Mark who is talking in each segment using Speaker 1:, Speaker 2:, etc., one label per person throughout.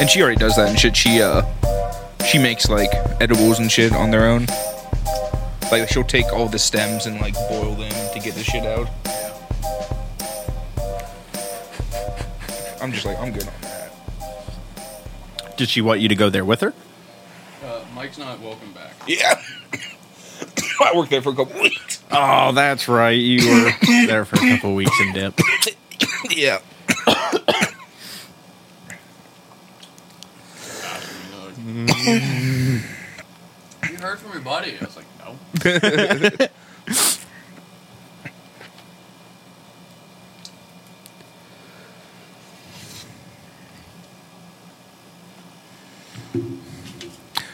Speaker 1: and she already does that and shit. She uh, she makes like edibles and shit on their own. Like she'll take all the stems and like boil them to get the shit out. I'm just like I'm good on that.
Speaker 2: Did she want you to go there with her?
Speaker 3: Uh, Mike's not welcome back.
Speaker 1: Yeah. I worked there for a couple weeks.
Speaker 2: Oh, that's right. You were there for a couple weeks in dip.
Speaker 1: Yeah.
Speaker 3: You heard from your buddy. I was like, no.
Speaker 1: I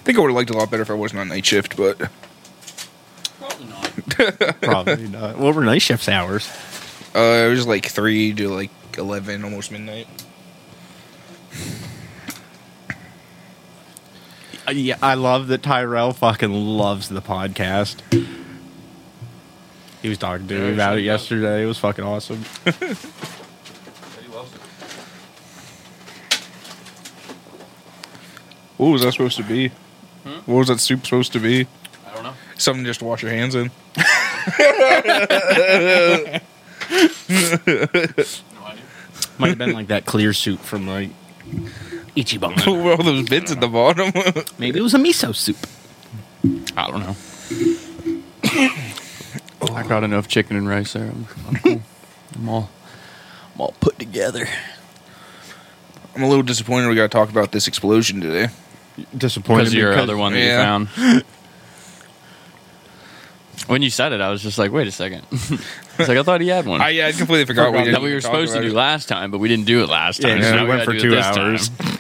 Speaker 1: think I would have liked it a lot better if I wasn't on night shift, but uh,
Speaker 3: Probably not.
Speaker 2: Probably not. Well, we're night shift's hours.
Speaker 1: uh, it was like three to like eleven, almost midnight.
Speaker 2: Uh, yeah, I love that Tyrell fucking loves the podcast. He was talking to
Speaker 3: Yeah,
Speaker 2: me about it
Speaker 3: sure.
Speaker 2: yesterday. It was fucking awesome.
Speaker 3: He loves it.
Speaker 1: What was that supposed to be?
Speaker 3: Hmm?
Speaker 1: What was that soup supposed to be?
Speaker 3: I don't know.
Speaker 1: Something just to wash your hands in.
Speaker 3: No idea.
Speaker 2: Might have been like that clear soup from like Ichiban.
Speaker 1: With all those bits at the bottom.
Speaker 2: Maybe it was a miso soup.
Speaker 3: I don't know. I got enough chicken and rice there. I'm, I'm, cool. I'm all, I'm all put together.
Speaker 1: I'm a little disappointed we got to talk about this explosion today.
Speaker 2: Disappointed
Speaker 3: Because your other one that
Speaker 1: yeah.
Speaker 3: you found. when you said it, I was just like, wait a second. I was like, I thought he had one.
Speaker 1: I, yeah, I completely forgot, we did.
Speaker 3: that we were supposed to do last time, but we didn't do it last
Speaker 2: Yeah,
Speaker 3: time.
Speaker 2: so
Speaker 3: so
Speaker 2: we
Speaker 3: now
Speaker 2: went
Speaker 3: gotta
Speaker 2: for
Speaker 3: do it
Speaker 2: two
Speaker 3: this
Speaker 2: hours.
Speaker 3: time.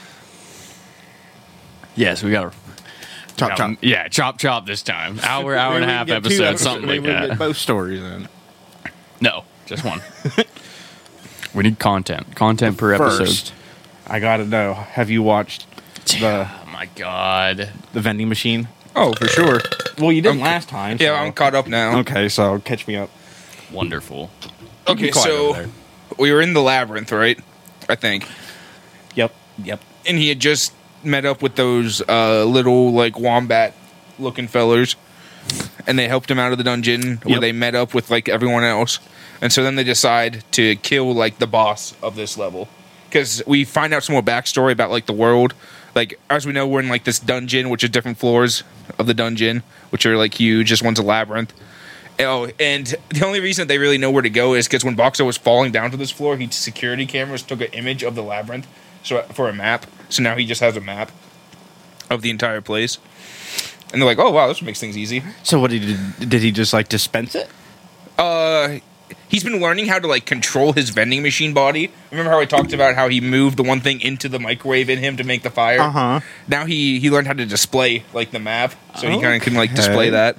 Speaker 3: yes, we got
Speaker 2: Chop, chop.
Speaker 3: Yeah, chop chop this time. Hour,
Speaker 2: Maybe
Speaker 3: hour and
Speaker 2: we
Speaker 3: a
Speaker 2: can
Speaker 3: half
Speaker 2: get two
Speaker 3: episode,
Speaker 2: episodes.
Speaker 3: something
Speaker 2: Maybe
Speaker 3: like
Speaker 2: we can get
Speaker 3: that.
Speaker 2: both stories in.
Speaker 3: No, just one. we need content, content per
Speaker 2: First, I gotta know: Have you watched
Speaker 3: episode.
Speaker 2: the
Speaker 3: oh my god!
Speaker 2: the vending machine?
Speaker 1: Oh, for sure.
Speaker 2: Well, you didn't
Speaker 1: I'm-
Speaker 2: last time.
Speaker 1: Yeah,
Speaker 2: so-
Speaker 1: I'm caught up now.
Speaker 2: Okay, so catch me up.
Speaker 3: Wonderful.
Speaker 1: Okay, so we were in the labyrinth, right? I think.
Speaker 2: yep, yep.
Speaker 1: And he had just met up with those uh, little, like, wombat looking fellers. And they helped him out of the dungeon where
Speaker 2: Yep.
Speaker 1: they met up with, like, everyone else. And so then they decide to kill, like, the boss of this level. Because we find out some more backstory about, like, the world. Like, as we know, we're in, like, this dungeon, which is different floors of the dungeon, which are, like, huge. This one's a labyrinth. Oh, and the only reason they really know where to go is because when Boxo was falling down to this floor, he security cameras took an image of the labyrinth, so for a map. So now he just has a map of the entire place. And they're like, "Oh wow, this makes things easy."
Speaker 2: So what did he did he just like dispense it?
Speaker 1: Uh, he's been learning how to like control his vending machine body. Remember how I talked about how he moved the one thing into the microwave in him to make the fire?
Speaker 2: Uh-huh.
Speaker 1: Now he he learned how to display like the map, so he kind of can like
Speaker 2: Okay.
Speaker 1: display that.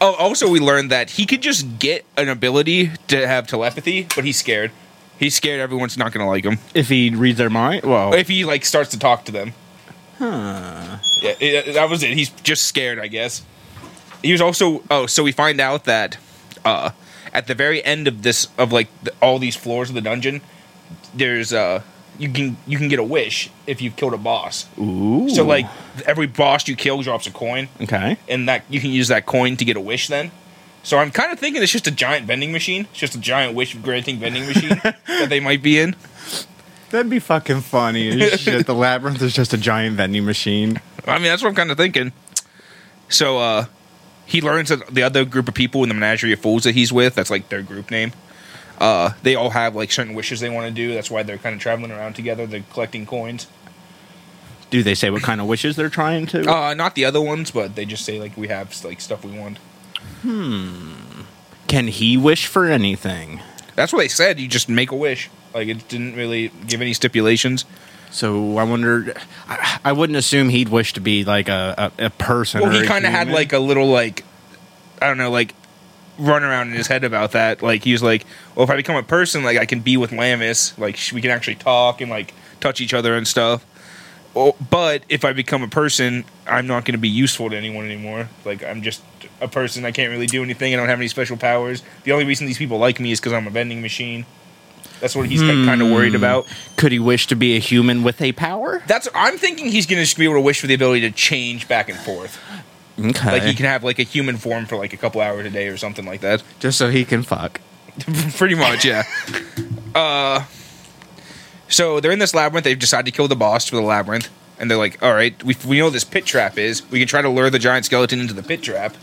Speaker 1: Oh, also we learned that he could just get an ability to have telepathy, but he's scared. He's scared everyone's not gonna like him
Speaker 2: If he reads their mind, well,
Speaker 1: if he like starts to talk to them. Huh. Yeah, it- that was it. He's just scared, I guess. He was also oh, so we find out that uh at the very end of this of like the, all these floors of the dungeon, there's uh you can you can get a wish if you've killed a boss.
Speaker 2: ooh.
Speaker 1: So like every boss you kill drops a coin,
Speaker 2: okay,
Speaker 1: and that you can use that coin to get a wish then. So I'm kind of thinking it's just a giant vending machine, it's just a giant wish granting vending machine that they might be in.
Speaker 2: that'd be fucking funny. as shit. The labyrinth is just a giant vending machine.
Speaker 1: I mean, that's what I'm kind of thinking. So, uh, he learns that the other group of people in the Menagerie of Fools that he's with, that's like their group name, uh, they all have like certain wishes they want to do. That's why they're kind of traveling around together. They're collecting coins.
Speaker 2: Do they say what kind of wishes they're trying to?
Speaker 1: Uh, not the other ones, but they just say like we have like stuff we want.
Speaker 2: Can he wish for anything?
Speaker 1: That's what they said. You just make a wish. Like it didn't really give any stipulations.
Speaker 2: So I wondered. I, I wouldn't assume he'd wish to be like a a, a person.
Speaker 1: Well,
Speaker 2: or
Speaker 1: he
Speaker 2: a
Speaker 1: kind of had
Speaker 2: human.
Speaker 1: like a little like I don't know like run around in his head about that. Like he was like, "Well, if I become a person, like I can be with Lamis, like sh- we can actually talk and like touch each other and stuff." Well, but if I become a person, I'm not going to be useful to anyone anymore. Like I'm just a person. I can't really do anything. I don't have any special powers. The only reason these people like me is because I'm a vending machine. That's what he's kind of worried about.
Speaker 2: Could he wish to be a human with a power?
Speaker 1: That's I'm thinking he's going to be able to wish for the ability to change back and forth.
Speaker 2: Okay.
Speaker 1: Like he can have like a human form for like a couple hours a day or something like that.
Speaker 2: just so he can fuck.
Speaker 1: Pretty much, yeah. uh, so they're in this labyrinth. They've decided to kill the boss for the labyrinth, and they're like, "All right, we we know this pit trap is. We can try to lure the giant skeleton into the pit trap,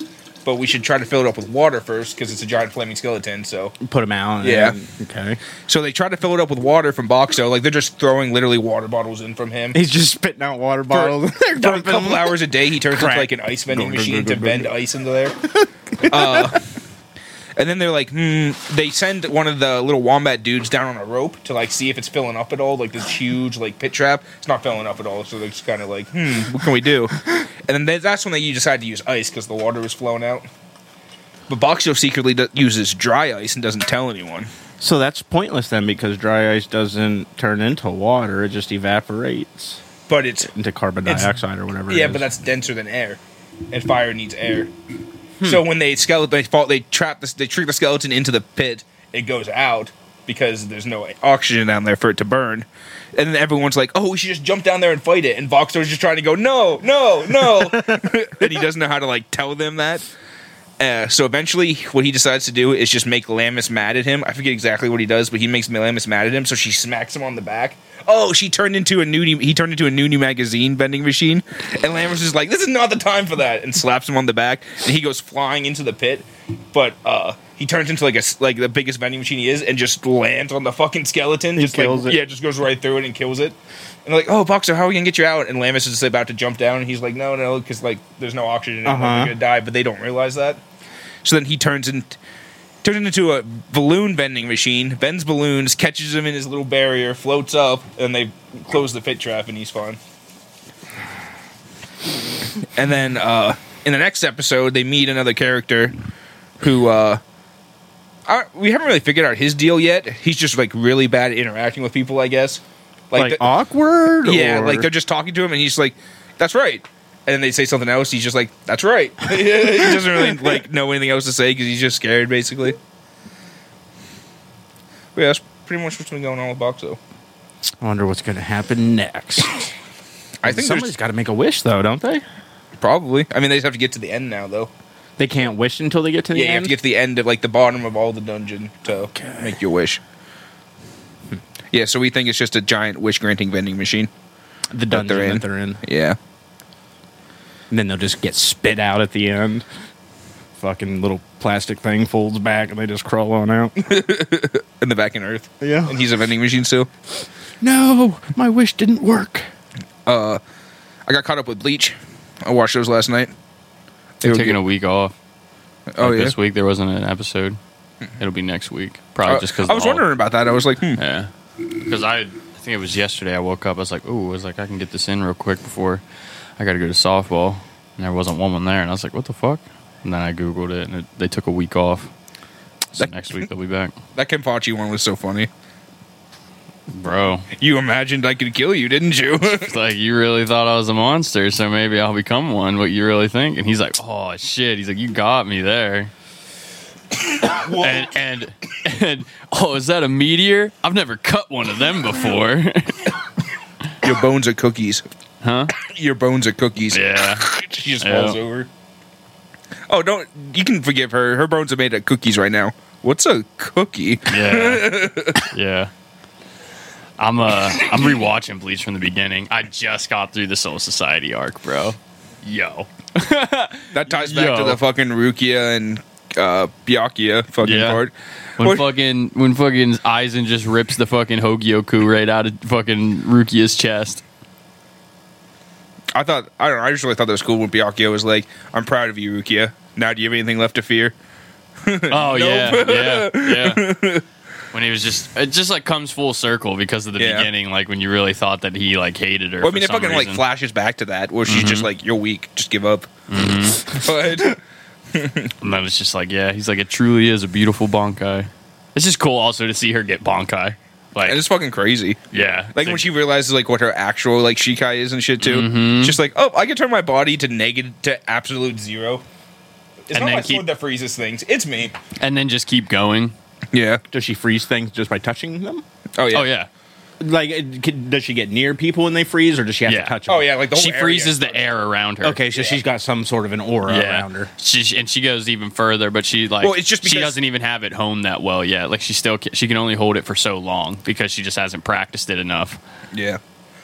Speaker 1: but we should try to fill it up with water first because it's a giant flaming skeleton." So,
Speaker 2: Put him out. and-
Speaker 1: Yeah.
Speaker 2: okay.
Speaker 1: so they try to fill it up with water from Boxo. Like they're just throwing literally water bottles in from him.
Speaker 2: He's just spitting out water bottles. They're
Speaker 1: For a
Speaker 2: dumping
Speaker 1: couple
Speaker 2: them.
Speaker 1: hours a day, he turns
Speaker 2: Crack.
Speaker 1: into like an ice vending
Speaker 3: Go, go,
Speaker 1: machine
Speaker 3: go, go,
Speaker 1: to
Speaker 3: go,
Speaker 1: bend
Speaker 3: go.
Speaker 1: ice into there. uh, and then they're like, hmm, they send one of the little wombat dudes down on a rope to like see if it's filling up at all. Like this huge like pit trap, it's not filling up at all. So they're just kind of like, hmm, what can we do? and then they- that's when they you decide to use ice because the water was flowing out. But Boxio secretly do- uses dry ice and doesn't tell anyone.
Speaker 2: So that's pointless then because dry ice doesn't turn into water, it just evaporates
Speaker 1: But it's
Speaker 2: into carbon
Speaker 1: It's-
Speaker 2: dioxide or whatever. it
Speaker 1: Yeah,
Speaker 2: is.
Speaker 1: but that's denser than air, and fire needs air. So when they skeleton, they fall, they trap this, they trick the skeleton into the pit. It goes out because there's no oxygen down there for it to burn. And then everyone's like, "Oh, we should just jump down there and fight it." And Voxor's just trying to go, "No, no, no," and he doesn't know how to like tell them that. Uh, so eventually, what he decides to do is just make Lamus mad at him. I forget exactly what he does, but he makes Lamus mad at him. So she smacks him on the back. Oh, she turned into a nudie. He turned into a nudie magazine vending machine, and Lamus is like, "This is not the time for that," and slaps him on the back, and he goes flying into the pit. But uh, he turns into like a s- like the biggest vending machine he is, and just lands on the fucking skeleton. just
Speaker 2: kills
Speaker 1: like,
Speaker 2: it.
Speaker 1: Yeah, just goes right through it and kills it. And like, oh, Boxer, how are we gonna get you out? And Lamus is about to jump down, and he's like, no, no, because like there's no oxygen, and
Speaker 2: Uh-huh.
Speaker 1: we're gonna die. But they don't realize that. So then he turns in, turns into a balloon vending machine, bends balloons, catches him in his little barrier, floats up, and they close the pit trap, and he's fine. And then uh, in the next episode, they meet another character who uh, I, we haven't really figured out his deal yet. He's just like really bad at interacting with people, I guess.
Speaker 2: like,
Speaker 1: the-
Speaker 2: awkward?
Speaker 1: yeah,
Speaker 2: or-
Speaker 1: like they're just talking to him, and he's like, "That's right." And then they say something else. He's just like, "That's right." he doesn't really like know anything else to say because he's just scared, basically. But yeah, that's pretty much what's been going on with Boxo.
Speaker 2: I wonder what's going to happen next.
Speaker 1: I think
Speaker 2: somebody's
Speaker 1: there's
Speaker 2: got to make a wish though, don't they?
Speaker 1: probably. I mean, they just have to get to the end now, though.
Speaker 2: They can't wish until they get to the
Speaker 1: Yeah, you
Speaker 2: end.
Speaker 1: have to get to the end of like the bottom of all the dungeon to make your wish. Hmm. Yeah, so we think it's just a giant wish granting vending machine.
Speaker 2: the dungeon
Speaker 1: they're in.
Speaker 2: that they're in.
Speaker 1: Yeah.
Speaker 2: And then they'll just get spit out at the end. Fucking little plastic thing folds back and they just crawl on out.
Speaker 1: In the back in Earth.
Speaker 2: Yeah.
Speaker 1: And he's a vending machine still.
Speaker 2: no, my wish didn't work.
Speaker 1: I got caught up with Bleach. I watched those last night. They
Speaker 3: They're
Speaker 1: were
Speaker 3: taking
Speaker 1: good.
Speaker 3: a week off.
Speaker 1: oh
Speaker 3: Like,
Speaker 1: yeah.
Speaker 3: This week there wasn't an episode. It'll be next week. Probably
Speaker 1: Uh,
Speaker 3: just because
Speaker 1: I was wondering about that. I was like, hmm.
Speaker 3: Yeah. Because I, I think it was yesterday. I woke up. I was like, "Ooh, I was like, I can get this in real quick before I got to go to softball." And there wasn't one there, and I was like, "What the fuck?" And then I googled it, and it, they took a week off. So
Speaker 1: That-
Speaker 3: next week they'll be back,
Speaker 1: that Kim Fachi one was so funny.
Speaker 3: bro.
Speaker 1: You imagined I could kill you, didn't you?
Speaker 3: It's like you really thought I was a monster, so maybe I'll become one. What you really think? And he's like, "Oh shit!" He's like, "You got me there." and, and and oh, is that a meteor? I've never cut one of them before.
Speaker 1: Your bones are cookies.
Speaker 3: huh?
Speaker 1: Your bones are cookies.
Speaker 3: Yeah.
Speaker 1: she just
Speaker 3: Yeah.
Speaker 1: falls over. Oh, don't. You can forgive her. Her bones are made of cookies right now. What's a cookie?
Speaker 3: Yeah. yeah. I'm uh I'm rewatching Bleach from the beginning. I just got through the Soul Society arc, bro. Yo.
Speaker 1: That ties back to
Speaker 3: Yo.
Speaker 1: the fucking Rukia and uh, Byakuya fucking
Speaker 3: Yeah.
Speaker 1: part.
Speaker 3: When
Speaker 1: What-
Speaker 3: fucking when fucking Aizen just rips the fucking Hogyoku right out of fucking Rukia's chest.
Speaker 1: I thought I don't know. I just really thought that was cool when Byakuya was like, "I'm proud of you, Rukia. Now, do you have anything left to fear?"
Speaker 3: Oh
Speaker 1: Nope.
Speaker 3: yeah, yeah, yeah. When he was just it just like comes full circle because of the
Speaker 1: Yeah.
Speaker 3: beginning, like when you really thought that he like hated her.
Speaker 1: Well, I
Speaker 3: for
Speaker 1: mean, it
Speaker 3: some
Speaker 1: fucking like
Speaker 3: reason. Mm-hmm.
Speaker 1: flashes back to that where she's just like, "You're weak. Just give up." but
Speaker 3: And then it's just like, yeah, he's like, it truly is a beautiful Bonkai. It's just cool also to see her get Bonkai. Like,
Speaker 1: and it's fucking crazy.
Speaker 3: yeah.
Speaker 1: Like when she realizes like what her actual like shikai is and shit too.
Speaker 3: Mm-hmm.
Speaker 1: It's Just like, oh, I can turn my body to negative to absolute zero. It's
Speaker 3: And
Speaker 1: not
Speaker 3: then
Speaker 1: my
Speaker 3: keep-
Speaker 1: sword that freezes things. It's me.
Speaker 3: and then just keep going.
Speaker 1: Yeah.
Speaker 2: Does she freeze things just by touching them?
Speaker 1: Oh yeah.
Speaker 3: Oh yeah.
Speaker 2: Like, it- can- does she get near people when they freeze, or does she have
Speaker 3: Yeah.
Speaker 2: to touch them?
Speaker 1: Oh yeah. Like the whole
Speaker 3: she
Speaker 1: area.
Speaker 3: freezes the air around her.
Speaker 2: Okay, so she's got some sort of an aura
Speaker 3: yeah.
Speaker 2: around her.
Speaker 3: She she- and she goes even further, but she like
Speaker 1: Well, it's just
Speaker 3: she
Speaker 1: because-
Speaker 3: doesn't even have it honed that well yet. Like she still ca- she can only hold it for so long because she just hasn't practiced it enough.
Speaker 1: Yeah.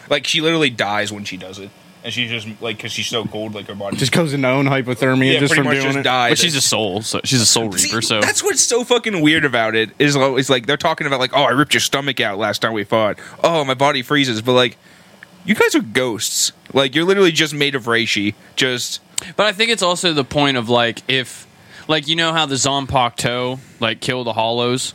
Speaker 1: Like she literally dies when she does it, and she's just like because she's so cold, like her body
Speaker 2: Just goes into own hypothermia
Speaker 1: yeah,
Speaker 2: just
Speaker 1: pretty
Speaker 2: from
Speaker 1: much
Speaker 2: doing
Speaker 1: just
Speaker 2: it.
Speaker 1: dies.
Speaker 3: But she's a soul, so she's a soul
Speaker 1: See,
Speaker 3: reaper. So
Speaker 1: that's what's so fucking weird about it is always like they're talking about like oh I ripped your stomach out last time we fought oh my body freezes but like you guys are ghosts like you're literally just made of reishi just
Speaker 3: But I think it's also the point of like if like you know how the Zanpakuto like kill the hollows,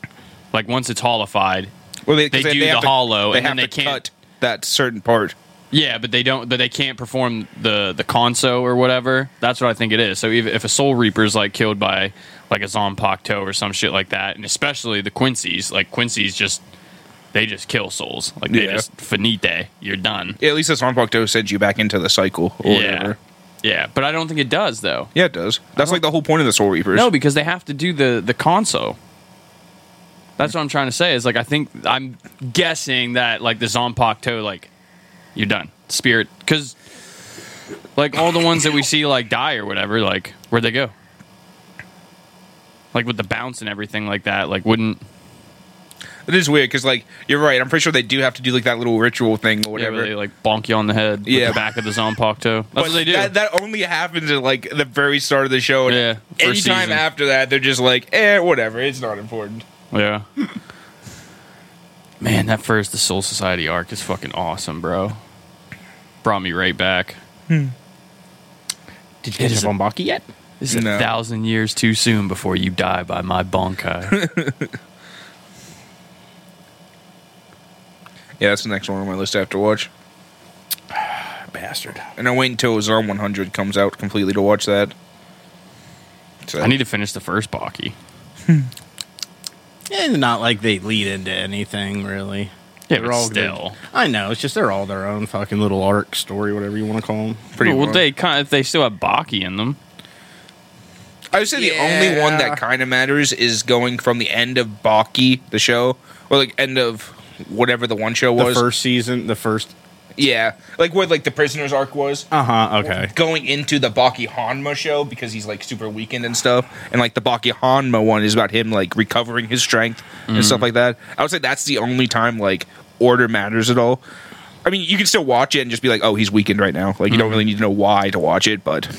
Speaker 3: like once it's holified.
Speaker 1: well they, 'cause
Speaker 3: They do the
Speaker 1: have to-
Speaker 3: hollow,
Speaker 1: they
Speaker 3: and
Speaker 1: have
Speaker 3: then they
Speaker 1: to
Speaker 3: can't-
Speaker 1: cut that certain part
Speaker 3: Yeah, but they don't. But they can't perform the the conso or whatever. That's what I think it is. So even if a soul reaper is like killed by like a Zanpakuto or some shit like that, and especially the Quincy's, like Quincy's just they just kill souls. Like they
Speaker 1: Yeah.
Speaker 3: just finite. You're done.
Speaker 1: yeah, at least that's on Pocto sends you back into the cycle or
Speaker 3: yeah,
Speaker 1: whatever
Speaker 3: yeah. But I don't think it does though.
Speaker 1: yeah it does that's like the whole point of the soul reapers
Speaker 3: Uh-huh. No, because they have to do the the console. That's what I'm trying to say. Is like I think I'm guessing that like the Zanpakuto, like you're done spirit, because like all the ones that we see like die or whatever, like where'd they go? Like with the bounce and everything like that, like wouldn't
Speaker 1: it is weird because like you're right I'm pretty sure they do have to do like that little ritual thing or
Speaker 3: yeah,
Speaker 1: whatever
Speaker 3: where they like bonk you on the head with
Speaker 1: Yeah.
Speaker 3: the back of the Zanpakuto. That's what they do.
Speaker 1: That, that only happens at like the very start of the show. And
Speaker 3: Yeah,
Speaker 1: Anytime
Speaker 3: first season.
Speaker 1: after that, they're just like, eh, whatever. It's not important.
Speaker 3: yeah. Man, that first the Soul Society arc is fucking awesome, bro. Brought me right back.
Speaker 2: Did you catch up on Baki yet?
Speaker 3: This is
Speaker 1: No.
Speaker 3: a thousand years too soon before you die by my bonkai.
Speaker 1: Yeah, that's the next one on my list I have to watch.
Speaker 2: Bastard.
Speaker 1: And I wait until Zone 100 comes out completely to watch that. So,
Speaker 3: I need to finish the first Baki.
Speaker 2: And Eh, not like they lead into anything really.
Speaker 3: Yeah,
Speaker 2: They're
Speaker 3: but
Speaker 2: all good.
Speaker 3: still.
Speaker 2: I know. It's just they're all their own fucking little arc story, whatever you want to call them.
Speaker 1: pretty
Speaker 3: well,
Speaker 1: well.
Speaker 3: they kind of, they still have Baki in them.
Speaker 1: I would say the only one
Speaker 2: Yeah.
Speaker 1: that kind of matters is going from the end of Baki, the show, or like end of whatever the one show
Speaker 2: The
Speaker 1: was.
Speaker 2: first season, the first.
Speaker 1: Yeah, like where like the prisoner's arc was.
Speaker 2: Uh huh. Okay.
Speaker 1: going into the Baki Hanma show because he's like super weakened and stuff, and like the Baki Hanma one is about him like recovering his strength and stuff like that. I would say that's the only time like order matters at all. I mean, you can still watch it and just be like, "Oh, he's weakened right now." Like you
Speaker 3: Mm-hmm.
Speaker 1: don't really need to know why to watch it, but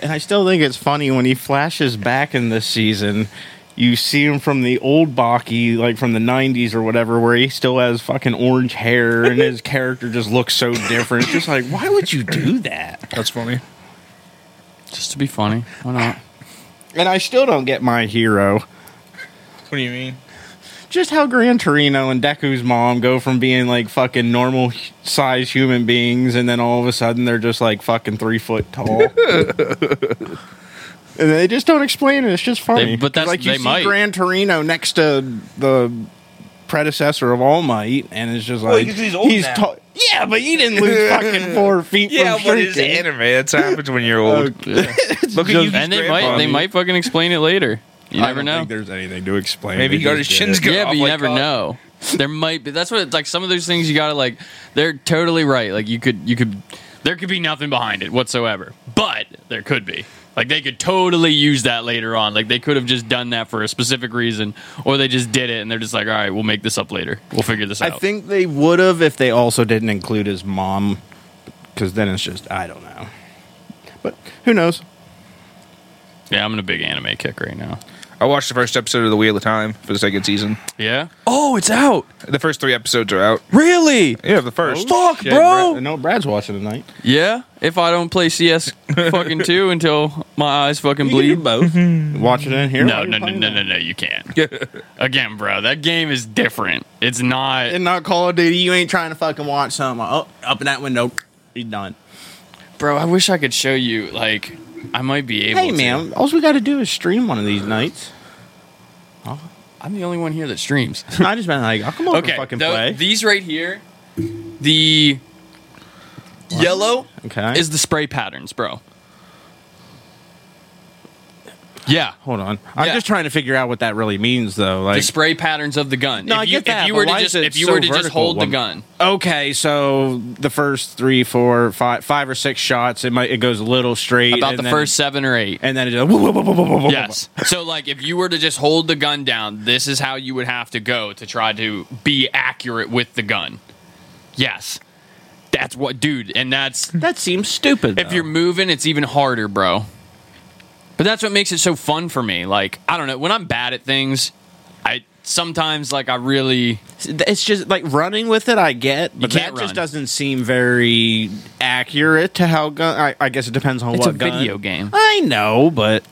Speaker 2: And I still think it's funny when he flashes back in this season. You see him from the old Baki, like from the '90s or whatever, where he still has fucking orange hair, and his character just looks so different. It's just like, why would you do that?
Speaker 1: that's funny.
Speaker 3: Just to be funny. Why not?
Speaker 2: And I still don't get my hero.
Speaker 1: What do you mean?
Speaker 2: just how Gran Torino and Deku's mom go from being like fucking normal size human beings, and then all of a sudden they're just like fucking three foot tall. and they just don't explain it. It's just funny.
Speaker 3: They- but that's-
Speaker 2: like you
Speaker 3: they
Speaker 2: see
Speaker 3: might.
Speaker 2: Gran Torino next to the predecessor of All Might, and it's just like
Speaker 1: because he's old now.
Speaker 2: tall- yeah, but he didn't lose fucking four feet.
Speaker 1: Yeah,
Speaker 2: from
Speaker 1: but it's
Speaker 2: shrinking.
Speaker 1: anime. That's happens when you're old.
Speaker 3: Yeah.
Speaker 1: Look at you,
Speaker 3: and they might they might fucking explain it later. You
Speaker 2: I
Speaker 3: never
Speaker 2: don't
Speaker 3: know.
Speaker 2: think there's anything to explain.
Speaker 1: Maybe
Speaker 2: They
Speaker 1: he got
Speaker 2: just
Speaker 1: his
Speaker 2: did
Speaker 1: shins
Speaker 2: it.
Speaker 1: go
Speaker 3: yeah,
Speaker 1: off
Speaker 3: but you
Speaker 1: like
Speaker 3: never
Speaker 1: that.
Speaker 3: know. There might be. That's what it's like. Some of those things you gotta like. They're totally right. Like you could, you could. There could be nothing behind it whatsoever, but there could be. Like they could totally use that later on. Like they could have just done that for a specific reason, or they just did it and they're just like, all right, we'll make this up later. We'll figure this
Speaker 2: I
Speaker 3: out.
Speaker 2: think they would have if they also didn't include his mom, because then it's just I don't know. But who knows?
Speaker 3: Yeah, I'm in a big anime kick right now.
Speaker 1: I watched the first episode of The Wheel of Time for the second season.
Speaker 3: Yeah. Oh, it's out.
Speaker 1: The first three episodes are out.
Speaker 3: Really?
Speaker 1: Yeah, the first.
Speaker 3: Fuck,
Speaker 2: Shit, Brad- no, Brad's watching tonight.
Speaker 3: Yeah. If I don't play CS fucking two until my eyes fucking bleed.
Speaker 2: both. Watch it in here.
Speaker 3: No,
Speaker 2: while you're
Speaker 3: no, no,
Speaker 2: playing
Speaker 3: no,
Speaker 2: that.
Speaker 3: no, no, you can't. Again, bro, that game is different. It's not.
Speaker 2: And not Call of Duty. You ain't trying to fucking watch something. Oh, up in that window. He's done.
Speaker 3: Bro, I wish I could show you. Like, I might be able
Speaker 2: Hey,
Speaker 3: to.
Speaker 2: man, all we got to do is stream one of these nights.
Speaker 3: I'm the only one here that streams.
Speaker 2: I just been like, I'll come over
Speaker 3: okay.
Speaker 2: and fucking
Speaker 3: tho-
Speaker 2: play.
Speaker 3: These right here, the yellow
Speaker 2: okay.
Speaker 3: is the spray patterns, bro. Yeah.
Speaker 2: Hold on. I'm
Speaker 3: Yeah.
Speaker 2: just trying to figure out what that really means, though.
Speaker 3: The
Speaker 2: Like,
Speaker 3: spray patterns of the gun.
Speaker 2: No,
Speaker 3: if
Speaker 2: I
Speaker 3: you,
Speaker 2: get that,
Speaker 3: If you
Speaker 2: but
Speaker 3: were to
Speaker 2: why
Speaker 3: just,
Speaker 2: is it
Speaker 3: if you
Speaker 2: so
Speaker 3: were to just
Speaker 2: vertical?
Speaker 3: hold the
Speaker 2: One-
Speaker 3: gun,
Speaker 2: okay, so the first three, four, five, five or six shots, it might it goes a little straight.
Speaker 3: about
Speaker 2: and
Speaker 3: the
Speaker 2: then-
Speaker 3: first seven or eight.
Speaker 2: and then it just. whoa, whoa, whoa, whoa, whoa, whoa, whoa,
Speaker 3: Yes. So, like, if you were to just hold the gun down, this is how you would have to go to try to be accurate with the gun. Yes. That's what, dude. And that's,
Speaker 2: whoa. That seems stupid.
Speaker 3: if you're moving, it's even harder, bro. But that's what makes it so fun for me. Like, I don't know. When I'm bad at things, I sometimes, like, I really,
Speaker 2: it's just like running with it. I get, but that
Speaker 3: can't
Speaker 2: just
Speaker 3: run.
Speaker 2: doesn't seem very accurate to how gun. I, I guess it depends on
Speaker 3: it's
Speaker 2: what
Speaker 3: a
Speaker 2: gun.
Speaker 3: video game.
Speaker 2: I know, but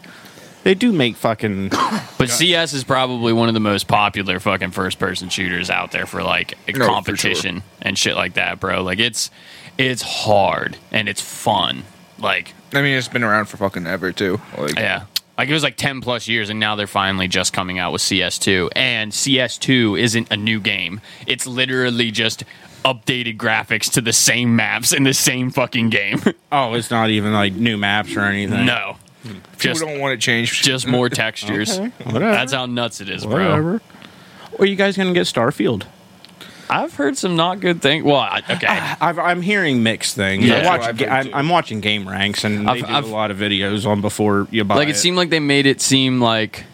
Speaker 2: they do make fucking.
Speaker 3: But CS is probably one of the most popular fucking first person shooters out there for like
Speaker 1: for
Speaker 3: competition and shit like that, bro. Like it's it's hard and it's fun. Like
Speaker 1: I mean, it's been around for fucking ever too. Like,
Speaker 3: yeah. Like it was like 10 plus years and now they're finally just coming out with CS2 and CS2 isn't a new game. It's literally just updated graphics to the same maps in the same fucking game.
Speaker 2: Oh, it's not even like new maps or anything.
Speaker 3: no.
Speaker 1: people
Speaker 3: Just
Speaker 1: don't want it changed.
Speaker 3: just more textures.
Speaker 2: Okay, whatever.
Speaker 3: That's how nuts it is, bro.
Speaker 2: whatever. Are you guys gonna get Starfield?
Speaker 3: I've heard some not good things. Well, I, okay.
Speaker 2: I've, I'm hearing mixed things. I
Speaker 3: Yeah. That's
Speaker 1: what
Speaker 2: watch,
Speaker 1: I've heard
Speaker 2: I'm,
Speaker 1: too.
Speaker 2: I'm watching Game Ranks, and
Speaker 3: I've-
Speaker 2: they do
Speaker 3: I've-
Speaker 2: a lot of videos on before you buy.
Speaker 3: like it seemed like they made it seem like Uh,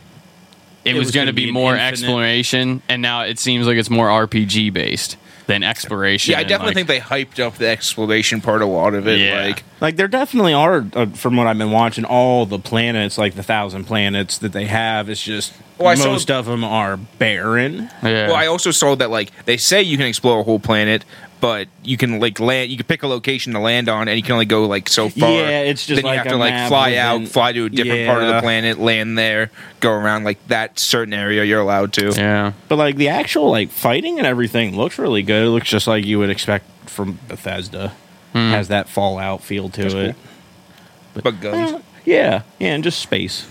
Speaker 3: it, was, going to be,
Speaker 2: an
Speaker 3: more
Speaker 2: infinite-
Speaker 3: exploration, and now it seems like it's more RPG based than exploration.
Speaker 1: yeah, I
Speaker 3: and,
Speaker 1: definitely
Speaker 3: like-
Speaker 1: think they hyped up the exploration part a lot of it.
Speaker 3: Yeah.
Speaker 1: Like,
Speaker 2: Like there definitely are, uh, from what I've been watching, all the planets, like the thousand planets that they have. It's just
Speaker 1: Well, I saw-
Speaker 2: most of them are barren.
Speaker 3: Yeah.
Speaker 1: well, I also saw that like they say you can explore a whole planet, but you can like land. You can pick a location to land on, and you can only go like so far.
Speaker 2: Yeah, it's just
Speaker 1: then you
Speaker 2: like
Speaker 1: have to
Speaker 2: a
Speaker 1: like
Speaker 2: map
Speaker 1: fly
Speaker 2: within-
Speaker 1: out, fly to a different part of the
Speaker 2: Yeah.
Speaker 1: planet, land there, go around like that certain area you're allowed to.
Speaker 3: yeah.
Speaker 2: But like the actual like fighting and everything looks really good. It looks just like you would expect from Bethesda. Has that Fallout feel to it?
Speaker 1: Hmm.
Speaker 2: uh,
Speaker 1: But guns.
Speaker 2: Yeah, yeah, and just space.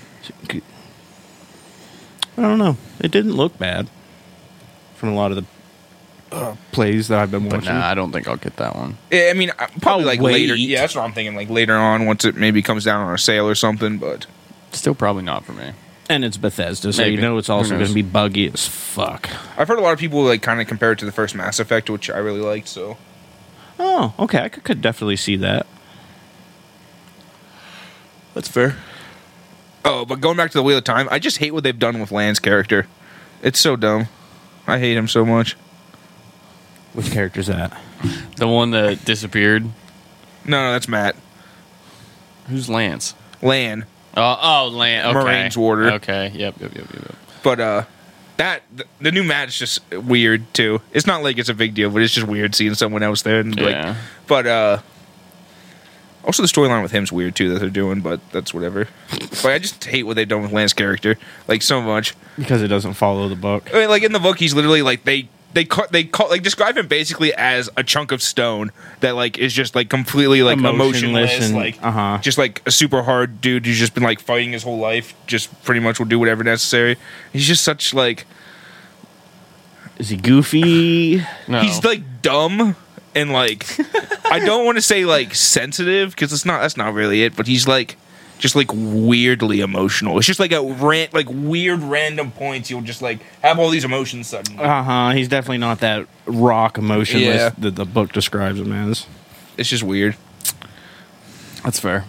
Speaker 2: I don't know. It didn't look bad from a lot of the uh, plays that I've been
Speaker 3: But
Speaker 2: watching.
Speaker 3: nah, I don't think I'll get that one.
Speaker 1: Yeah, I mean, uh, probably
Speaker 2: Oh,
Speaker 1: like
Speaker 2: wait.
Speaker 1: later. Yeah, that's what I'm thinking. Like later on, once it maybe comes down on a sale or something. But
Speaker 3: Still, probably not for me.
Speaker 2: And it's Bethesda, so
Speaker 3: Maybe.
Speaker 2: you know it's
Speaker 3: Who
Speaker 2: also
Speaker 3: knows?
Speaker 2: going to be buggy as fuck.
Speaker 1: I've heard a lot of people like kind of compare it to the first Mass Effect, which I really liked. So
Speaker 2: Oh, okay. I could, could definitely see that.
Speaker 1: that's fair. Oh, but going back to the Wheel of Time, I just hate what they've done with Land's character. It's so dumb. I hate him so much.
Speaker 2: Which character's that?
Speaker 3: The one that disappeared.
Speaker 1: No, no, that's Matt.
Speaker 3: Who's Lance?
Speaker 1: Lan.
Speaker 3: Oh, oh, Lance. Okay.
Speaker 1: Marines Warder.
Speaker 3: Okay. Yep. Yep. Yep. Yep. yep.
Speaker 1: But uh that th- the new Matt's just weird too. It's not like it's a big deal, but it's just weird seeing someone else there and
Speaker 3: Yeah.
Speaker 1: like but uh also the storyline with him's weird too that they're doing, but that's whatever. but I just hate what they've done with Lan's character like so much.
Speaker 2: Because it doesn't follow the book.
Speaker 1: I mean, like in the book, he's literally like they they cut they call like describe him basically as a chunk of stone that like is just like completely like emotionless,
Speaker 2: Emotionless and-
Speaker 1: like
Speaker 2: uh-huh.
Speaker 1: just like a super hard dude who's just been like fighting his whole life, just pretty much will do whatever necessary. He's just such like
Speaker 2: Is he goofy?
Speaker 3: No.
Speaker 1: he's like dumb and like I don't want to say like sensitive because it's not that's not really it, but he's like. Just like weirdly emotional. It's just like a rant, like weird random points. You'll just like have all these emotions suddenly.
Speaker 2: uh huh. He's definitely not that rock emotionless
Speaker 1: Yeah.
Speaker 2: that the book describes him as.
Speaker 1: It's just weird.
Speaker 3: That's fair.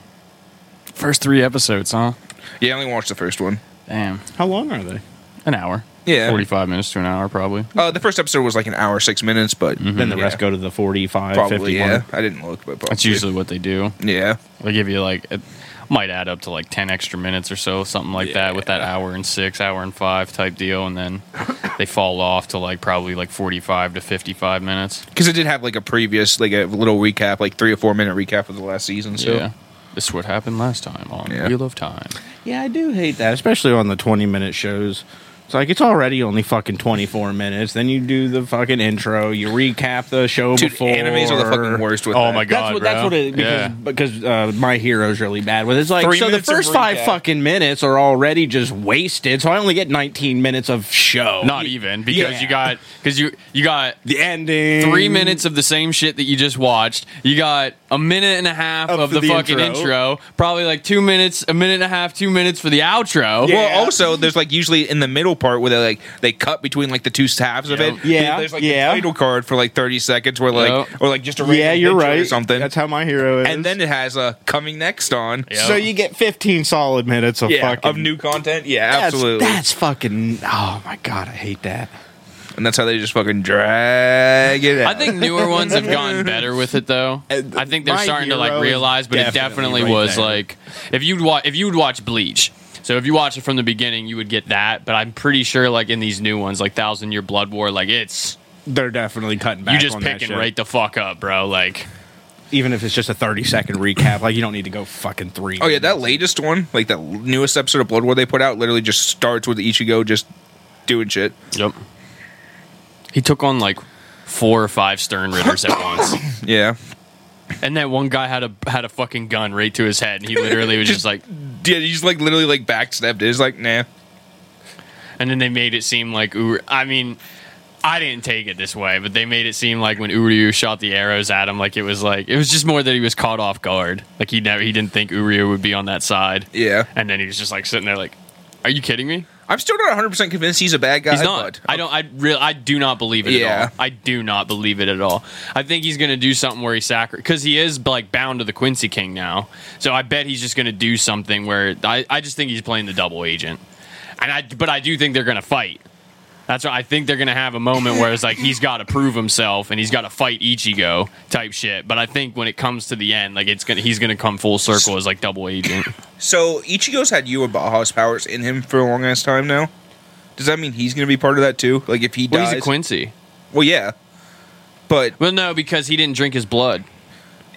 Speaker 3: First three episodes, huh?
Speaker 1: Yeah, I only watched the first one.
Speaker 3: Damn.
Speaker 2: How long are they?
Speaker 3: An hour.
Speaker 1: Yeah.
Speaker 3: Forty-five minutes to an hour, probably.
Speaker 1: Uh, the first episode was like an hour six minutes, but
Speaker 2: Mm-hmm. Then the rest
Speaker 1: Yeah.
Speaker 2: go to the 45,
Speaker 1: probably
Speaker 2: 50
Speaker 1: yeah.
Speaker 2: mark.
Speaker 1: I didn't look, but probably.
Speaker 3: That's usually what they do.
Speaker 1: yeah.
Speaker 3: They give you like it might add up to like ten extra minutes or so, something like that, with that hour and six, hour and five type deal, and then they fall off to like probably like forty-five to fifty-five minutes.
Speaker 1: Because it did have like a previous, like a little recap, like three or four minute recap of the last season. So
Speaker 3: yeah, this is what happened last time on
Speaker 1: Yeah.
Speaker 3: Wheel of Time.
Speaker 2: Yeah, I do hate that, especially on the 20 minute shows. It's like it's already only fucking twenty four minutes. Then you do the fucking intro. You recap the show
Speaker 1: Dude,
Speaker 2: before.
Speaker 1: animes are the fucking worst with
Speaker 3: Oh
Speaker 1: that.
Speaker 3: my
Speaker 2: That's
Speaker 3: God.
Speaker 2: what, that's
Speaker 3: bro.
Speaker 2: what it because
Speaker 3: Yeah.
Speaker 2: because uh, my hero's really bad with. it. It's like
Speaker 1: Three
Speaker 2: so the
Speaker 1: minutes of
Speaker 2: first five
Speaker 1: recap.
Speaker 2: fucking minutes are already just wasted. So I only get nineteen minutes of show.
Speaker 3: Not even because
Speaker 2: Yeah.
Speaker 3: you got because you you got
Speaker 2: the ending.
Speaker 3: three minutes of the same shit that you just watched. You got a minute and a half
Speaker 2: Up
Speaker 3: of
Speaker 2: for
Speaker 3: the,
Speaker 2: the
Speaker 3: fucking intro.
Speaker 2: intro.
Speaker 3: probably like two minutes, a minute and a half, two minutes for the outro.
Speaker 2: Yeah.
Speaker 1: Well, also there's like usually in the middle part where they like they cut between like the two halves of it.
Speaker 2: Yeah.
Speaker 1: there's like
Speaker 2: Yeah.
Speaker 1: a title card for like 30 seconds, where like
Speaker 3: Yeah.
Speaker 1: or like just a
Speaker 2: Yeah,
Speaker 1: random
Speaker 2: you're
Speaker 1: picture
Speaker 2: right.
Speaker 1: or something.
Speaker 2: That's how my hero is.
Speaker 1: and then it has a coming next on.
Speaker 3: Yeah.
Speaker 2: so you get fifteen solid minutes of
Speaker 1: Yeah,
Speaker 2: fucking
Speaker 1: of new content. Yeah,
Speaker 2: That's-
Speaker 1: absolutely.
Speaker 2: That's fucking. Oh my god, I hate that.
Speaker 1: and that's how they just fucking drag it out.
Speaker 3: I think newer ones have gotten better with it though.
Speaker 2: Uh,
Speaker 3: I think they're
Speaker 2: My
Speaker 3: starting to
Speaker 2: Hero
Speaker 3: like
Speaker 2: is
Speaker 3: realize, but it
Speaker 2: definitely
Speaker 3: definitely
Speaker 2: right
Speaker 3: was
Speaker 2: there.
Speaker 3: like if you'd watch if you'd watch Bleach. So if you watch it from the beginning, you would get that. But I'm pretty sure like in these new ones, like Thousand Year Blood War, like it's
Speaker 2: They're definitely cutting back.
Speaker 3: you just
Speaker 2: on that
Speaker 3: picking
Speaker 2: shit.
Speaker 3: right the fuck up, bro. Like
Speaker 2: even if it's just a thirty second recap. Like you don't need to go fucking three.
Speaker 1: Oh yeah, that latest one, like that newest episode of Blood War they put out, literally just starts with Ichigo just doing shit.
Speaker 3: Yep. He took on like four or five Stern Ritters at once.
Speaker 1: Yeah,
Speaker 3: And that one guy had a had a fucking gun right to his head and he literally was just like
Speaker 1: yeah, he's like literally like backstabbed. It's like nah.
Speaker 3: and then they made it seem like Uru I mean I didn't take it this way, but they made it seem like when Uryu shot the arrows at him, like it was like it was just more that he was caught off guard. Like he never he didn't think Uryu would be on that side.
Speaker 1: Yeah,
Speaker 3: And then he was just like sitting there like, Are you kidding me?
Speaker 1: I'm still not 100 percent convinced he's a bad guy.
Speaker 3: He's not.
Speaker 1: but-
Speaker 3: I don't. I real. I do not believe it
Speaker 1: Yeah.
Speaker 3: at all. I do not believe it at all. I think he's going to do something where he sacrifice because he is like bound to the Quincy King now. So I bet he's just going to do something where I, I. just think he's playing the double agent, and I. But I do think they're going to fight. That's right. I think they're going to have a moment where it's like he's got to prove himself and he's got to fight Ichigo type shit. But I think when it comes to the end, like it's gonna he's going to come full circle as like double agent.
Speaker 1: So Ichigo's had you and Baja's powers in him for a long ass time now. Does that mean he's gonna be part of that too? Like if he
Speaker 3: well,
Speaker 1: dies,
Speaker 3: he's a Quincy.
Speaker 1: well, yeah. But
Speaker 3: Well, no, because he didn't drink his blood.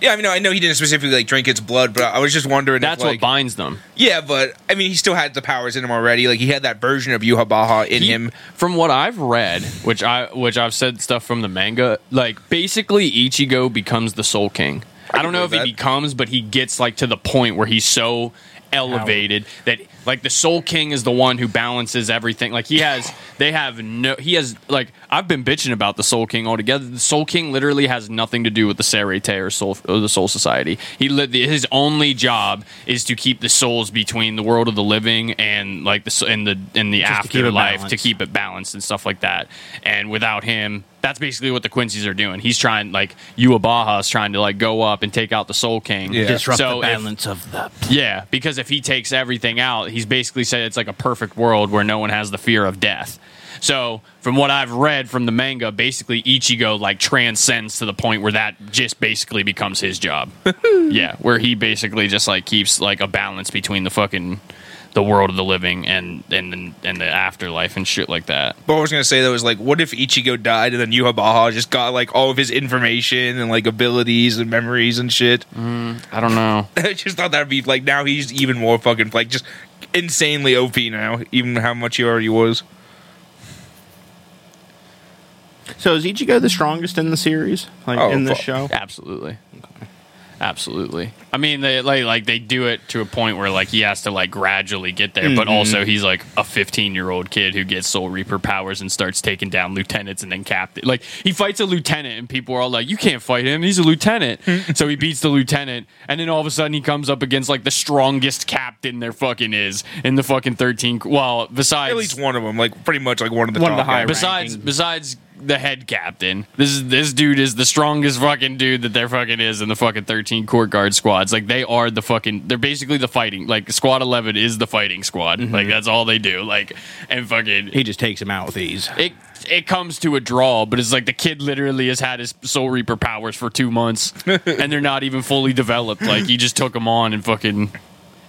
Speaker 1: yeah, I mean, I know he didn't specifically like drink its blood, but I was just wondering.
Speaker 3: That's
Speaker 1: if, like,
Speaker 3: what binds them.
Speaker 1: Yeah, but I mean, he still had the powers in him already. Like he had that version of Yuha Baha in
Speaker 3: He-
Speaker 1: him.
Speaker 3: From what I've read, which I which I've said stuff from the manga, like basically Ichigo becomes the Soul King. I,
Speaker 1: can
Speaker 3: don't know if
Speaker 1: believe
Speaker 3: he
Speaker 1: that.
Speaker 3: becomes, but he gets like to the point where he's so elevated that like the Soul King is the one who balances everything. Like he has they have no he has like I've been bitching about the Soul King altogether. The Soul King literally has nothing to do with the Serete or Soul or the Soul Society. He lit his only job is to keep the souls between the world of the living and like the s- and the and the
Speaker 2: Just to keep it
Speaker 3: afterlife to
Speaker 2: balanced.
Speaker 3: keep it balanced and stuff like that. And without him, that's basically what the Quincy's are doing. He's trying like Uabaha's trying to like go up and take out the Soul King.
Speaker 1: Yeah. Disrupt
Speaker 3: So if-
Speaker 2: of the.
Speaker 3: yeah, because if he takes everything out, he's basically said it's like a perfect world where no one has the fear of death. So, from what I've read from the manga, basically Ichigo like transcends to the point where that just basically becomes his job. yeah, where he basically just like keeps like a balance between the fucking the world of the living and and and the afterlife and shit like that.
Speaker 1: But what I was gonna say though is like, what if Ichigo died and then Yuha Baha just got like all of his information and like abilities and memories and shit?
Speaker 3: I don't know.
Speaker 1: I just thought that'd be like now he's even more fucking like just insanely OP now, even how much he already was.
Speaker 2: So is Ichigo the strongest in the series? Like
Speaker 1: Oh,
Speaker 2: in the
Speaker 1: fuck.
Speaker 2: show?
Speaker 3: Absolutely. Absolutely. I mean, they like, like they do it to a point where like he has to like gradually get there,
Speaker 1: Mm-hmm.
Speaker 3: but also he's like a 15 year old kid who gets Soul Reaper powers and starts taking down lieutenants and then captain. Like he fights a lieutenant and people are all like, "You can't fight him. He's a lieutenant." so he beats the lieutenant, and then all of a sudden he comes up against like the strongest captain there fucking is in the fucking 13. Well, besides
Speaker 1: At least one of them, like pretty much like one of the
Speaker 2: One of
Speaker 1: top
Speaker 2: the
Speaker 1: guys.
Speaker 2: high rank-
Speaker 3: besides
Speaker 2: ranking.
Speaker 3: besides the head captain this is this dude is the strongest fucking dude that there fucking is in the fucking 13 court guard squads like they are the fucking they're basically the fighting like squad 11 is the fighting squad like that's all they do like and fucking
Speaker 2: Mm-hmm. He just takes him out with ease.
Speaker 3: it it comes to a draw but it's like the kid literally has had his soul reaper powers for two months and they're not even fully developed like he just took them on and fucking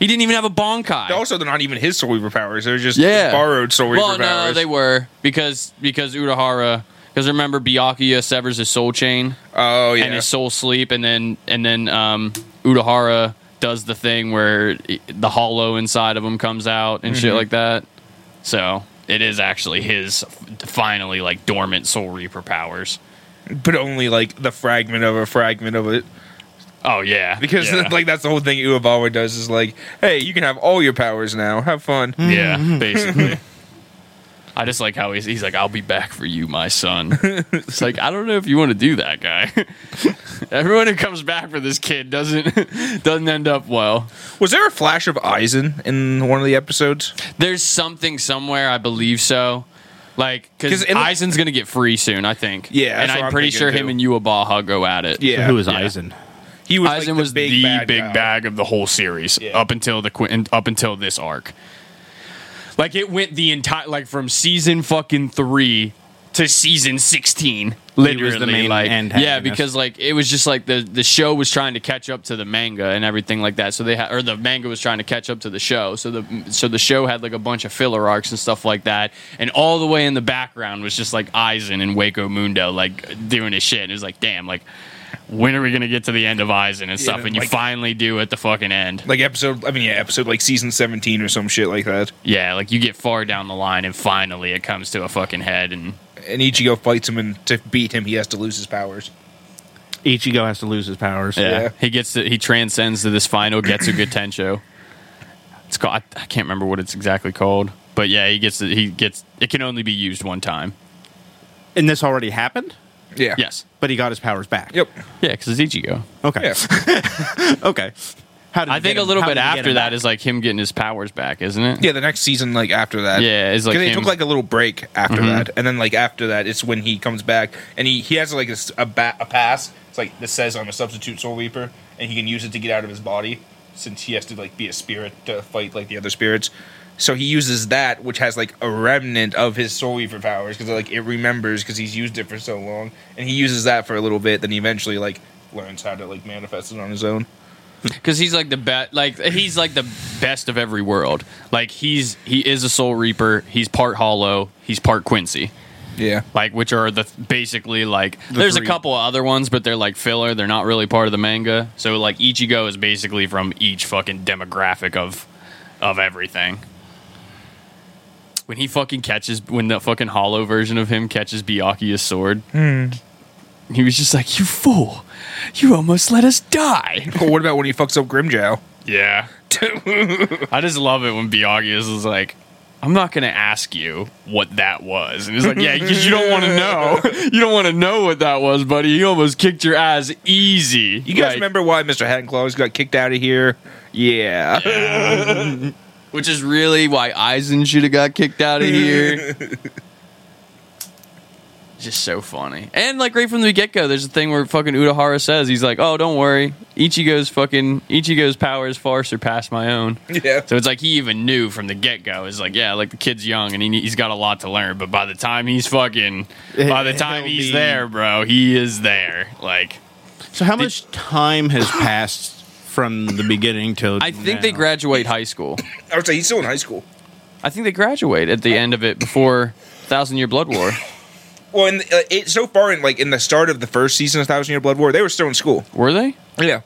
Speaker 3: he didn't even have a bonkai
Speaker 1: Also, they're not even his Soul Reaper powers; they're just
Speaker 3: yeah.
Speaker 1: borrowed Soul Reaper powers.
Speaker 3: well, no, they were because because Urahara because remember Byakuya severs his soul chain
Speaker 1: oh yeah,
Speaker 3: and his soul sleep, and then and then um, Urahara does
Speaker 1: Mm-hmm.
Speaker 3: the thing where i- the hollow inside of him comes out and shit like that. So it is actually his finally like dormant Soul Reaper powers.
Speaker 1: but only like the fragment of a fragment of it.
Speaker 3: Oh yeah,
Speaker 1: Because
Speaker 3: yeah.
Speaker 1: like that's the whole thing Uebawa does is like, hey, you can have all your powers now. Have fun. Mm-hmm.
Speaker 3: Yeah, basically. I just like how he's, he's like, I'll be back for you, my son. It's like, I don't know if you want to do that, guy. Everyone who comes back for this kid doesn't doesn't end up well.
Speaker 1: Was there a flash of Eisen in one of the episodes?
Speaker 3: There's something somewhere, I believe so. Like,
Speaker 1: 'Cause
Speaker 3: because
Speaker 1: in the-
Speaker 3: Eisen's going to get free soon, I think.
Speaker 1: Yeah,
Speaker 3: And
Speaker 1: that's what
Speaker 3: I'm
Speaker 1: I'm
Speaker 3: pretty
Speaker 1: thinking,
Speaker 3: sure him
Speaker 1: too.
Speaker 3: and Yuabaha go at it.
Speaker 1: Yeah.
Speaker 2: Who is
Speaker 3: Yeah.
Speaker 2: Eisen?
Speaker 1: He was
Speaker 3: Eisen
Speaker 1: like, the
Speaker 3: was
Speaker 1: big
Speaker 3: the
Speaker 1: bad
Speaker 3: big
Speaker 1: guy.
Speaker 3: bag of the whole series
Speaker 1: Yeah.
Speaker 3: up until the Quin- up until this arc. Like it went the entire like from season fucking three to season sixteen.
Speaker 2: was
Speaker 3: Literally,
Speaker 2: the main
Speaker 3: like yeah,
Speaker 2: antagonist.
Speaker 3: because like it was just like the the show was trying to catch up to the manga and everything like that. So they ha- or the manga was trying to catch up to the show. So the so the show had like a bunch of filler arcs and stuff like that. And all the way in the background was just like Aizen and Waco Mundo like doing his shit. And it was like, damn, like when are we gonna get to the end of Aizen and stuff?
Speaker 1: Yeah,
Speaker 3: and you
Speaker 1: like-
Speaker 3: finally do at the fucking end.
Speaker 1: Like episode I mean yeah, episode like season seventeen or some shit like that.
Speaker 3: Yeah, like you get far down the line and finally it comes to a fucking head and
Speaker 1: And Ichigo fights him and to beat him he has to lose his powers.
Speaker 2: Ichigo has to lose his powers.
Speaker 3: yeah,
Speaker 1: Yeah.
Speaker 3: he gets to, he transcends to this final Getsuga Tencho. It's called I, I can't remember what it's exactly called, but yeah, he gets to, he gets it can only be used one time.
Speaker 2: And this already happened,
Speaker 1: Yeah.
Speaker 3: Yes,
Speaker 2: but he got his powers back.
Speaker 1: Yep.
Speaker 3: yeah, because it's Ichigo.
Speaker 2: Okay.
Speaker 1: Yeah.
Speaker 2: Okay. How did
Speaker 3: I
Speaker 2: he
Speaker 3: think
Speaker 2: get
Speaker 3: a
Speaker 2: him-
Speaker 3: little
Speaker 2: how
Speaker 3: bit
Speaker 2: did he get
Speaker 3: after
Speaker 2: him
Speaker 3: that
Speaker 2: back?
Speaker 3: is like him getting his powers back, isn't it?
Speaker 1: yeah, the next season, like after that.
Speaker 3: Yeah, it's like
Speaker 1: Because they
Speaker 3: him-
Speaker 1: took like Mm-hmm. a little break after that, and then like after that, it's when he comes back and he he has like a, s- a ba- a pass. It's like this says I'm a substitute soul reaper, and he can use it to get out of his body since he has to like be a spirit to fight like the other spirits. So he uses that, which has like a remnant of his soul reaper powers because like it remembers because he's used it for so long, and he uses that for a little bit. Then he eventually like learns how to like manifest it on his own.
Speaker 3: because he's like the best like he's like the best of every world like he's he is a soul reaper he's part hollow he's part quincy
Speaker 1: Yeah,
Speaker 3: like which are the basically like there's
Speaker 2: three.
Speaker 3: a couple of other ones but they're like filler they're not really part of the manga so like ichigo is basically from each fucking demographic of of everything when he fucking catches when the fucking hollow version of him catches byakuya's sword he was just like you fool you almost let us die
Speaker 1: but what about when he fucks up Grimjow?
Speaker 3: yeah I just love it when Biagius is like, I'm not going to ask you what that was. And he's like, yeah, because you don't want to know. You don't want to know what that was, buddy. You almost kicked your ass easy.
Speaker 1: You guys
Speaker 3: Like,
Speaker 1: remember why Mr. Hat and Claws got kicked out of here? Yeah.
Speaker 3: Which is really why Eisen should have got kicked out of here. just so funny. And like right from the get go, there's a thing where fucking Udahara says, he's like, oh, don't worry. Ichigo's fucking, Ichigo's powers far surpass my own.
Speaker 1: Yeah.
Speaker 3: So it's like he even knew from the get go. It's like, yeah, like the kid's young and he, he's got a lot to learn. But by the time he's fucking, by the time
Speaker 2: He'll
Speaker 3: he's
Speaker 2: be-
Speaker 3: there, bro, he is there. Like,
Speaker 2: So how much time has passed from the beginning to?
Speaker 3: I think they
Speaker 2: now?
Speaker 3: graduate high school.
Speaker 1: I would say he's still in high school.
Speaker 3: I think they graduate at the end of it before Thousand Year Blood War.
Speaker 1: Well, in the, uh, it, so far in like in the start of the first season of Thousand Year Blood War, they were still in school.
Speaker 3: Were they?
Speaker 1: Yeah.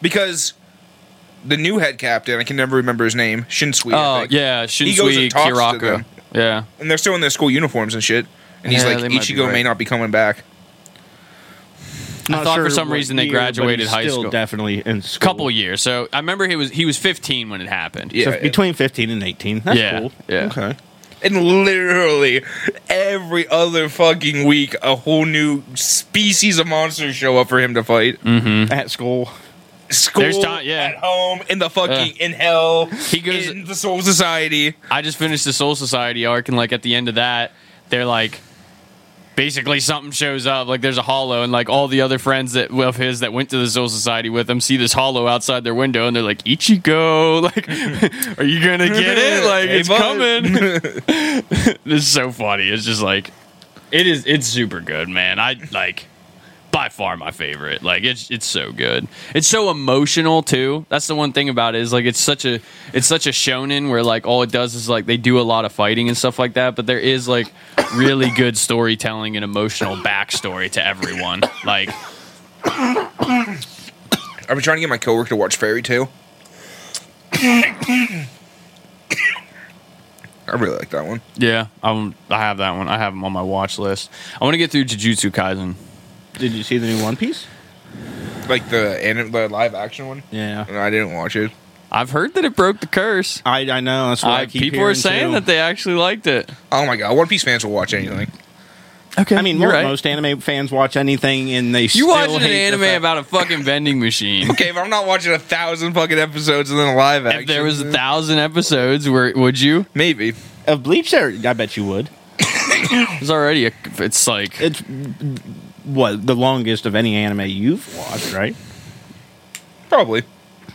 Speaker 1: Because the new head captain, I can never remember his name, Shinsui. I
Speaker 3: Oh
Speaker 1: think.
Speaker 3: yeah,
Speaker 1: He goes and
Speaker 3: Shinsui
Speaker 1: talks to
Speaker 3: Kiraka.
Speaker 1: them.
Speaker 3: Yeah,
Speaker 1: And they're still in their school uniforms and shit. And he's
Speaker 3: Yeah, they
Speaker 1: like,
Speaker 3: might be
Speaker 1: Ichigo may
Speaker 3: right.
Speaker 1: not be coming back.
Speaker 2: Not
Speaker 3: thought for
Speaker 2: sure
Speaker 3: some
Speaker 2: what
Speaker 3: reason they
Speaker 2: year, but he's
Speaker 3: graduated high
Speaker 2: still
Speaker 3: school.
Speaker 2: Definitely in school.
Speaker 3: couple years. So I remember he was he was 15 when it happened.
Speaker 1: Yeah.
Speaker 2: So between fifteen and eighteen. That's
Speaker 3: Yeah,
Speaker 2: cool.
Speaker 3: yeah.
Speaker 2: Okay.
Speaker 1: And literally every other fucking week, a whole new species of monsters show up for him to fight.
Speaker 3: Mm-hmm.
Speaker 2: At school.
Speaker 1: School,
Speaker 3: Mm. There's ti- yeah.
Speaker 1: at home, in the fucking in hell, he
Speaker 3: goes-
Speaker 1: in the Soul Society.
Speaker 3: I just finished the Soul Society arc, and like at the end of that, they're like, basically something shows up. Like there's a hollow, and like all the other friends that of his that went to the Soul Society with him see this hollow outside their window, and they're like, Ichigo, like, are you gonna get it? Like
Speaker 1: Hey,
Speaker 3: it's
Speaker 1: bud.
Speaker 3: coming. it's so funny. It's just like, it is. It's super good, man. I like. By far my favorite. Like it's it's so good. It's so emotional too. That's the one thing about it is like it's such a it's such a shonen where like all it does is like they do a lot of fighting and stuff like that, but there is like really good storytelling and emotional backstory to everyone. Like
Speaker 1: I've been trying to get my coworker to watch Fairy Tale. I really like that one.
Speaker 3: Yeah, I'm, I have that one. I have them on my watch list. I want to get through Jujutsu Kaisen.
Speaker 2: Did you see the new One Piece?
Speaker 1: Like the anim- the live action one.
Speaker 2: Yeah.
Speaker 1: No, I didn't watch it.
Speaker 3: I've heard that it broke the curse.
Speaker 2: I, I know. That's what I,
Speaker 3: I-
Speaker 2: keep
Speaker 3: people are
Speaker 2: hearing,
Speaker 3: saying
Speaker 2: too.
Speaker 3: that they actually liked it.
Speaker 1: Oh my god, One Piece fans will watch anything.
Speaker 3: Okay,
Speaker 2: I mean,
Speaker 3: you're
Speaker 2: mo-
Speaker 3: right.
Speaker 2: most anime fans watch anything, and they
Speaker 3: you
Speaker 2: still
Speaker 3: watching an
Speaker 2: hate the
Speaker 3: anime
Speaker 2: fact-
Speaker 3: about a fucking vending machine.
Speaker 1: Okay, if I'm not watching a thousand fucking episodes and then a live action,
Speaker 3: if there was a
Speaker 1: then
Speaker 3: thousand episodes, where would you?
Speaker 1: maybe.
Speaker 2: of Bleach? There, I bet you would.
Speaker 3: It's already a, it's like
Speaker 2: It's what the longest of any anime you've watched, right?
Speaker 1: Probably.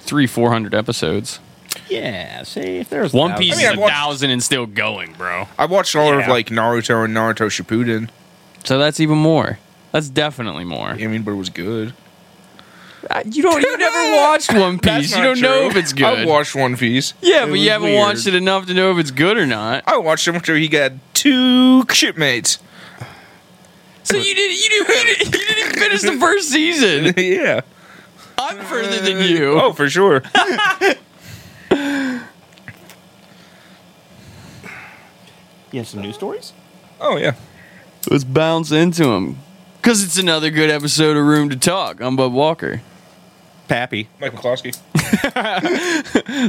Speaker 3: three four hundred episodes.
Speaker 2: Yeah. See, if there's
Speaker 3: One Piece
Speaker 1: I mean,
Speaker 3: is
Speaker 1: I've
Speaker 3: a
Speaker 1: watched-
Speaker 3: thousand and still going, bro.
Speaker 1: I watched all of
Speaker 2: Yeah.
Speaker 1: like Naruto and Naruto Shippuden.
Speaker 3: So that's even more. That's definitely more.
Speaker 1: I mean, but it was good.
Speaker 3: I- You don't. You never watched One
Speaker 1: That's
Speaker 3: Piece. You
Speaker 1: not
Speaker 3: don't know
Speaker 1: true.
Speaker 3: if it's good.
Speaker 1: I've watched One Piece.
Speaker 3: yeah,
Speaker 1: It
Speaker 3: but
Speaker 1: was
Speaker 3: you haven't
Speaker 1: weird.
Speaker 3: watched it enough to know if it's good or not.
Speaker 1: I watched him after he got two shipmates.
Speaker 3: So you didn't. You didn't. You didn't, you didn't even finish the first season.
Speaker 1: yeah.
Speaker 3: I'm further than you.
Speaker 1: Oh, for sure.
Speaker 2: you have some news stories.
Speaker 1: oh yeah.
Speaker 3: Let's bounce into him. Because it's another good episode of Room to Talk. I'm Bub Walker.
Speaker 2: Pappy,
Speaker 1: Mike McCloskey.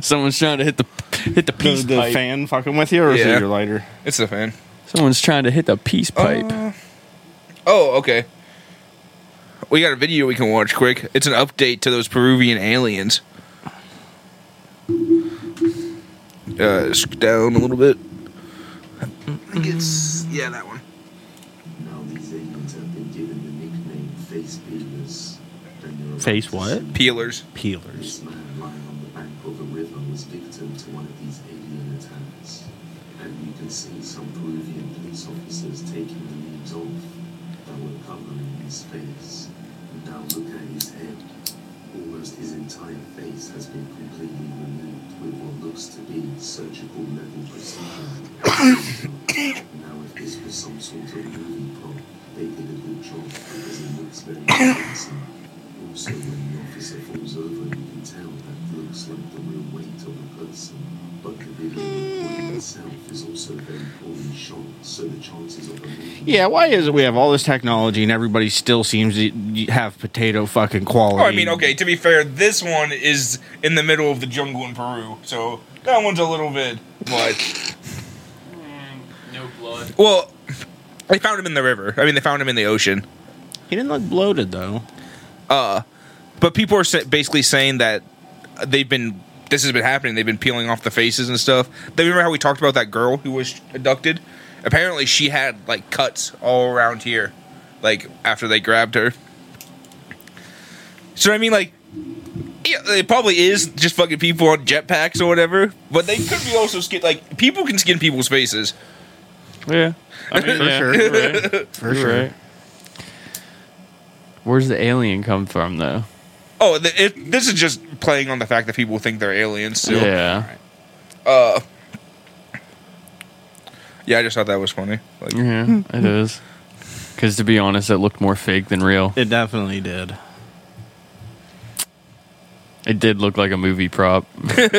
Speaker 3: Someone's trying to hit the hit
Speaker 2: the,
Speaker 3: the peace
Speaker 2: the
Speaker 3: pipe.
Speaker 2: fan fucking with you, or is
Speaker 1: Yeah.
Speaker 2: it your lighter?
Speaker 1: It's the fan.
Speaker 3: Someone's trying to hit the peace pipe.
Speaker 1: Uh, oh, okay. We got a video we can watch quick. It's an update to those Peruvian aliens. Uh, sc- down a little bit. I think it's yeah, that one.
Speaker 4: Now these aliens have been given the nickname Face Peelers. The neurological
Speaker 2: Face what?
Speaker 1: Peelers.
Speaker 2: Peelers.
Speaker 4: man lying on the bank of a river was victim to one of these alien attacks. And you can see some Peruvian police officers taking the leaves off that were covering his face. Now look at his head. Almost his entire face has been completely removed with what looks to be surgical level precision. now if this was some sort of movie prop, they did a good job because it looks very convincing. Also, when the officer falls over, you can tell that looks like the real weight of a person. But the video recording itself is also very poorly shot, so the chances of a movie
Speaker 2: Yeah, why is it we have all this technology and everybody still seems to have potato fucking quality?
Speaker 1: Oh, I mean, okay. To be fair, this one is in the middle of the jungle in Peru, so that one's a little bit. But
Speaker 3: Mm, no blood.
Speaker 1: well, they found him in the river. I mean, they found him in the ocean.
Speaker 2: He didn't look bloated though.
Speaker 1: But people are sa- basically saying that they've been this has been happening. They've been peeling off the faces and stuff. They remember how we talked about that girl who was abducted. Apparently, she had like cuts all around here, like after they grabbed her. So I mean, like, yeah, it probably is just fucking people on jetpacks or whatever. But they could be also skin like people can skin people's faces.
Speaker 3: Yeah. I mean,
Speaker 2: For
Speaker 3: yeah,
Speaker 2: sure.
Speaker 3: you're right.
Speaker 2: For
Speaker 3: You're
Speaker 2: sure.
Speaker 3: right. Where's the alien come from, though?
Speaker 1: Oh, th it, this is just playing on the fact that people think they're aliens. Still.
Speaker 3: Yeah.
Speaker 1: Uh, yeah, I just thought that was funny. Like,
Speaker 2: Hmm.
Speaker 3: Yeah, it is. Because to be honest, it looked more fake than real.
Speaker 2: It definitely did.
Speaker 3: It did look like a movie prop.
Speaker 2: Like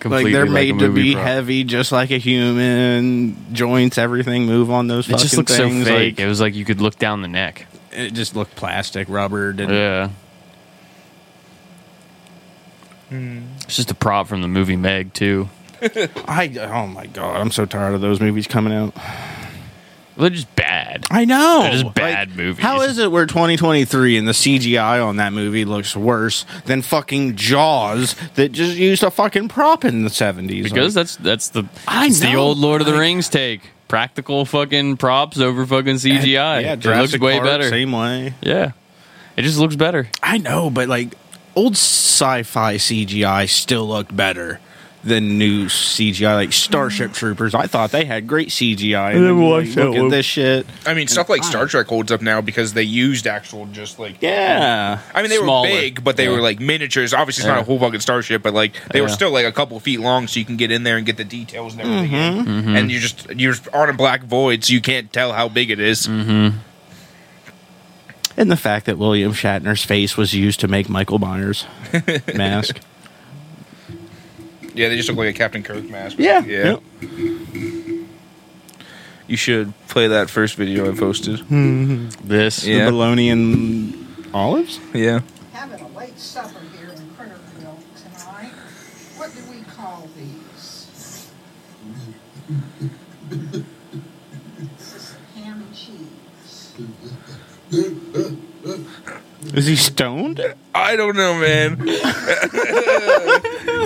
Speaker 3: Completely
Speaker 2: they're
Speaker 3: like a
Speaker 2: made to
Speaker 3: movie
Speaker 2: be
Speaker 3: prop.
Speaker 2: heavy, just like a human. Joints, everything move on those.
Speaker 3: It
Speaker 2: fucking
Speaker 3: just looked so
Speaker 2: things.
Speaker 3: fake. it
Speaker 2: Like,
Speaker 3: was like you could look down the neck.
Speaker 2: it just looked plastic, rubber. Didn't
Speaker 3: Yeah. It's just a prop from the movie Meg too.
Speaker 2: I? Oh my god, I'm so tired of those movies coming out.
Speaker 3: They're just bad.
Speaker 2: I know.
Speaker 3: They're just bad movies.
Speaker 2: How is it we're 2023 and the CGI on that movie looks worse than fucking Jaws that just used a fucking prop in the 70s?
Speaker 3: Because
Speaker 2: Like,
Speaker 3: that's that's the
Speaker 2: I
Speaker 3: it's the
Speaker 2: know,
Speaker 3: old Lord of the
Speaker 2: like-
Speaker 3: Rings take. Practical fucking props over fucking CGI.
Speaker 2: yeah,
Speaker 3: it looks
Speaker 2: Jurassic
Speaker 3: way
Speaker 2: Park,
Speaker 3: better.
Speaker 2: Same way.
Speaker 3: Yeah. It just looks better.
Speaker 2: I know, but like old sci-fi CGI still looked better than new CGI. Like Starship Troopers, I thought they had great CGI. And
Speaker 3: never
Speaker 2: then,
Speaker 3: watched
Speaker 2: like,
Speaker 3: that
Speaker 2: Look at
Speaker 3: one.
Speaker 2: this shit.
Speaker 1: I mean, stuff like
Speaker 2: fine.
Speaker 1: Star Trek holds up now because they used actual, just like
Speaker 2: Yeah,
Speaker 1: I mean, they
Speaker 3: Smaller.
Speaker 1: were big, but they
Speaker 3: Yeah.
Speaker 1: were like miniatures. Obviously, it's not
Speaker 3: Yeah.
Speaker 1: a whole fucking starship, but like they were
Speaker 3: Yeah.
Speaker 1: still like a couple feet long, so you can get in there and get the details and everything.
Speaker 3: Mm-hmm.
Speaker 1: in. And you're just you're on a black void, so you can't tell how big it is.
Speaker 3: Mm.
Speaker 2: and the fact that William Shatner's face was used to make Michael Myers mask.
Speaker 1: Yeah, they just look like a Captain Kirk mask.
Speaker 2: Yeah.
Speaker 1: Yeah. You should play that first video I posted.
Speaker 3: Hmm. This.
Speaker 1: Yeah.
Speaker 2: The bologna and olives?
Speaker 1: Yeah.
Speaker 5: having a late supper here in Critterville tonight. What do we call these? This is ham and cheese.
Speaker 2: Is he stoned?
Speaker 1: I don't know, man. I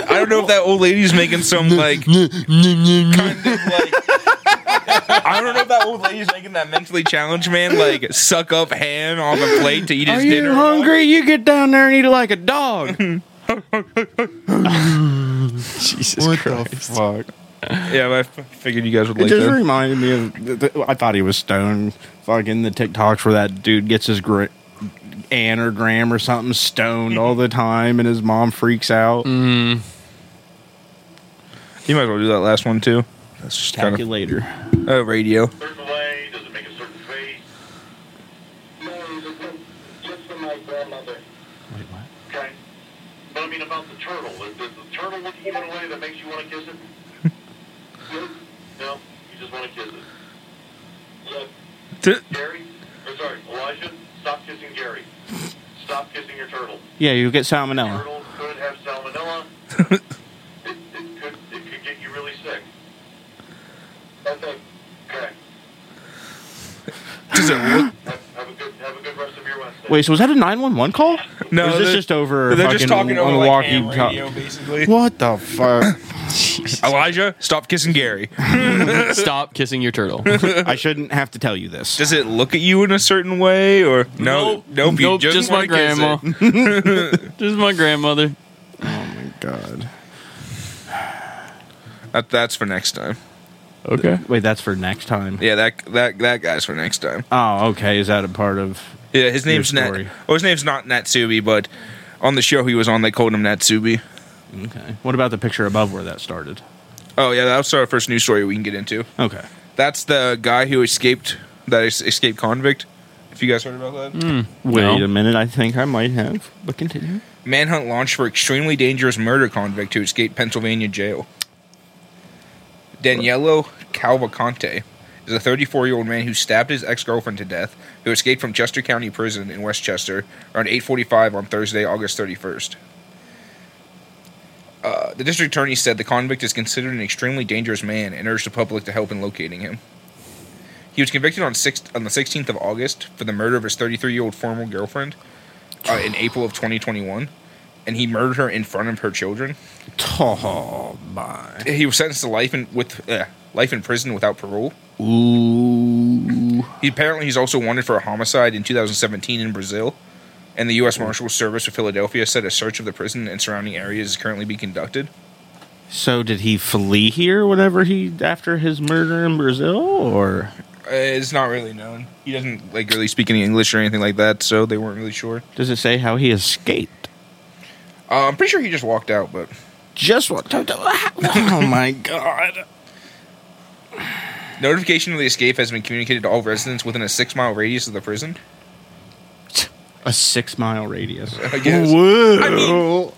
Speaker 1: don't know if that old lady's making some like kind of like. I don't know if that old lady's making that mentally challenged man like suck up ham off a plate to eat his
Speaker 2: Are
Speaker 1: dinner.
Speaker 2: you hungry? You get down there and eat like a dog.
Speaker 3: Jesus Christ.
Speaker 2: fuck?
Speaker 1: Yeah, but I f- figured you guys would
Speaker 2: It
Speaker 1: like
Speaker 2: just
Speaker 1: that.
Speaker 2: reminded me of. th- th- I thought he was stoned. Fucking the TikToks where that dude gets his gr- aunt or gram or something stoned all the time, and his mom freaks out.
Speaker 3: Mm,
Speaker 1: You might as well do that last one too. That's just kind of
Speaker 2: Calculator.
Speaker 1: oh, radio.
Speaker 6: certain way? Does it make a certain face? No, it was just for my grandmother.
Speaker 2: Wait, what?
Speaker 6: Okay. But I mean about the turtle. Is, does the turtle look you in a way that makes you want to kiss it? no? No? You just want to kiss it. Look,
Speaker 1: Th-
Speaker 6: Gary, or sorry, Elijah, stop kissing Gary. Stop kissing your turtle.
Speaker 2: Yeah, you get salmonella.
Speaker 6: Turtle could have salmonella. it, it, could, it could get you really sick. Okay. Okay.
Speaker 1: Does it look?
Speaker 6: Have, have a good have a good rest of your Wednesday.
Speaker 2: Wait, so was that a nine one one call?
Speaker 1: No,
Speaker 2: Or is this
Speaker 1: they're-
Speaker 2: just over?
Speaker 1: They're just
Speaker 2: fucking
Speaker 1: talking
Speaker 2: on
Speaker 1: over
Speaker 2: the
Speaker 1: like
Speaker 2: walkie
Speaker 1: ham
Speaker 2: talk-
Speaker 1: radio, basically.
Speaker 2: What the fuck?
Speaker 1: Elijah, stop kissing Gary.
Speaker 3: stop kissing your turtle.
Speaker 2: I shouldn't have to tell you this.
Speaker 1: Does it look at you in a certain way, or no?
Speaker 3: Nope. Nope, just, my
Speaker 1: wanna kiss
Speaker 3: grandma.
Speaker 1: it.
Speaker 3: just my grandmother.
Speaker 2: oh my god.
Speaker 1: That, that's for next time.
Speaker 3: Okay.
Speaker 2: Wait, that's for next time.
Speaker 1: Yeah, that that that guy's for next time.
Speaker 2: Oh, okay. Is that a part of?
Speaker 1: Yeah, his name's Nat.
Speaker 2: story.
Speaker 1: Oh, his name's not Natsubi, but on the show he was on, they called him Natsubi.
Speaker 2: Okay. What about the picture above where that started?
Speaker 1: Oh yeah, that was our first news story we can get into.
Speaker 2: Okay.
Speaker 1: That's the guy who escaped that es- escaped convict. If you guys heard about that,
Speaker 2: Wait
Speaker 3: No.
Speaker 2: a minute. I think I might have. But continue.
Speaker 1: manhunt launched for extremely dangerous murder convict who escaped Pennsylvania jail. Daniello Calvacante is a 34 year old man who stabbed his ex girlfriend to death, who escaped from Chester County Prison in Westchester around 8:45 on Thursday, August 31st. Uh, the district attorney said the convict is considered an extremely dangerous man and urged the public to help in locating him. He was convicted on, six, on the 16th of August for the murder of his 33 year old former girlfriend uh, in April of 2021, and he murdered her in front of her children.
Speaker 2: Oh my.
Speaker 1: He was sentenced to life in with uh, life in prison without parole.
Speaker 2: Ooh.
Speaker 1: He apparently he's also wanted for a homicide in 2017 in Brazil, and the U.S. Marshals Service of Philadelphia said a search of the prison and surrounding areas is currently being conducted.
Speaker 2: So did he flee here? Whenever he after his murder in Brazil, or
Speaker 1: Uh, it's not really known. He doesn't like really speak any English or anything like that, so they weren't really sure.
Speaker 2: does it say how he escaped?
Speaker 1: Uh, I'm pretty sure he just walked out, but
Speaker 2: Just what? Oh my god.
Speaker 1: notification of the escape has been communicated to all residents within a six mile radius of the prison.
Speaker 2: A six mile radius.
Speaker 1: I guess.
Speaker 2: Whoa.
Speaker 1: I mean-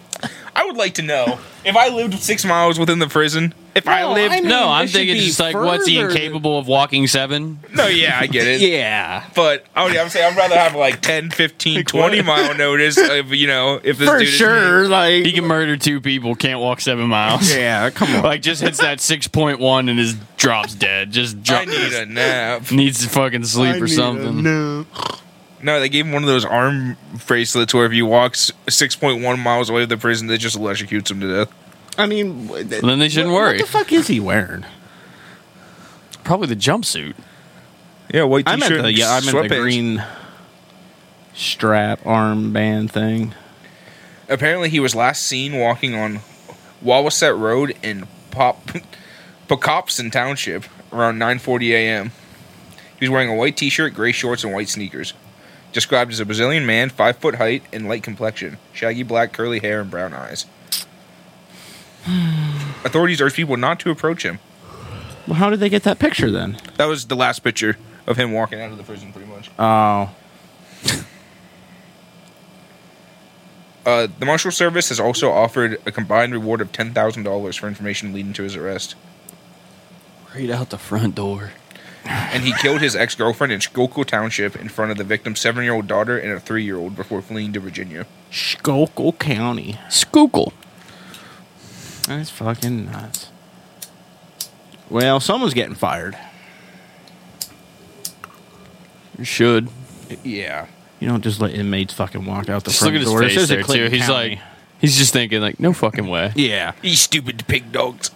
Speaker 1: I would like to know if I lived six miles within the prison. If I
Speaker 2: No,
Speaker 1: lived,
Speaker 2: I mean,
Speaker 3: no, I'm
Speaker 2: this should
Speaker 3: thinking
Speaker 2: be
Speaker 3: just like, what's he
Speaker 2: further than-
Speaker 3: incapable of walking seven?
Speaker 1: no, yeah, I get it.
Speaker 2: yeah.
Speaker 1: But oh, I would, I would say I'd rather have like 10, 15, 20 mile notice of you know if this
Speaker 2: For
Speaker 1: dude is-
Speaker 2: sure. Like
Speaker 3: He can murder two people, can't walk seven miles.
Speaker 2: Yeah, come on.
Speaker 3: Like just hits that six point one and is drops dead. Just
Speaker 1: I
Speaker 3: drop,
Speaker 1: need a nap.
Speaker 3: needs to fucking sleep or something.
Speaker 2: No.
Speaker 1: No, they gave him one of those arm bracelets where if you walk six point one miles away of the prison, they just electrocutes him to death.
Speaker 2: I mean, w- th-
Speaker 3: Then they shouldn't
Speaker 2: what-
Speaker 3: worry.
Speaker 2: What the fuck is he wearing?
Speaker 3: Probably the jumpsuit.
Speaker 1: Yeah, white
Speaker 2: I'm at
Speaker 1: t-shirt.
Speaker 2: the
Speaker 1: and
Speaker 2: yeah, I'm at the
Speaker 1: sweatpants.
Speaker 2: green strap armband thing.
Speaker 1: Apparently, he was last seen walking on Wawasett Road in Pop Pocopson Township around 9:40 a.m. He was wearing a white T-shirt, gray shorts, and white sneakers. Described as a Brazilian man, five foot height and light complexion, shaggy black curly hair and brown eyes. Authorities urge people not to approach him.
Speaker 2: Well, how did they get that picture then?
Speaker 1: That was the last picture of him walking
Speaker 2: Oh.
Speaker 1: out of the prison, pretty much.
Speaker 2: Oh,
Speaker 1: Uh, the Marshal Service has also offered a combined reward of ten thousand dollars for information leading to his arrest.
Speaker 3: Right out the front door.
Speaker 1: And he killed his ex girlfriend in Schuylkill Township in front of the victim's seven year old daughter and a three year old before fleeing to Virginia.
Speaker 2: Schuylkill County.
Speaker 3: Skookle.
Speaker 2: That's fucking nuts. Well, someone's getting fired.
Speaker 3: Should.
Speaker 1: Yeah.
Speaker 2: You don't just let inmates fucking walk out the
Speaker 3: Just
Speaker 2: front
Speaker 3: look at his
Speaker 2: door. It
Speaker 3: face
Speaker 2: says it
Speaker 3: there too.
Speaker 2: Clinton
Speaker 3: He's
Speaker 2: County.
Speaker 3: like, he's just thinking like, no fucking way,
Speaker 2: yeah.
Speaker 1: You stupid pig dogs.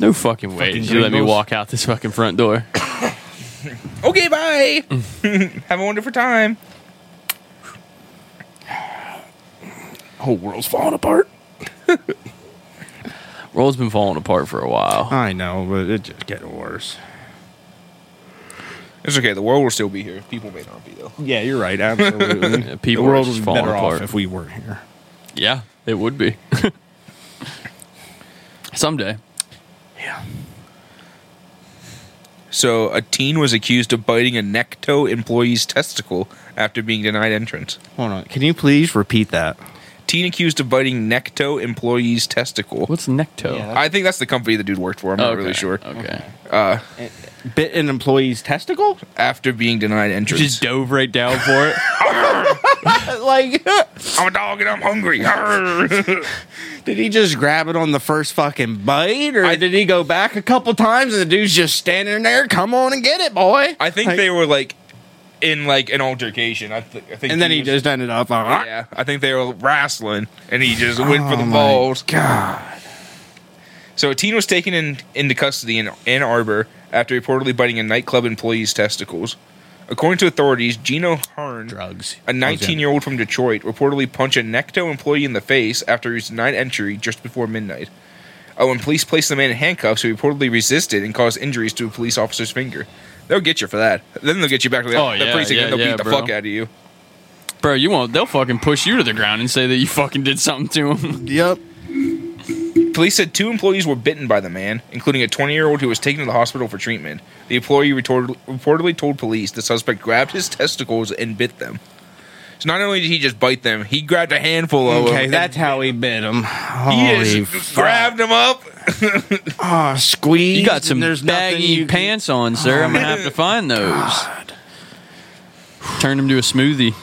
Speaker 3: no fucking way.
Speaker 2: Fucking
Speaker 3: Did you let me
Speaker 2: gringos.
Speaker 3: walk out this fucking front door.
Speaker 1: Okay, bye. Have a wonderful time.
Speaker 2: Whole world's falling apart.
Speaker 3: Roll's been falling apart for a while.
Speaker 2: I know, but it's just getting worse.
Speaker 1: It's okay. The world will still be here. People may not be though.
Speaker 2: Yeah, you're right. Absolutely.
Speaker 3: Yeah, people
Speaker 2: the world
Speaker 3: are
Speaker 2: would
Speaker 3: just
Speaker 2: be
Speaker 3: falling
Speaker 2: better
Speaker 3: apart.
Speaker 2: off if we weren't here.
Speaker 3: Yeah, it would be. Someday.
Speaker 2: Yeah.
Speaker 1: So a teen was accused of biting a Necto employee's testicle after being denied entrance.
Speaker 2: Hold on. Can you please repeat that?
Speaker 1: Teen accused of biting Necto employee's testicle.
Speaker 3: What's Necto? Oh,
Speaker 2: Yeah,
Speaker 1: I think that's the company the dude worked for. I'm not
Speaker 3: Okay,
Speaker 1: really sure.
Speaker 3: Okay.
Speaker 1: Uh,
Speaker 2: Bit an employee's testicle?
Speaker 1: after being denied entrance,
Speaker 3: Just dove right down for it.
Speaker 2: like,
Speaker 1: I'm a dog and I'm hungry.
Speaker 2: did he just grab it on the first fucking bite, or
Speaker 1: I-
Speaker 2: did he go back a couple times and the dude's just standing there? Come on and get it, boy.
Speaker 1: I think
Speaker 2: Like-
Speaker 1: they were like in like an altercation. I, th- I think,
Speaker 2: and then he
Speaker 1: was-
Speaker 2: just ended up. uh, Like,
Speaker 1: yeah. I think they were wrestling, and he just went for
Speaker 2: Oh
Speaker 1: the
Speaker 2: my
Speaker 1: balls.
Speaker 2: God.
Speaker 1: So a teen was taken in, into custody in Ann Arbor after reportedly biting a nightclub employee's testicles. According to authorities, Gino Hearn,
Speaker 2: Drugs.
Speaker 1: a 19 year old from Detroit, reportedly punched a Necto employee in the face after he was denied entry just before midnight. Oh, when police placed the man in handcuffs, he reportedly resisted and caused injuries to a police officer's finger. They'll get you for that. Then they'll get you back to the,
Speaker 3: Oh,
Speaker 1: the
Speaker 3: yeah,
Speaker 1: precinct
Speaker 3: yeah,
Speaker 1: and they'll
Speaker 3: yeah,
Speaker 1: beat the
Speaker 3: bro.
Speaker 1: fuck out of you.
Speaker 3: Bro, you won't. They'll fucking push you to the ground and say that you fucking did something to them.
Speaker 2: Yep.
Speaker 1: Police said two employees were bitten by the man, including a 20 year old who was taken to the hospital for treatment. The employee retorted, reportedly told police the suspect grabbed his testicles and bit them. So not only did he just bite them, he grabbed a handful of them.
Speaker 2: Okay,
Speaker 1: and
Speaker 2: that's how he bit him.
Speaker 1: he
Speaker 2: Holy
Speaker 1: just grabbed them up.
Speaker 2: Ah, squeeze.
Speaker 3: You got some
Speaker 2: and there's nothing
Speaker 3: baggy
Speaker 2: you can-
Speaker 3: pants on, sir. I'm gonna have to find those. Turn them to a smoothie.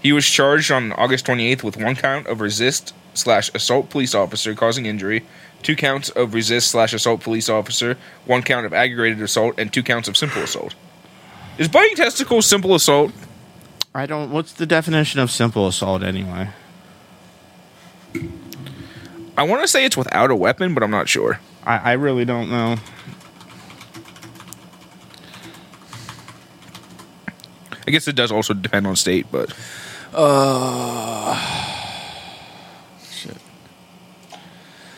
Speaker 1: He was charged on August 28th with one count of resist slash assault police officer causing injury, two counts of resist slash assault police officer, one count of aggravated assault, and two counts of simple assault. Is biting testicles simple assault?
Speaker 2: I don't. What's the definition of simple assault anyway?
Speaker 1: I want to say it's without a weapon, but I'm not sure.
Speaker 2: I, I really don't know.
Speaker 1: I guess it does also depend on state, but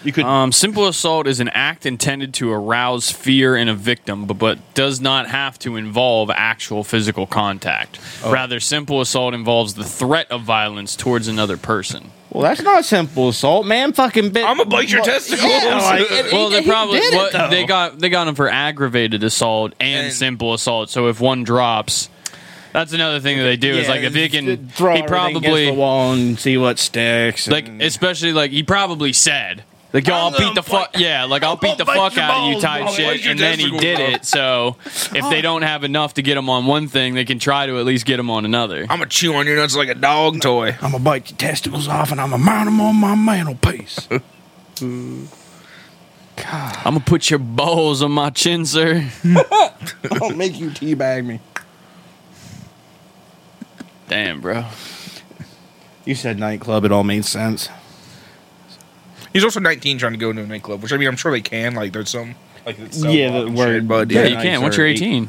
Speaker 2: You could.
Speaker 3: Um, simple assault is an act intended to arouse fear in a victim, but, but does not have to involve actual physical contact.
Speaker 2: Oh.
Speaker 3: Rather, simple assault involves the threat of violence towards another person.
Speaker 2: well, that's not simple assault, man. Fucking bit.
Speaker 1: I'ma bite your
Speaker 2: Well,
Speaker 1: testicles.
Speaker 2: yeah, like, and
Speaker 3: Well,
Speaker 2: he-
Speaker 3: they
Speaker 2: he
Speaker 3: probably
Speaker 2: did it,
Speaker 3: what-
Speaker 2: though.
Speaker 3: they got they got him for aggravated assault and,
Speaker 1: And-
Speaker 3: simple assault. So if one drops, that's another thing that they do is
Speaker 2: Yeah,
Speaker 3: like if he can,
Speaker 2: th- throw
Speaker 3: he
Speaker 2: everything against
Speaker 3: probably
Speaker 2: the wall and see what sticks.
Speaker 3: like
Speaker 2: and-
Speaker 3: especially like he probably said like yo,
Speaker 2: I'm
Speaker 3: I'll beat
Speaker 2: gonna
Speaker 3: the fuck yeah like I'll beat the
Speaker 2: bite
Speaker 3: fuck
Speaker 2: your
Speaker 3: out of you
Speaker 2: balls,
Speaker 3: type
Speaker 1: bro. Bite
Speaker 3: shit
Speaker 1: your
Speaker 3: and then he
Speaker 1: testicles,
Speaker 3: did
Speaker 1: bro.
Speaker 3: it so if they don't have enough to get him on one thing they can try to at least get him on another
Speaker 1: I'm gonna chew on your nuts like a dog toy.
Speaker 2: I'm gonna bite your testicles off and I'm gonna mount them on my mantelpiece. God,
Speaker 3: I'm gonna put your balls on my chin sir
Speaker 2: don't make you teabag me.
Speaker 3: damn bro
Speaker 2: You said nightclub. It all made sense.
Speaker 1: He's also 19, trying to go into a nightclub, which I mean, I'm sure they can. Like, there's some like it's cell
Speaker 2: Yeah,
Speaker 1: block
Speaker 2: the
Speaker 1: and
Speaker 2: word-
Speaker 1: shit, but
Speaker 3: yeah,
Speaker 1: yeah,
Speaker 2: Very
Speaker 3: you
Speaker 2: nice,
Speaker 3: can once
Speaker 2: sir.
Speaker 3: you're 18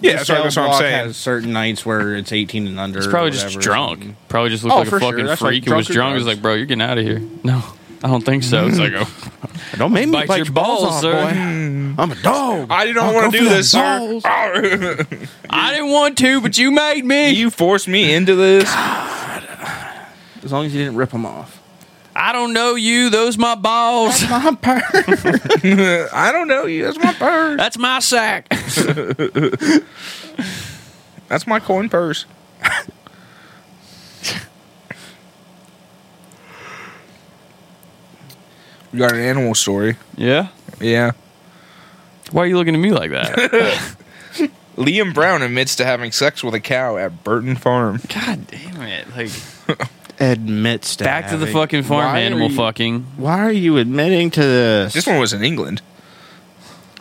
Speaker 1: yeah, that's,
Speaker 2: The
Speaker 1: what, that's what I'm
Speaker 2: cell block
Speaker 1: saying.
Speaker 2: Has certain nights where it's 18 and under.
Speaker 3: he's
Speaker 2: or
Speaker 3: probably just
Speaker 2: whatever.
Speaker 3: drunk probably just looked
Speaker 2: Oh,
Speaker 3: like
Speaker 2: for
Speaker 3: a
Speaker 2: sure.
Speaker 3: fucking
Speaker 2: That's like
Speaker 3: freak who was
Speaker 2: drunk or
Speaker 3: drunk he's
Speaker 2: drugs.
Speaker 3: like bro you're getting out of here no I don't think so it's like oh
Speaker 2: Don't make me
Speaker 3: Bite
Speaker 2: bite,
Speaker 3: your
Speaker 2: your balls,
Speaker 3: balls,
Speaker 2: off,
Speaker 3: sir.
Speaker 2: boy. Hmm. I'm a dog.
Speaker 1: I do not
Speaker 2: I'll
Speaker 1: want
Speaker 2: Oh,
Speaker 1: to
Speaker 2: go for
Speaker 1: do
Speaker 2: them
Speaker 1: this, sir.
Speaker 2: balls.
Speaker 1: Arr.
Speaker 3: I didn't want to but you made me
Speaker 1: you forced me into this.
Speaker 2: As long as you didn't rip them off.
Speaker 3: I don't know you those my balls
Speaker 2: My purse.
Speaker 1: I don't know you. That's my purse.
Speaker 3: that's my sack
Speaker 1: That's my coin purse. We got an animal story.
Speaker 3: Yeah.
Speaker 1: Yeah.
Speaker 3: Why are you looking at me like that?
Speaker 1: Liam Brown admits to having sex with a cow at Burton Farm.
Speaker 3: God damn it! Like
Speaker 2: Admits to
Speaker 3: back to the
Speaker 2: having-
Speaker 3: fucking farm
Speaker 2: Why are
Speaker 3: animal
Speaker 2: you-
Speaker 3: fucking.
Speaker 2: Why are you admitting to this?
Speaker 1: This one was in England.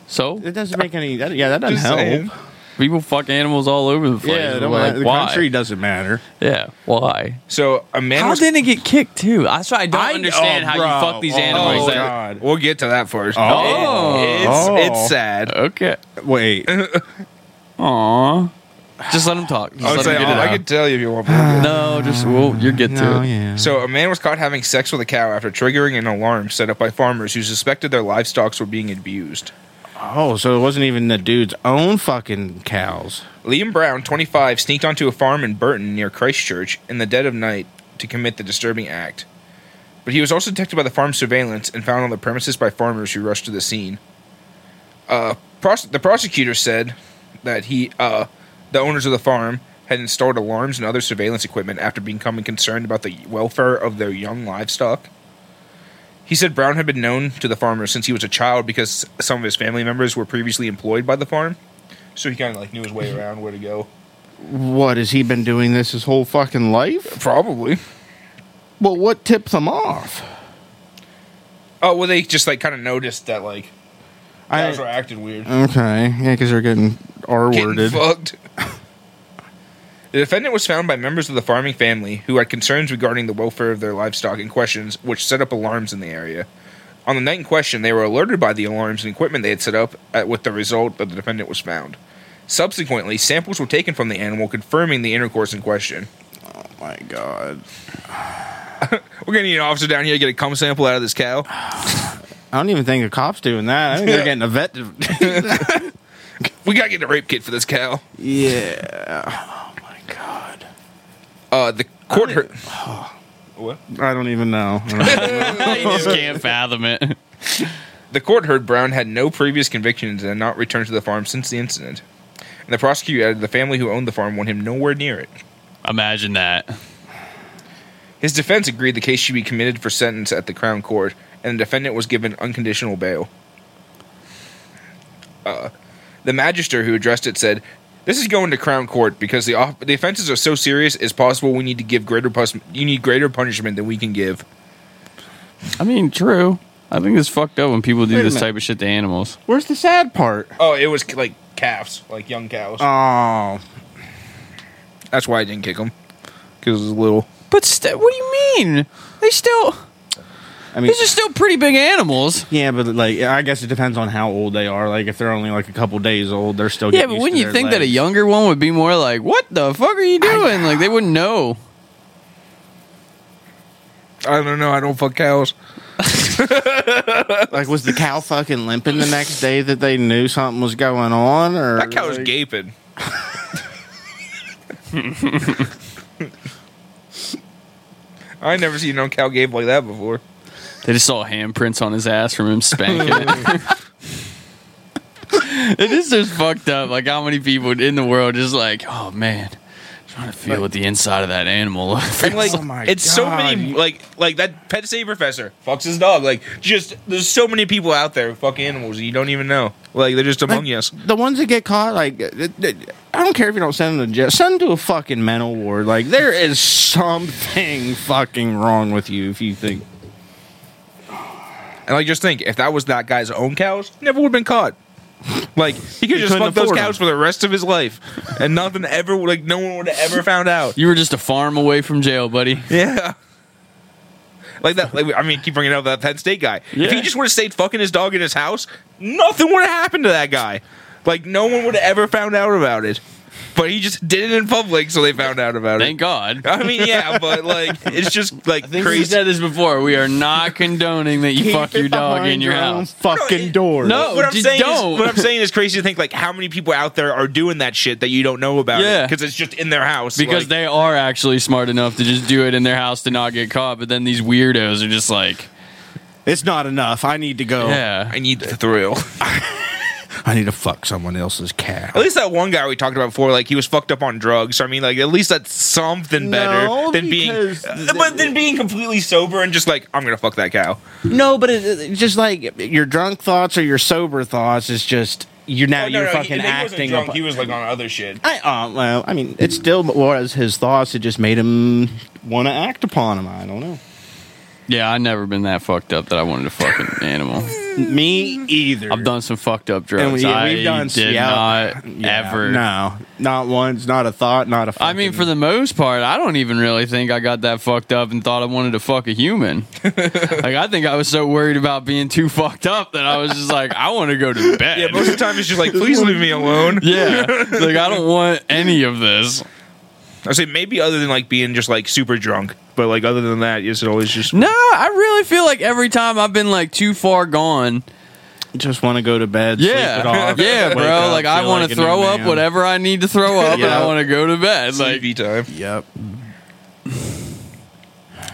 Speaker 3: So
Speaker 2: It doesn't make any. That, yeah, that doesn't
Speaker 1: Just
Speaker 2: help.
Speaker 1: saying.
Speaker 3: people fuck animals all over the place.
Speaker 2: Yeah, it don't
Speaker 3: Like,
Speaker 2: matter. the
Speaker 3: why?
Speaker 2: country doesn't matter.
Speaker 3: Yeah, why?
Speaker 1: So a man.
Speaker 3: How
Speaker 1: was-
Speaker 3: did it get kicked too? That's why I don't
Speaker 2: I-
Speaker 3: understand
Speaker 2: oh,
Speaker 3: how
Speaker 2: bro.
Speaker 3: you fuck these
Speaker 2: Oh,
Speaker 3: animals.
Speaker 1: Oh,
Speaker 3: that-
Speaker 2: God.
Speaker 1: We'll get to that first.
Speaker 3: Oh.
Speaker 1: It- it's
Speaker 2: Oh.
Speaker 1: it's sad.
Speaker 3: Okay.
Speaker 2: Wait,
Speaker 3: Aw. Just let them talk. Just
Speaker 1: I would
Speaker 3: let
Speaker 1: say
Speaker 3: 'em get it
Speaker 1: I
Speaker 3: out.
Speaker 1: could tell you if you want. but we'll get to
Speaker 3: no, just well, you get to
Speaker 2: No,
Speaker 3: it.
Speaker 2: yeah.
Speaker 1: So, a man was caught having sex with a cow after triggering an alarm set up by farmers who suspected their livestock were being abused.
Speaker 2: oh, so it wasn't even the dude's own fucking cows.
Speaker 1: Liam Brown, 25, sneaked onto a farm in Burton near Christchurch in the dead of night to commit the disturbing act. But he was also detected by the farm surveillance and found on the premises by farmers who rushed to the scene. Uh, pros- the prosecutor said that he, uh, the owners of the farm had installed alarms and other surveillance equipment after becoming concerned about the welfare of their young livestock. He said Brown had been known to the farmers since he was a child because some of his family members were previously employed by the farm so he kind of like knew his way around where to go.
Speaker 2: What has he been doing this his whole fucking life?
Speaker 1: Probably.
Speaker 2: Well, what tipped him off?
Speaker 1: Oh well, they just like kind of noticed that like
Speaker 2: I-
Speaker 1: guys were acting weird,
Speaker 2: Okay, yeah, because they're getting R
Speaker 1: getting
Speaker 2: worded.
Speaker 1: fucked. The defendant was found by members of the farming family who had concerns regarding the welfare of their livestock and questions, which set up alarms in the area. On the night in question, they were alerted by the alarms and equipment they had set up, uh, with the result that the defendant was found. Subsequently, samples were taken from the animal confirming the intercourse in question.
Speaker 2: My God,
Speaker 1: We're gonna need an officer down here to get a cum sample out of this cow.
Speaker 2: I don't even think a cop's doing that. I think they're getting a vet.
Speaker 3: Oh
Speaker 2: to-
Speaker 1: We gotta get a rape kit for this cow.
Speaker 2: yeah. Oh my God.
Speaker 1: Uh, the court heard. What?
Speaker 2: I don't even know. I don't know.
Speaker 3: you just can't fathom it.
Speaker 1: The court heard Brown had no previous convictions and had not returned to the farm since the incident. And the prosecutor added the family who owned the farm want him nowhere near it.
Speaker 3: Imagine that.
Speaker 1: His defense agreed the case should be committed for sentence at the Crown Court, and the defendant was given unconditional bail. Uh, the magister who addressed it said, "This is going to Crown Court because the off- the offenses are so serious. It's possible we need to give greater pus- you need greater punishment than we can give."
Speaker 3: I mean, true. I think it's fucked up when people do
Speaker 2: Wait a
Speaker 3: this
Speaker 2: minute.
Speaker 3: type of shit to animals.
Speaker 2: Where's the sad part?
Speaker 1: Oh, it was like calves, like young cows.
Speaker 2: Oh,
Speaker 1: Uh, That's why I didn't kick him. Because it was little.
Speaker 3: But st- what do you mean? They still,
Speaker 2: I mean,
Speaker 3: still pretty big animals.
Speaker 2: Yeah, but like I guess it depends on how old they are. Like if they're only like a couple days old, they're still
Speaker 3: Yeah,
Speaker 2: getting
Speaker 3: but
Speaker 2: used
Speaker 3: wouldn't
Speaker 2: to
Speaker 3: you
Speaker 2: their
Speaker 3: think that a
Speaker 2: legs.
Speaker 3: younger one would be more like, "What the fuck are you doing?" Like they wouldn't know.
Speaker 1: I don't know. I don't fuck cows.
Speaker 2: like was the cow fucking limping the next day that they knew something was going on or
Speaker 1: That cow was
Speaker 2: like-
Speaker 1: gaping. I never seen no cow gape like that before.
Speaker 3: They just saw handprints on his ass from him spanking it. it is just fucked up. Like how many people in the world is like, "Oh man, trying to feel what the inside of that animal." looks
Speaker 1: And like,
Speaker 2: Oh my
Speaker 1: it's so many
Speaker 2: God.
Speaker 1: like like that pet save professor fucks his dog. Like, just there's so many people out there who fuck animals you don't even know. Like, they're just among us.
Speaker 2: The ones that get caught, like it- it- I don't care if you don't send them to jail, send them to a fucking mental ward. Like there is something fucking wrong with you if you think.
Speaker 1: And like, just think if that was that guy's own cows, never would have been caught. Like, he could just
Speaker 2: couldn't
Speaker 1: fuck those
Speaker 2: afford 'em.
Speaker 1: cows for the rest of his life, and nothing ever like no one would have ever found out.
Speaker 3: You were just a farm away from jail, buddy.
Speaker 1: Yeah. Like that. Like, I mean, keep bringing up that Penn State guy. If he
Speaker 3: Yeah.
Speaker 1: just would have stayed fucking his dog in his house, nothing would have happened to that guy. Like no one would have ever found out about it. But he just did it in public, so they found out about it.
Speaker 3: Thank God.
Speaker 1: I mean, yeah, but like it's just like
Speaker 3: We
Speaker 1: crazy.
Speaker 3: said this before. We are not condoning that you fuck your dog in your house.
Speaker 2: fucking
Speaker 1: it-
Speaker 2: door.
Speaker 3: No.
Speaker 1: what I'm
Speaker 3: just
Speaker 1: saying
Speaker 3: don't.
Speaker 1: is, what I'm saying is crazy to think like how many people out there are doing that shit that you don't know about.
Speaker 3: Yeah.
Speaker 1: because it's just in their house.
Speaker 3: Because
Speaker 1: like-
Speaker 3: they are actually smart enough to just do it in their house to not get caught, but then these weirdos are just like,
Speaker 2: it's not enough. Oh, I need to go.
Speaker 3: yeah.
Speaker 1: I need the thrill.
Speaker 2: I need to fuck someone else's cat.
Speaker 1: At least that one guy we talked about before, like he was fucked up on drugs. So I mean, like at least that's something better
Speaker 2: No,
Speaker 1: than being,
Speaker 2: because
Speaker 1: Uh, but than being completely sober and just like I'm gonna fuck that cow.
Speaker 2: No, but it, it- just like your drunk thoughts or your sober thoughts is just you're now
Speaker 1: Oh,
Speaker 2: you're fucking
Speaker 1: he, he wasn't
Speaker 2: acting.
Speaker 1: drunk.
Speaker 2: upon-
Speaker 1: He was like on other shit.
Speaker 2: I uh, well, I mean, it still was his thoughts. It just made him want to act upon him. I don't know.
Speaker 3: Yeah, I've never been that fucked up that I wanted to fuck an animal.
Speaker 2: Me either.
Speaker 3: I've done some fucked up drugs.
Speaker 2: And we- yeah,
Speaker 3: I
Speaker 2: we've done-
Speaker 3: did
Speaker 2: yeah.
Speaker 3: not
Speaker 2: Yeah,
Speaker 3: ever.
Speaker 2: No, not once. Not a thought. Not a. Fucking,
Speaker 3: I mean, for the most part, I don't even really think I got that fucked up and thought I wanted to fuck a human. like, I think I was so worried about being too fucked up that I was just like, I want to go to bed.
Speaker 1: Yeah, most of the time it's just like, please leave me alone.
Speaker 3: Yeah. like, I don't want any of this.
Speaker 1: I say maybe other than like being just like super drunk, but like other than that, yes, it always just
Speaker 3: No, I really feel like every time I've been like too far gone.
Speaker 2: just want to go to bed.
Speaker 3: Yeah,
Speaker 2: sleep it off,
Speaker 3: yeah,
Speaker 2: wake
Speaker 3: bro.
Speaker 2: up,
Speaker 3: like I
Speaker 2: feel
Speaker 3: want
Speaker 2: like
Speaker 3: to
Speaker 2: a new
Speaker 3: throw up
Speaker 2: man.
Speaker 3: whatever I need to throw up, and I
Speaker 2: Yeah.
Speaker 3: want to go to bed. Like,
Speaker 1: TV time.
Speaker 2: Yep.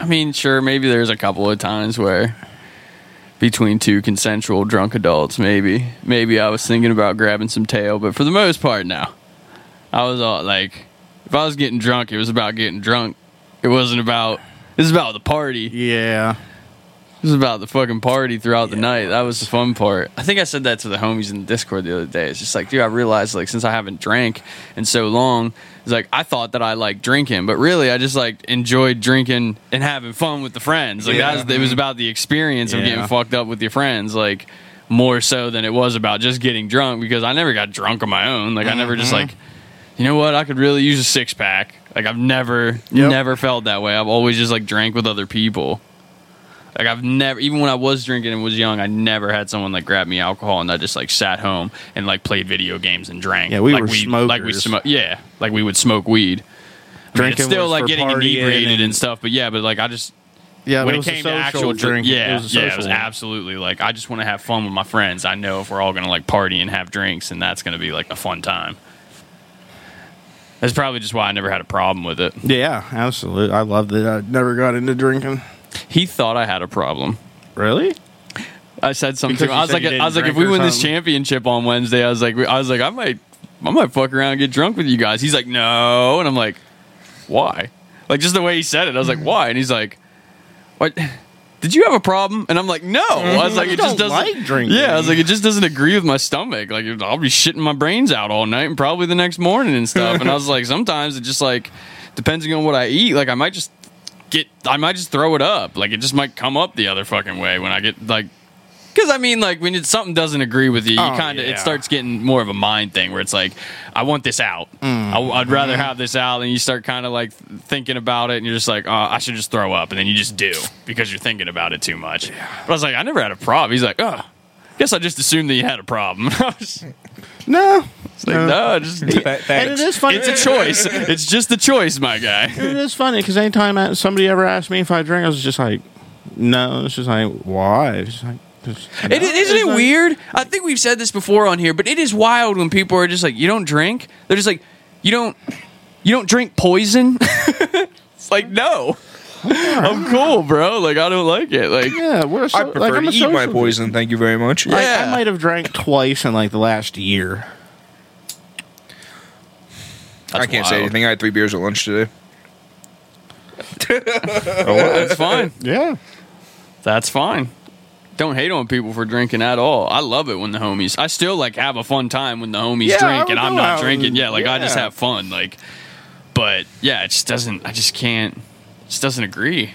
Speaker 3: I mean, sure, maybe there's a couple of times where between two consensual drunk adults, maybe, maybe I was thinking about grabbing some tail, but for the most part, no. I was all like, if I was getting drunk, it was about getting drunk. It wasn't about. This is about the party.
Speaker 2: Yeah.
Speaker 3: This is about the fucking party throughout the night. That was the fun part. I think I said that to the homies in the Discord the other day. It's just like, dude, I realized like since I haven't drank in so long, it's like I thought that I like drinking, but really I just like enjoyed drinking and having fun with the friends. Like
Speaker 1: Yeah.
Speaker 3: that was, it was about the experience of getting
Speaker 2: Yeah.
Speaker 3: fucked up with your friends, like more so than it was about just getting drunk because I never got drunk on my own. Like I never just like you know what? I could really use a six pack. Like I've never,
Speaker 2: Yep.
Speaker 3: never felt that way. I've always just like drank with other people. Like I've never, even when I was drinking and was young, I never had someone like grab me alcohol and I just like sat home and like played video games and drank.
Speaker 2: Yeah, we
Speaker 3: like
Speaker 2: were
Speaker 3: Like we
Speaker 2: smokers.
Speaker 3: smoke, yeah, like we would smoke weed. I mean, it's
Speaker 2: Drinking
Speaker 3: still
Speaker 2: was
Speaker 3: like
Speaker 2: for
Speaker 3: getting
Speaker 2: partying
Speaker 3: inebriated and,
Speaker 2: and-
Speaker 3: stuff, but yeah, but like I just
Speaker 2: Yeah.
Speaker 3: when
Speaker 2: it
Speaker 3: it,
Speaker 2: was a
Speaker 3: came to
Speaker 2: social
Speaker 3: actual drink, yeah,
Speaker 2: It was a
Speaker 3: yeah, it was
Speaker 2: social one.
Speaker 3: absolutely like I just want to have fun with my friends. I know if we're all gonna like party and have drinks, and that's gonna be like a fun time. That's probably just why I never had a problem with it.
Speaker 2: Yeah, absolutely. I love that. I never got into drinking.
Speaker 3: He thought I had a problem.
Speaker 2: Really?
Speaker 3: I said something. To
Speaker 2: Because
Speaker 3: him.
Speaker 2: you
Speaker 3: I was
Speaker 2: said
Speaker 3: like,
Speaker 2: you
Speaker 3: I was like,
Speaker 2: didn't
Speaker 3: if
Speaker 2: drink
Speaker 3: we
Speaker 2: or
Speaker 3: win this
Speaker 2: something.
Speaker 3: championship on Wednesday, I was like, I was like, I might, I might fuck around and get drunk with you guys. He's like, no, and I'm like, why? Like just the way he said it, I was
Speaker 2: Mm-hmm.
Speaker 3: like, why? And he's like, what? Did you have a problem? And I'm like, no. I was
Speaker 2: Mm-hmm.
Speaker 3: like,
Speaker 2: You
Speaker 3: it just
Speaker 2: don't
Speaker 3: doesn't.
Speaker 2: like drinking.
Speaker 3: Yeah, I was like, it just doesn't agree with my stomach. Like, I'll be shitting my brains out all night and probably the next morning and stuff. And I was like, sometimes it just like, depending on what I eat, like I might just get, I might just throw it up. Like it just might come up the other fucking way when I get like. Because I mean, like when it, something doesn't agree with you, you
Speaker 2: Oh,
Speaker 3: kind of
Speaker 2: yeah.
Speaker 3: it starts getting more of a mind thing where it's like, I want this out. I, would rather
Speaker 2: Mm-hmm.
Speaker 3: have this out, and you start kind of like thinking about it, and you're just like, oh, I should just throw up, and then you just do because you're thinking about it too much. But I was like, I never had a problem. He's like, oh, guess I just assumed that you had a problem. I was like,
Speaker 2: No. No.
Speaker 3: no, just
Speaker 2: And it is funny.
Speaker 3: it's a choice. It's just a choice, my guy.
Speaker 2: It is funny because anytime I- somebody ever asked me if I drink, I was just like, no. It's just like, why? It's just like, just,
Speaker 3: It,
Speaker 2: no.
Speaker 3: isn't
Speaker 2: It's
Speaker 3: it
Speaker 2: like-
Speaker 3: weird? I think we've said this before on here, but it is wild when people are just like, "You don't drink." They're just like, "You don't, you don't drink poison." it's like, no, I'm cool, bro. Like, I don't like it. Like,
Speaker 2: Yeah, we're a so,
Speaker 1: I prefer
Speaker 2: like, I'm
Speaker 1: to
Speaker 2: a
Speaker 1: eat my
Speaker 2: social-
Speaker 1: poison. Thank you very much.
Speaker 2: Like,
Speaker 3: Yeah.
Speaker 2: I might have drank twice in like the last year.
Speaker 1: I can't say
Speaker 3: wild.
Speaker 1: anything. I had three beers at lunch today.
Speaker 3: That's fine.
Speaker 2: Yeah.
Speaker 3: That's fine. Don't hate on people for drinking at all. I love it when the homies. I still like have a fun time when the homies
Speaker 2: Yeah, I
Speaker 3: drink
Speaker 2: would
Speaker 3: and I'm
Speaker 2: go
Speaker 3: not
Speaker 2: out
Speaker 3: drinking.
Speaker 2: and-
Speaker 3: Yeah, like I just
Speaker 2: yeah.
Speaker 3: have fun. Like, but yeah, it just doesn't. I just can't. Just doesn't agree.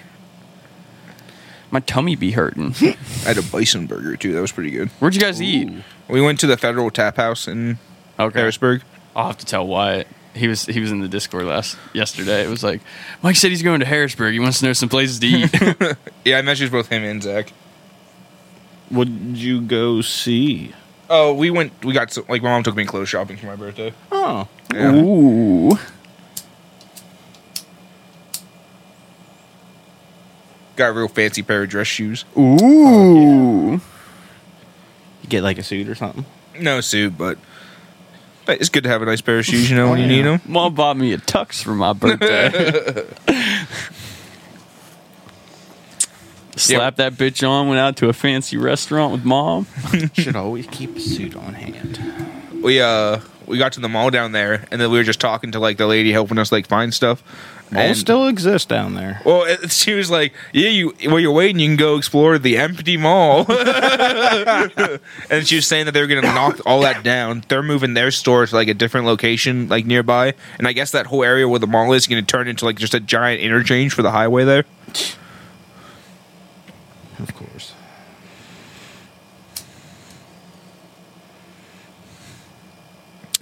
Speaker 3: My tummy be hurting.
Speaker 1: I had a bison burger too. That was pretty good.
Speaker 3: Where'd you guys eat?
Speaker 1: We went to the Federal Tap House in
Speaker 3: Okay,
Speaker 1: Harrisburg.
Speaker 3: I'll have to tell Wyatt. He was he was in the Discord last yesterday. It was like Mike said he's going to Harrisburg. He wants to know some places to eat.
Speaker 1: Yeah, I messaged both him and Zach.
Speaker 2: Would you go see?
Speaker 1: Oh, we went. We got some, like my mom took me clothes shopping for my birthday.
Speaker 2: Oh.
Speaker 1: Yeah.
Speaker 3: Ooh,
Speaker 1: Got a real fancy pair of dress shoes.
Speaker 3: ooh.
Speaker 2: You get like a suit or something.
Speaker 1: No suit, but but it's good to have a nice pair of shoes. You know when you need them.
Speaker 3: Mom bought me a tux for my birthday. Slapped that bitch on, went out to a fancy restaurant with mom.
Speaker 2: Should always keep a suit on hand.
Speaker 1: we uh we got to the mall down there, and then we were just talking to like the lady helping us like find stuff.
Speaker 2: All
Speaker 1: And-
Speaker 2: still exists down there.
Speaker 1: Well, it, she was like, "Yeah, you while you're waiting, you can go explore the empty mall." and she was saying that they were going to knock all that down. They're moving their store to like a different location, like nearby. And I guess that whole area where the mall is going to turn into like just a giant interchange for the highway there.
Speaker 2: Of course.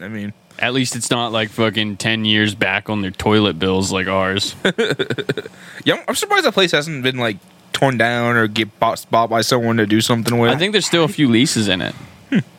Speaker 1: I mean,
Speaker 3: At least it's not like fucking 10 years back on their toilet bills like ours.
Speaker 1: yeah, I'm- I'm surprised that place hasn't been like torn down or get bought, bought by someone to do something with.
Speaker 3: I think there's still a few leases in it.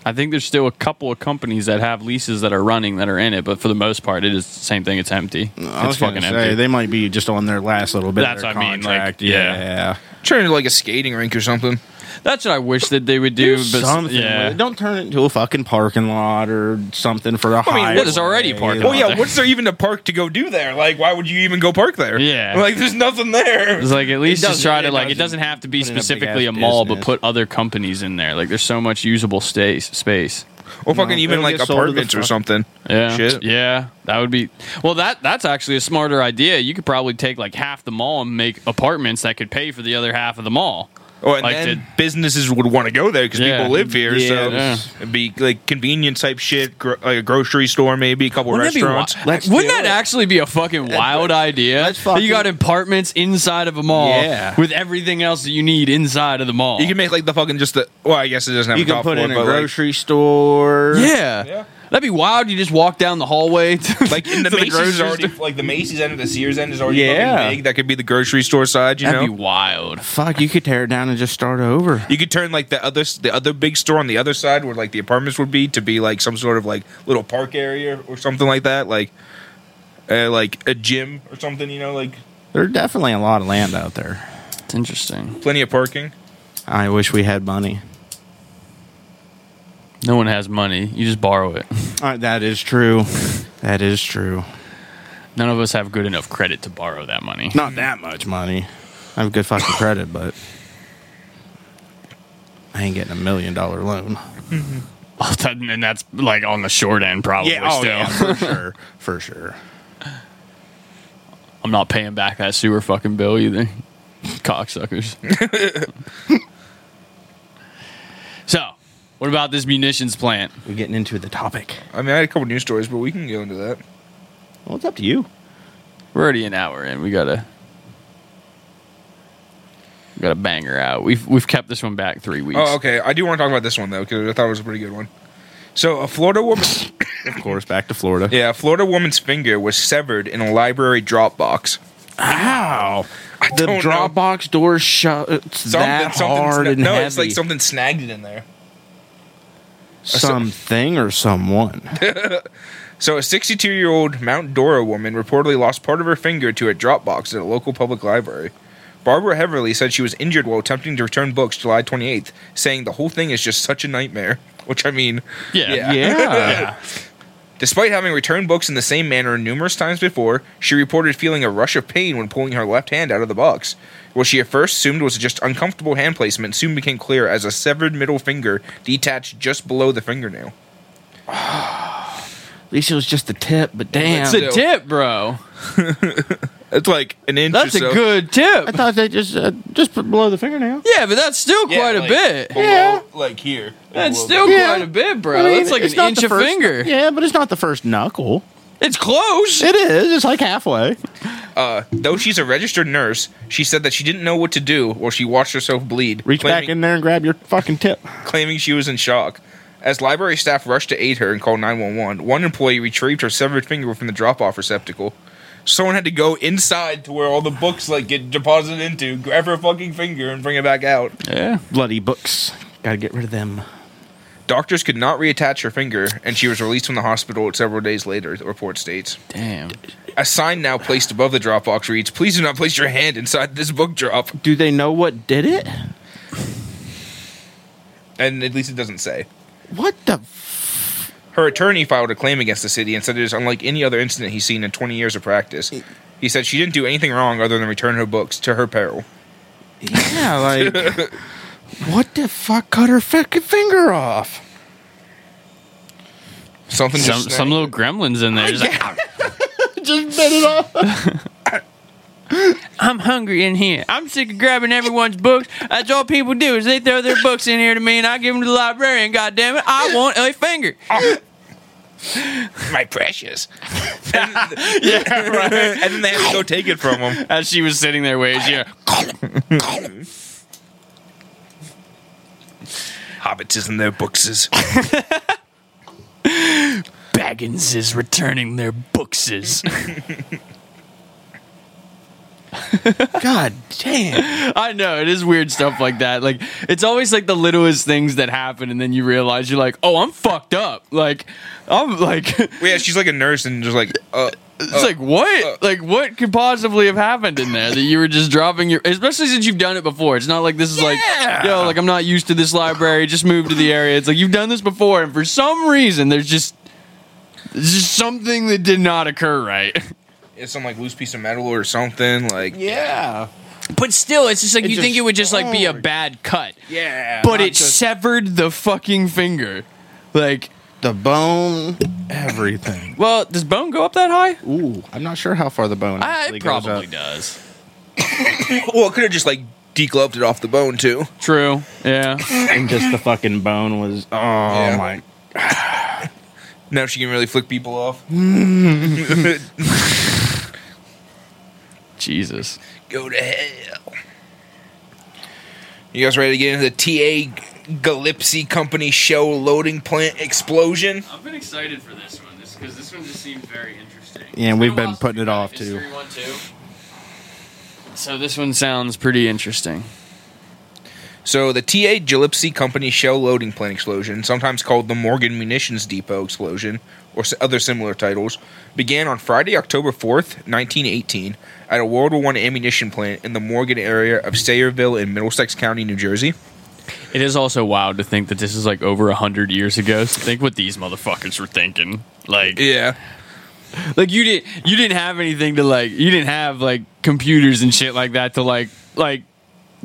Speaker 3: I think there's still a couple of companies that have leases that are running that are in it, but for the most part, it is the same thing. It's empty.
Speaker 2: I
Speaker 3: It's
Speaker 2: was gonna
Speaker 3: fucking
Speaker 2: say,
Speaker 3: empty.
Speaker 2: They might be just on their last little bit.
Speaker 3: That's
Speaker 2: of their
Speaker 3: what I mean, like,
Speaker 2: contract.
Speaker 3: yeah.
Speaker 2: yeah.
Speaker 1: turn into like a skating rink or something.
Speaker 3: That's what I wish that they would do.
Speaker 2: Do
Speaker 3: but
Speaker 2: something.
Speaker 3: Yeah.
Speaker 2: with it. Don't turn it into a fucking parking lot or something for a high.
Speaker 3: what is already parking
Speaker 1: Well,
Speaker 3: lot?
Speaker 1: yeah,
Speaker 3: there.
Speaker 1: what's there even to park to go do there? Like, why would you even go park there?
Speaker 3: Yeah.
Speaker 1: Like, there's nothing there.
Speaker 3: It's like at least just
Speaker 2: doesn't-
Speaker 3: try to
Speaker 2: it
Speaker 3: like it
Speaker 2: doesn't
Speaker 3: doesn't have to be
Speaker 2: put in a big-ass
Speaker 3: specifically a mall, but
Speaker 2: business.
Speaker 3: put other companies in there. Like there's so much usable space. Space.
Speaker 1: Or fucking even
Speaker 2: it'll
Speaker 1: like
Speaker 2: get sold to the
Speaker 1: apartments or
Speaker 2: fuck-
Speaker 1: something.
Speaker 3: Yeah.
Speaker 1: Shit.
Speaker 3: Yeah. That would be well. That that's actually a smarter idea. You could probably take like half the mall and make apartments that could pay for the other half of the mall.
Speaker 1: Or Oh, and
Speaker 3: Like
Speaker 1: then
Speaker 3: the-
Speaker 1: businesses would want to go there because
Speaker 3: Yeah.
Speaker 1: people live here. so
Speaker 3: Yeah.
Speaker 1: it'd be like convenience type shit, gro- like a grocery store, maybe a couple
Speaker 3: Wouldn't that be
Speaker 1: restaurants.
Speaker 3: wi-
Speaker 2: Let's
Speaker 3: wouldn't
Speaker 2: do
Speaker 3: that
Speaker 2: it.
Speaker 3: actually be a fucking wild idea?
Speaker 2: let's
Speaker 3: That you got
Speaker 2: fucking-
Speaker 3: apartments inside of a mall
Speaker 2: Yeah.
Speaker 3: with everything else that you need inside of the mall.
Speaker 1: you can make like the fucking just the. Well, I guess it doesn't have
Speaker 2: You
Speaker 1: a
Speaker 2: can
Speaker 1: top
Speaker 2: put
Speaker 1: floor,
Speaker 2: in a
Speaker 1: but, like-
Speaker 2: grocery store.
Speaker 3: yeah.
Speaker 1: Yeah.
Speaker 3: That'd be wild. You just walk down the hallway. To,
Speaker 1: like, in the
Speaker 3: to
Speaker 1: Macy's
Speaker 3: grocery
Speaker 1: already,
Speaker 3: store.
Speaker 1: like the Macy's end or the Sears end is already
Speaker 2: Yeah.
Speaker 1: fucking big. That could be the grocery store side. You
Speaker 3: That'd
Speaker 1: know,
Speaker 3: be wild.
Speaker 2: Fuck, you could tear it down and just start over.
Speaker 1: You could turn like the other the other big store on the other side where like the apartments would be to be like some sort of like little park area or something like that, like uh, like a gym or something. You know, like
Speaker 2: There's definitely a lot of land out there.
Speaker 3: It's interesting.
Speaker 1: plenty of parking.
Speaker 2: I wish we had money.
Speaker 3: No one has money. You just borrow it.
Speaker 2: Uh, that is true. That is true.
Speaker 3: None of us have good enough credit to borrow that money.
Speaker 2: Not that much money. I have good fucking credit, but I ain't getting a million dollar loan.
Speaker 3: And that's like on the short end, probably.
Speaker 2: oh,
Speaker 3: still.
Speaker 2: for sure, for sure.
Speaker 3: I'm not paying back that sewer fucking bill either. Cocksuckers. so, what about this munitions plant?
Speaker 2: We're getting into the topic.
Speaker 1: I mean, I had a couple news stories, but we can go into that.
Speaker 2: Well, it's up to you.
Speaker 3: We're already an hour in. We gotta, we gotta bang her out. We've we've kept this one back three weeks.
Speaker 1: Oh, okay. I do want to talk about this one though because I thought it was a pretty good one. So, a Florida woman,
Speaker 2: Of course, back to Florida.
Speaker 1: yeah, a Florida woman's finger was severed in a library drop box.
Speaker 2: Ow! The
Speaker 1: don't know.
Speaker 2: Dropbox door shuts that hard
Speaker 1: sna-
Speaker 2: and
Speaker 1: no,
Speaker 2: heavy.
Speaker 1: it's like something snagged it in there.
Speaker 2: something or someone.
Speaker 1: So, a 62 year old Mount Dora woman reportedly lost part of her finger to a drop box at a local public library. Barbara Heverly said she was injured while attempting to return books July 28th, saying the whole thing is just such a nightmare. Which I mean,
Speaker 3: Yeah.
Speaker 1: Yeah.
Speaker 2: yeah.
Speaker 1: despite having returned books in the same manner numerous times before, she reported feeling a rush of pain when pulling her left hand out of the box. What she at first assumed was just uncomfortable hand placement soon became clear as a severed middle finger detached just below the fingernail.
Speaker 2: At least it was just the tip, but damn.
Speaker 3: It's a tip, bro.
Speaker 1: It's like an inch.
Speaker 3: That's
Speaker 1: or
Speaker 3: a
Speaker 1: so.
Speaker 3: good
Speaker 2: I
Speaker 3: tip.
Speaker 2: thought they just uh, just put below the fingernail.
Speaker 3: Yeah, but that's still quite a bit.
Speaker 2: Yeah.
Speaker 1: like here.
Speaker 3: That's
Speaker 1: Below
Speaker 3: still
Speaker 2: Yeah.
Speaker 3: quite a bit, bro.
Speaker 2: I mean,
Speaker 3: that's like
Speaker 2: it's
Speaker 3: an
Speaker 2: not
Speaker 3: inch
Speaker 2: the
Speaker 3: of
Speaker 2: first-
Speaker 3: finger.
Speaker 2: Yeah, but it's not the first knuckle.
Speaker 3: It's close.
Speaker 2: It is. It's like halfway.
Speaker 1: Uh, though she's a registered nurse, she said that she didn't know what to do while she watched herself bleed,
Speaker 2: Reach
Speaker 1: claiming,
Speaker 2: back in there and grab your fucking tip.
Speaker 1: claiming she was in shock. As library staff rushed to aid her and called 911, one employee retrieved her severed finger from the drop-off receptacle. Someone had to go inside to where all the books like get deposited into, grab her fucking finger, and bring it back out.
Speaker 3: Yeah.
Speaker 2: Bloody books. Gotta get rid of them.
Speaker 1: Doctors could not reattach her finger, and she was released from the hospital several days later. The report states.
Speaker 3: Damn.
Speaker 1: A sign now placed above the drop box reads, "Please do not place your hand inside this book drop."
Speaker 2: Do they know what did it?
Speaker 1: And at least it doesn't say.
Speaker 2: What the? F-
Speaker 1: Her attorney filed a claim against the city and said it is unlike any other incident he's seen in 20 years of practice. He said she didn't do anything wrong other than return her books to her peril.
Speaker 2: Yeah, like what the fuck cut her fucking finger off?
Speaker 1: Something
Speaker 3: Some
Speaker 1: just
Speaker 3: some little gremlins in there. Just like,
Speaker 2: Just bit it off.
Speaker 3: I'm hungry in here. I'm sick of grabbing everyone's books. That's all people do is they throw their books in here to me, and I give them to the librarian. God damn it, I want a finger.
Speaker 1: my precious. yeah, right. And then they have to go take it from him.
Speaker 3: As she was sitting there waiting, she,
Speaker 1: Hobbits is in their bookses.
Speaker 3: Baggins is returning their bookses.
Speaker 2: God damn.
Speaker 3: I know it is weird stuff like that. Like it's always like the littlest things that happen, and then you realize you're like, oh, I'm fucked up. Like I'm like it's
Speaker 1: Well, yeah, she's like a nurse and just like, uh,
Speaker 3: like
Speaker 2: Uh,
Speaker 3: what? like what could possibly have happened in there that you were just dropping your? Especially since you've done it before. It's not like this is like yo, like I'm not used to this library. Just moved to the area. It's like you've done this before, and for some reason there's just there's just something that did not occur right.
Speaker 1: it's some like loose piece of metal or something. Like,
Speaker 2: Yeah.
Speaker 3: But still, it's just like you
Speaker 2: just-
Speaker 3: think it would just like be a
Speaker 2: Oh.
Speaker 3: bad cut.
Speaker 1: yeah.
Speaker 3: but
Speaker 2: not
Speaker 3: it
Speaker 2: just-
Speaker 3: severed the fucking finger. Like,
Speaker 2: The bone, everything.
Speaker 3: well, does bone go up that high?
Speaker 2: Ooh, I'm not sure how far the bone.
Speaker 3: Ah,
Speaker 2: actually
Speaker 3: it
Speaker 2: goes
Speaker 3: probably
Speaker 2: up.
Speaker 3: does.
Speaker 1: well, it could have just like degloved it off the bone too.
Speaker 3: True. Yeah.
Speaker 2: And just the fucking bone was. Oh my.
Speaker 1: Now she can really flick people off.
Speaker 3: Jesus.
Speaker 1: go to hell. You guys ready to get into the TA Gallipsy Company show loading plant explosion?
Speaker 3: I've been excited for this one this because this one just seemed very interesting.
Speaker 2: Yeah, we've been putting it off too.
Speaker 3: So this one sounds pretty interesting.
Speaker 1: So the TA Gillipsy Company shell loading plant explosion, sometimes called the Morgan Munitions Depot explosion or s- other similar titles, began on Friday, October 4th, 1918, at a World War I ammunition plant in the Morgan area of Sayreville in Middlesex County, New Jersey.
Speaker 3: It is also wild to think that this is like over a hundred years ago. So think what these motherfuckers were thinking. Like,
Speaker 1: Yeah.
Speaker 3: like you didn't you didn't have anything to like you didn't have like computers and shit like that to like like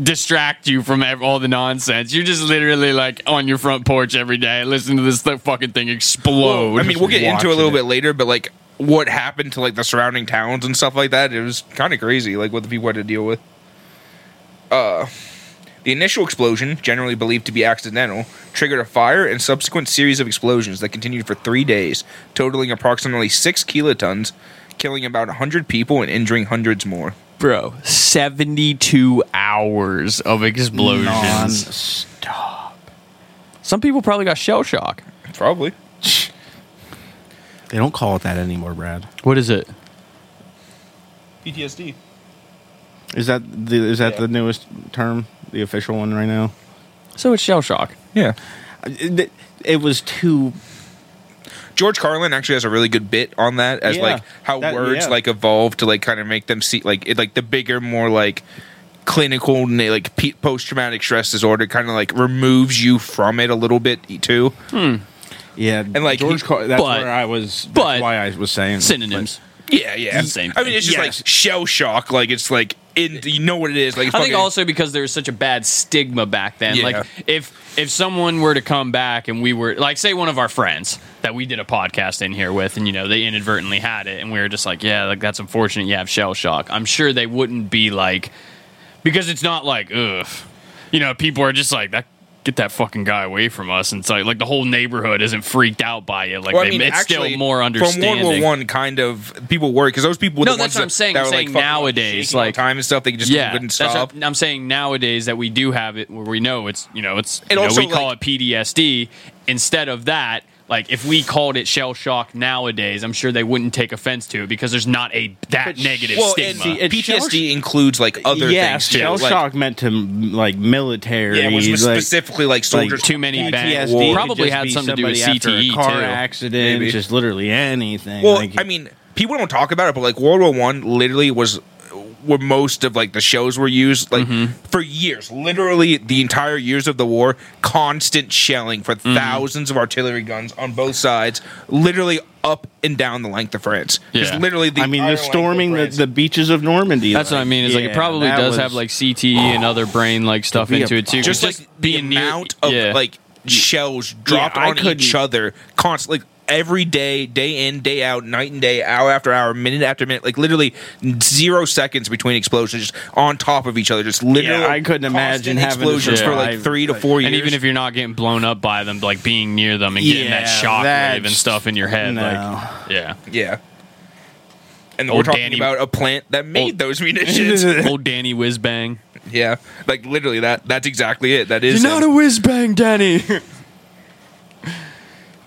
Speaker 3: distract you from ev- all the nonsense you're just literally like on your front porch every day listening to this th- fucking thing explode
Speaker 1: I mean, we'll get into it a
Speaker 2: watching
Speaker 1: little
Speaker 2: it.
Speaker 1: bit later, but like what happened to like the surrounding towns and stuff like that, it was kind of crazy, like what the people had to deal with. Uh, the initial explosion, generally believed to be accidental, triggered a fire and subsequent series of explosions that continued for three days, totaling approximately six kilotons, killing about 100 people and injuring hundreds more.
Speaker 3: bro 72 hours of explosions
Speaker 2: Non-stop.
Speaker 3: some people probably got shell shock
Speaker 1: Probably.
Speaker 2: They don't call it that anymore, Brad.
Speaker 3: what is it
Speaker 1: PTSD.
Speaker 2: Is that the is that
Speaker 1: Yeah.
Speaker 2: the newest term, the official one right now?
Speaker 3: so it's shell shock
Speaker 1: Yeah.
Speaker 2: It, it was too
Speaker 1: George Carlin actually has a really good bit on that as
Speaker 2: Yeah.
Speaker 1: like how
Speaker 2: That-
Speaker 1: words
Speaker 2: yeah.
Speaker 1: like evolve to like kind of make them see like it like the bigger more like clinical na- like post traumatic stress disorder kind of like removes you from it a little bit e, too.
Speaker 2: yeah. And
Speaker 1: like,
Speaker 2: George,
Speaker 1: he-
Speaker 2: Car- that's
Speaker 3: but-
Speaker 2: where I was. That's
Speaker 3: but-
Speaker 2: why I was saying
Speaker 3: synonyms
Speaker 1: Yeah, yeah.
Speaker 3: Same
Speaker 1: I mean it's just
Speaker 2: Yes.
Speaker 1: like shell shock like it's like in you know what it is like it's
Speaker 3: I think
Speaker 1: fucking-
Speaker 3: also because there was such a bad stigma back then.
Speaker 1: Yeah.
Speaker 3: Like if if someone were to come back and we were like say one of our friends that we did a podcast in here with and you know they inadvertently had it and we were just like, Yeah, like that's unfortunate you have shell shock. I'm sure they wouldn't be like because it's not like, ugh. You know, people are just like that get that fucking guy away from us and it's like like the whole neighborhood isn't freaked out by it. Like
Speaker 1: Well,
Speaker 3: they, it's still more understanding.
Speaker 1: From World War One, kind of people worry because those people. were
Speaker 3: No,
Speaker 1: the
Speaker 3: that's
Speaker 1: ones
Speaker 3: what
Speaker 1: that-
Speaker 3: I'm saying.
Speaker 1: That
Speaker 3: I'm
Speaker 1: were, like,
Speaker 3: saying
Speaker 1: fucking,
Speaker 3: nowadays,
Speaker 1: shaking all the
Speaker 3: like-
Speaker 1: time and stuff. They just
Speaker 3: yeah,
Speaker 1: couldn't
Speaker 3: that's
Speaker 1: stop.
Speaker 3: what I'm saying nowadays that we do have it where we know it's you know it's
Speaker 1: And
Speaker 3: you know,
Speaker 1: also,
Speaker 3: we call
Speaker 1: like-
Speaker 3: it PTSD instead of that. Like if we called it shell shock nowadays, I'm sure they wouldn't take offense to it because there's not a that negative
Speaker 1: well, and
Speaker 3: stigma.
Speaker 2: see, it- it's shell
Speaker 1: PTSD includes like other
Speaker 2: yes,
Speaker 1: things too.
Speaker 2: shell
Speaker 1: like-
Speaker 2: shock meant to like military.
Speaker 1: Yeah, it was
Speaker 2: like,
Speaker 1: specifically like soldiers.
Speaker 3: too many bangs.
Speaker 2: PTSD
Speaker 3: Probably
Speaker 2: could just
Speaker 3: had
Speaker 2: be
Speaker 3: something to do with
Speaker 2: somebody after
Speaker 3: CTE,
Speaker 2: a car
Speaker 3: too.
Speaker 2: accident,
Speaker 1: E, Maybe.
Speaker 2: just literally anything.
Speaker 1: well,
Speaker 2: like,
Speaker 1: I mean, people don't talk about it, but like World War One literally was where most of like the shows were used like for years literally the entire years of the war constant shelling for thousands of artillery guns on both sides literally up and down the length of france just
Speaker 3: Yeah.
Speaker 1: literally the
Speaker 2: I mean, they're
Speaker 1: entire length of
Speaker 2: storming the,
Speaker 1: France.
Speaker 2: the beaches of Normandy.
Speaker 3: That's what I mean. Is like it
Speaker 2: yeah,
Speaker 3: probably
Speaker 2: that
Speaker 3: does
Speaker 2: was-
Speaker 3: have like CT and other brain like stuff
Speaker 2: be a-
Speaker 3: into it too.
Speaker 1: just like the amount of
Speaker 3: yeah.
Speaker 1: like shells dropped
Speaker 2: I
Speaker 1: on each
Speaker 2: couldn't-
Speaker 1: other constantly like, every day day in day out night and day hour after hour minute after minute like literally zero seconds between explosions just on top of each other just literally
Speaker 2: I couldn't
Speaker 1: constant
Speaker 2: imagine having to
Speaker 1: explosions for like
Speaker 2: survive,
Speaker 1: three to four years
Speaker 3: and even if you're not getting blown up by them, like being near them and getting that
Speaker 2: Yeah,
Speaker 3: shock wave and
Speaker 2: that's-
Speaker 3: stuff in your head,
Speaker 2: No.
Speaker 3: like yeah.
Speaker 1: yeah and
Speaker 3: Old
Speaker 1: we're talking
Speaker 3: Danny-
Speaker 1: about a plant that made
Speaker 3: Old-
Speaker 1: those munitions
Speaker 3: Old Danny whiz bang.
Speaker 1: yeah like literally that that's exactly it that is it.
Speaker 3: whiz bang, Danny.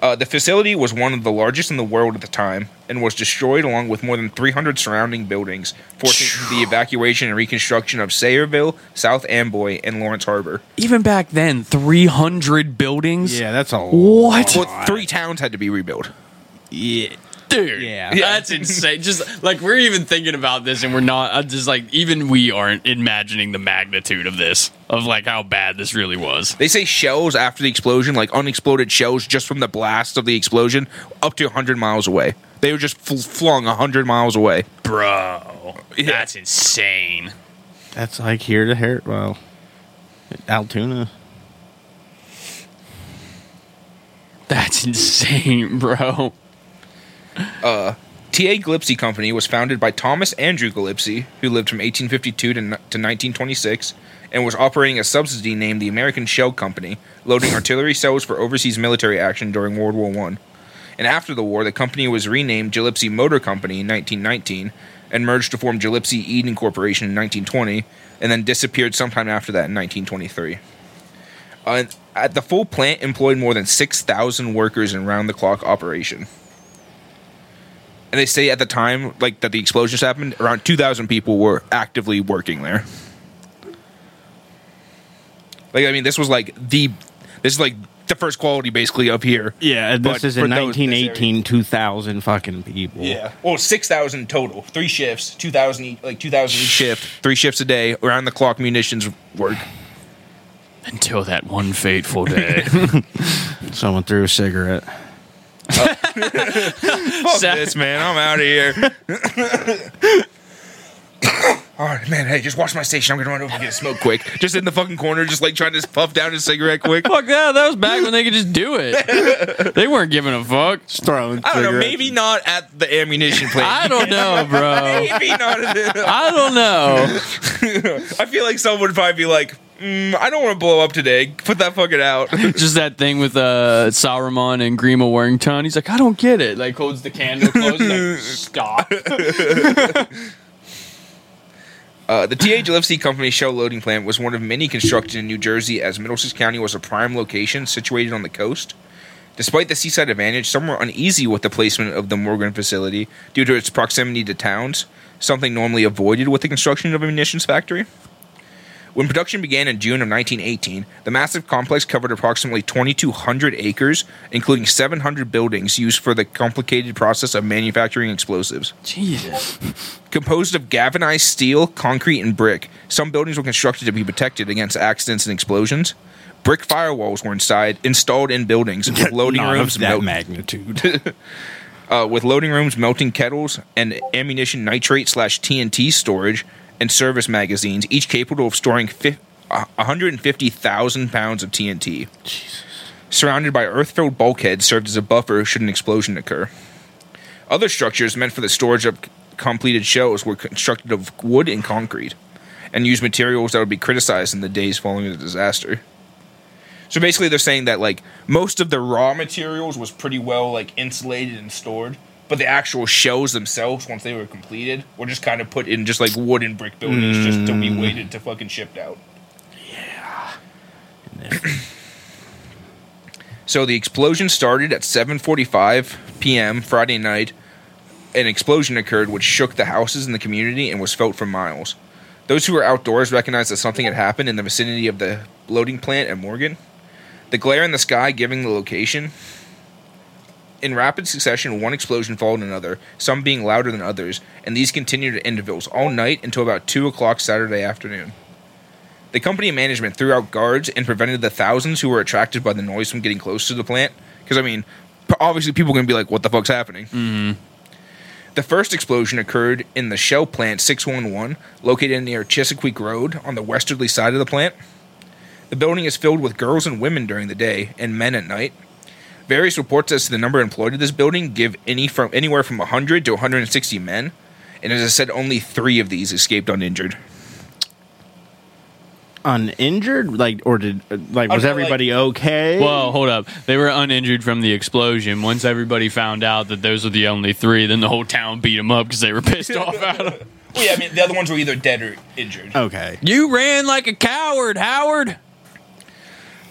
Speaker 1: Uh, the facility was one of the largest in the world at the time and was destroyed along with more than 300 surrounding buildings, forcing the evacuation and reconstruction of Sayreville, South Amboy, and Lawrence Harbor.
Speaker 3: Even back then, three hundred buildings.
Speaker 2: Yeah, that's a
Speaker 3: What?
Speaker 1: Well, three towns had to be rebuilt.
Speaker 2: Yeah.
Speaker 3: dude.
Speaker 2: Yeah.
Speaker 3: that's insane. Just like we're even thinking about this, and we're not. I'm just like even we aren't imagining the magnitude of this, of like how bad this really was.
Speaker 1: They say shells after the explosion, like unexploded shells just from the blast of the explosion, up to 100 miles away. They were just fl- flung 100 miles away.
Speaker 3: Bro, that's insane.
Speaker 2: That's like here to here. Well, Altoona.
Speaker 3: That's insane, bro.
Speaker 1: T.A. Gillespie Company was founded by Thomas Andrew Gillespie, who lived from 1852 to, n- to 1926, and was operating a subsidy named the American Shell Company, loading artillery shells for overseas military action during World War I. And after the war, the company was renamed Gillespie Motor Company in 1919 and merged to form Gillespie Eden Corporation in 1920, and then disappeared sometime after that in 1923. Uh, at the full plant employed more than 6,000 workers in round the clock operation and they say at the time like that the explosions happened around 2000 people were actively working there like i mean this was like the this is like the first quality basically up here
Speaker 2: Yeah, this
Speaker 1: But
Speaker 2: is in
Speaker 1: for those in this
Speaker 2: 1918, 2,000 fucking people.
Speaker 1: well 6000 total three shifts 2000 each- like 2000 each shift three shifts a day around the clock munitions work
Speaker 3: Until that one fateful day,
Speaker 2: Someone threw a cigarette.
Speaker 1: Fuck
Speaker 3: Sa-
Speaker 1: this man i'm out of here All right, man. Hey, just watch my station. I'm gonna run over and get a smoke quick. Just in the fucking corner, just like trying to puff down his cigarette quick.
Speaker 3: fuck that. That was back when they could just do it. they weren't giving a fuck.
Speaker 2: Just throwing.
Speaker 1: I don't know. Maybe not at the ammunition plant.
Speaker 3: I don't know, bro.
Speaker 1: maybe not. At the,
Speaker 3: I don't know.
Speaker 1: I feel like someone would probably be like, mm, "I don't want to blow up today. Put that fucking out."
Speaker 3: Just that thing with uh, Sauron and Grima Warrington. He's like, I don't get it. Like holds the candle close. like, Stop.
Speaker 1: Uh, the T.A. Gillespie Company shell loading plant was one of many constructed in New Jersey, as Middlesex County was a prime location situated on the coast. Despite the seaside advantage, some were uneasy with the placement of the Morgan facility due to its proximity to towns, something normally avoided with the construction of a munitions factory. When production began in June of 1918, the massive complex covered approximately 2,200 acres, including 700 buildings used for the complicated process of manufacturing explosives.
Speaker 3: Jesus.
Speaker 1: Composed of galvanized steel, concrete, and brick, some buildings were constructed to be protected against accidents and explosions. Brick firewalls were inside, installed in buildings with loading
Speaker 2: Not
Speaker 1: rooms,
Speaker 2: of that
Speaker 1: melt-
Speaker 2: magnitude.
Speaker 1: uh, with loading rooms, melting kettles, and ammunition nitrate slash TNT storage and service magazines, each capable of storing fif- uh, 150,000 pounds of TNT. Surrounded by earth-filled bulkheads, served as a buffer should an explosion occur. Other structures meant for the storage of c- completed shells were constructed of wood and concrete, and used materials that would be criticized in the days following the disaster. So basically, they're saying that like most of the raw materials was pretty well like insulated and stored, but the actual shells themselves, once they were completed, were just kind of put in just like wood and brick buildings just to be waited to fucking shipped out. So the explosion started at 7:45 p.m. Friday night. An explosion occurred which shook the houses in the community and was felt for miles. Those who were outdoors recognized that something had happened in the vicinity of the loading plant at Morgan. The glare in the sky giving the location In rapid succession, one explosion followed another, some being louder than others, and these continued at intervals all night until about 2 o'clock Saturday afternoon. The company management threw out guards and prevented the thousands who were attracted by the noise from getting close to the plant. Because, I mean, p- obviously people are going to be like, what the fuck's happening? The first explosion occurred in the Shell Plant 611, located near Chesapeake Road on the westerly side of the plant. The building is filled with girls and women during the day and men at night. Various reports as to the number employed at this building give any from anywhere from 100 to 160 men, and as I said, only three of these escaped uninjured.
Speaker 2: uninjured? Like, or did like
Speaker 1: Okay,
Speaker 2: was
Speaker 1: like-
Speaker 2: everybody okay?
Speaker 3: Whoa, hold up. They were uninjured from the explosion. Once everybody found out that those were the only three, then the whole town beat them up because they were pissed off at them.
Speaker 1: Well, yeah, I mean the other ones were either dead or injured.
Speaker 2: okay.
Speaker 3: You ran like a coward, Howard.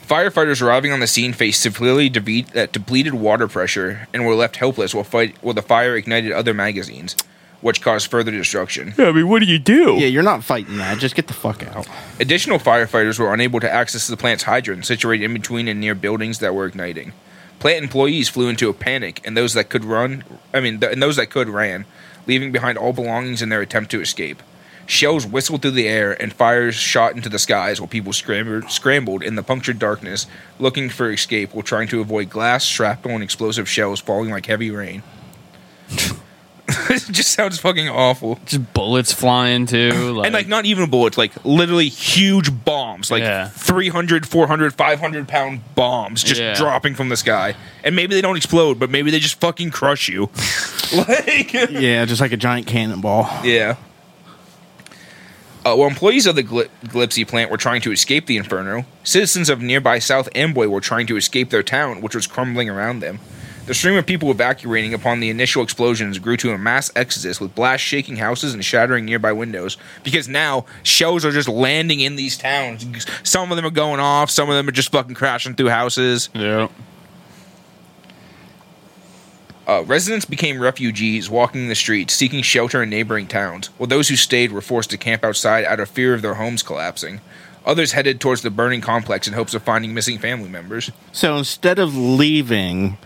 Speaker 1: Firefighters arriving on the scene faced severely deble- uh, depleted water pressure and were left helpless while fight while the fire ignited other magazines, which caused further destruction.
Speaker 3: I mean, what do you do?
Speaker 2: Yeah, you're not fighting that. Just get the fuck out.
Speaker 1: Additional firefighters were unable to access the plant's hydrant situated in between and near buildings that were igniting. Plant employees flew into a panic, and those that could run, I mean, th- and those that could ran, leaving behind all belongings in their attempt to escape. Shells whistled through the air, and fires shot into the skies while people scrambled, scrambled in the punctured darkness, looking for escape while trying to avoid glass, shrapnel, and explosive shells falling like heavy rain. it just sounds fucking awful
Speaker 3: Just bullets flying too. Like,
Speaker 1: and like not even bullets like literally huge bombs like
Speaker 3: Yeah.
Speaker 1: 300 400 500 pound bombs just
Speaker 3: Yeah.
Speaker 1: dropping from the sky and maybe they don't explode but maybe they just fucking crush you like
Speaker 2: Yeah, just like a giant cannonball.
Speaker 1: yeah uh, while employees of the Gli- Glipsy plant were trying to escape the inferno, citizens of nearby South Amboy were trying to escape their town, which was crumbling around them. The stream of people evacuating upon the initial explosions grew to a mass exodus with blasts shaking houses and shattering nearby windows. Because now shells are just landing in these towns. Some of them are going off, some of them are just fucking crashing through houses.
Speaker 3: yeah.
Speaker 1: Uh, residents became refugees walking the streets seeking shelter in neighboring towns, while those who stayed were forced to camp outside out of fear of their homes collapsing. Others headed towards the burning complex in hopes of finding missing family members.
Speaker 2: So instead of leaving,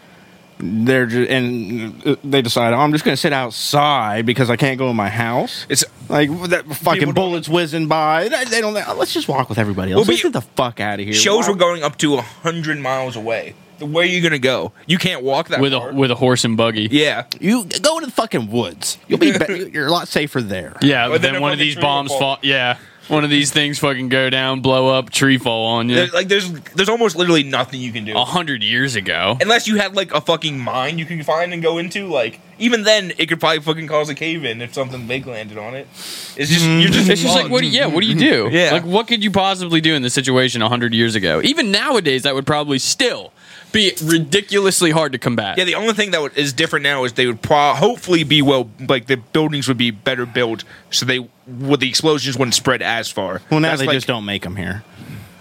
Speaker 2: they're ju- and uh, they decide, oh, I'm just going to sit outside because I can't go in my house.
Speaker 1: It's
Speaker 2: Like that fucking
Speaker 1: don't-
Speaker 2: bullets whizzing by. They they don't. oh, let's just walk with everybody else.
Speaker 1: Well, but
Speaker 2: let's
Speaker 1: you-
Speaker 2: get the fuck out of here.
Speaker 1: shows
Speaker 2: Why-
Speaker 1: were going up to hundred miles away. Where are you gonna go? You can't walk that
Speaker 3: With a
Speaker 1: far.
Speaker 3: with a horse and buggy.
Speaker 1: yeah.
Speaker 2: You go to the fucking woods. You'll be. be- you're a lot safer there.
Speaker 3: Yeah,
Speaker 1: But
Speaker 3: but
Speaker 1: then
Speaker 3: then,
Speaker 1: a
Speaker 3: one of
Speaker 1: fucking
Speaker 3: these
Speaker 1: tree will
Speaker 3: bombs
Speaker 1: fall.
Speaker 3: fall. Yeah, one of these things fucking go down, blow up, tree fall on you.
Speaker 1: There- like there's there's almost literally nothing you can do
Speaker 3: A hundred years ago.
Speaker 1: unless you had like a fucking mine you could find and go into. Like even then, it could probably fucking cause a cave in if something big landed on it. It's just you're just
Speaker 3: Mm-hmm. It's just like,
Speaker 1: fucked.
Speaker 3: what? Do, mm-hmm. yeah, what do you do?
Speaker 1: Yeah.
Speaker 3: like what could you possibly do in this situation a hundred years ago? Even nowadays, that would probably still be ridiculously hard to combat.
Speaker 1: Yeah, the only thing that would, is different now is they would pro- hopefully be well, like the buildings would be better built, so they would the explosions wouldn't spread as far.
Speaker 2: Well, now
Speaker 1: That's
Speaker 2: they
Speaker 1: like
Speaker 2: just don't make them here.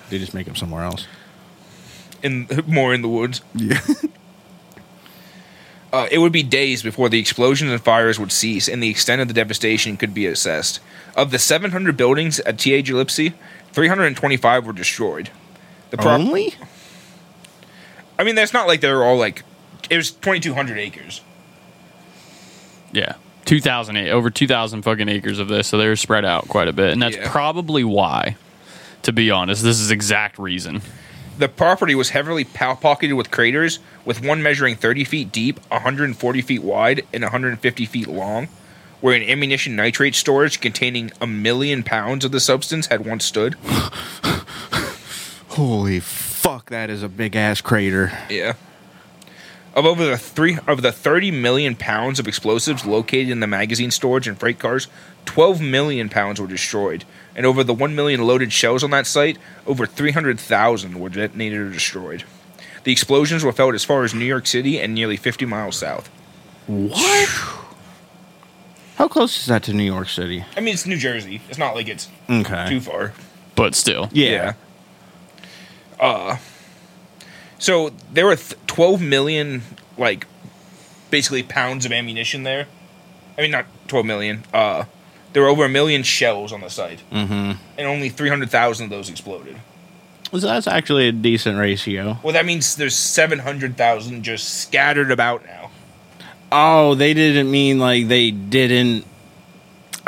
Speaker 2: They just make them somewhere else.
Speaker 1: in more in the woods. Yeah. uh, it would be days before the explosions and fires would cease, and the extent of the devastation could be assessed. Of the 700 buildings at TA Gillespie, 325 were destroyed. The prop-
Speaker 2: Only.
Speaker 1: I mean, that's not like they were all like it was 2,200 acres.
Speaker 3: yeah. 2000 a- over 2000 fucking acres of this so they were spread out quite a bit and that's
Speaker 1: Yeah.
Speaker 3: probably why to be honest this is exact reason
Speaker 1: The property was heavily pow- pocketed with craters, with one measuring 30 feet deep, 140 feet wide, and 150 feet long, where an ammunition nitrate storage containing a million pounds of the substance had once stood.
Speaker 2: Holy fuck! That is a big ass crater.
Speaker 1: Yeah. Of over the three of the 30 million pounds of explosives located in the magazine storage and freight cars, 12 million pounds were destroyed, and over the 1 million loaded shells on that site, over 300,000 were detonated or destroyed. The explosions were felt as far as New York City and nearly 50 miles south.
Speaker 2: What? How close is that to New York City?
Speaker 1: I mean, it's New Jersey. It's not like it's
Speaker 2: Okay.
Speaker 1: too far.
Speaker 3: but still
Speaker 2: yeah.
Speaker 1: Yeah. Uh, so there were th- 12 million, like, basically pounds of ammunition there. I mean, not 12 million. Uh, there were over a million shells on the site,
Speaker 2: Mm-hmm.
Speaker 1: and only 300,000 of those exploded.
Speaker 2: So that's actually a decent ratio.
Speaker 1: Well, that means there's 700,000 just scattered about now.
Speaker 2: Oh, they didn't mean like they didn't.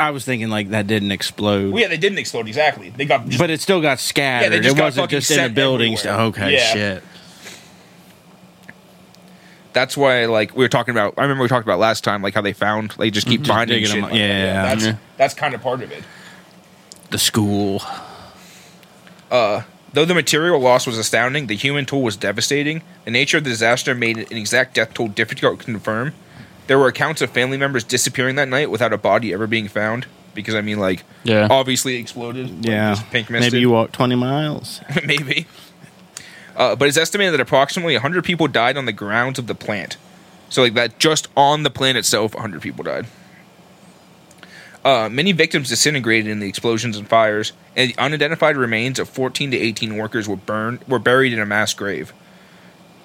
Speaker 2: I was thinking like that didn't explode,
Speaker 1: Well, yeah, they didn't explode exactly. They got just,
Speaker 2: but it still got scattered.
Speaker 1: Yeah, they just
Speaker 2: it
Speaker 1: got
Speaker 2: wasn't
Speaker 1: fucking
Speaker 2: just in a
Speaker 1: sent
Speaker 2: building. st-
Speaker 1: everywhere.
Speaker 2: okay,
Speaker 1: Yeah.
Speaker 2: shit.
Speaker 1: that's why like we were talking about. I remember we talked about last time like how they found they just keep finding
Speaker 2: digging
Speaker 1: shit.
Speaker 2: them up.
Speaker 1: like that.
Speaker 2: Yeah.
Speaker 1: that's
Speaker 3: Yeah.
Speaker 1: that's kind of part of it.
Speaker 2: The school.
Speaker 1: Though the material loss was astounding, the human toll was devastating. The nature of the disaster made an exact death toll difficult to confirm. There were accounts of family members disappearing that night without a body ever being found. Because I mean, like,
Speaker 3: Yeah.
Speaker 1: obviously it exploded. like,
Speaker 2: Yeah,
Speaker 1: just pink mist.
Speaker 2: maybe
Speaker 1: it.
Speaker 2: you walked twenty miles.
Speaker 1: maybe. Uh, but it's estimated that approximately 100 people died on the grounds of the plant. So, like that, just on the plant itself, 100 people died. Uh, many victims disintegrated in the explosions and fires, and the unidentified remains of 14 to 18 workers were burned were buried in a mass grave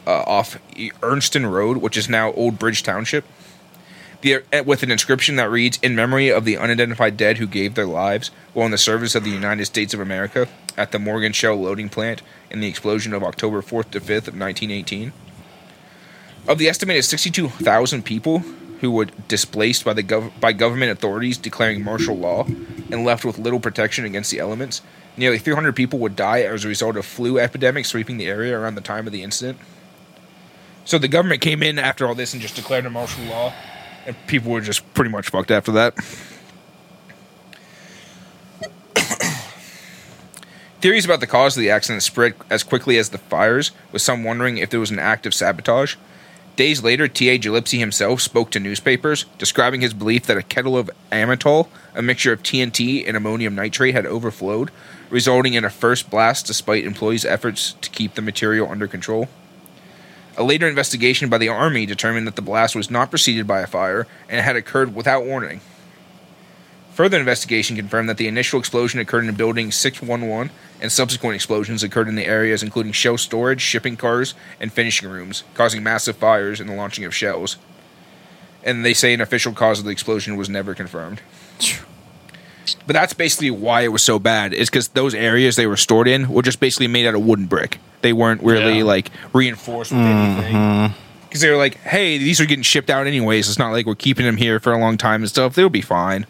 Speaker 1: uh, off E- Ernston Road, which is now Old Bridge Township, the, eh, with an inscription that reads "In memory of the unidentified dead who gave their lives while in the service of the United States of America at the Morgan Shell Loading Plant in the explosion of October 4th to 5th of 1918." Of the estimated 62,000 people who were displaced by the gov- by government authorities declaring martial law and left with little protection against the elements, nearly 300 people would die as a result of flu epidemic sweeping the area around the time of the incident. So the government came in after all this and just declared a martial law, and people were just pretty much fucked after that. Theories about the cause of the accident spread as quickly as the fires, with some wondering if there was an act of sabotage. Days later, T.A. Gillespie himself spoke to newspapers, describing his belief that a kettle of amytol, a mixture of TNT and ammonium nitrate, had overflowed, resulting in a first blast despite employees' efforts to keep the material under control. A later investigation by the Army determined that the blast was not preceded by a fire and had occurred without warning. Further investigation confirmed that the initial explosion occurred in Building 611, and subsequent explosions occurred in the areas including shell storage, shipping cars, and finishing rooms, causing massive fires and the launching of shells. And they say an official cause of the explosion was never confirmed. But that's basically why it was so bad, is because those areas they were stored in were just basically made out of wooden brick. They weren't really
Speaker 3: Yeah.
Speaker 1: like reinforced with anything. Because they were like, hey, these are getting shipped out anyways. It's not like we're keeping them here for a long time and stuff. They'll be fine.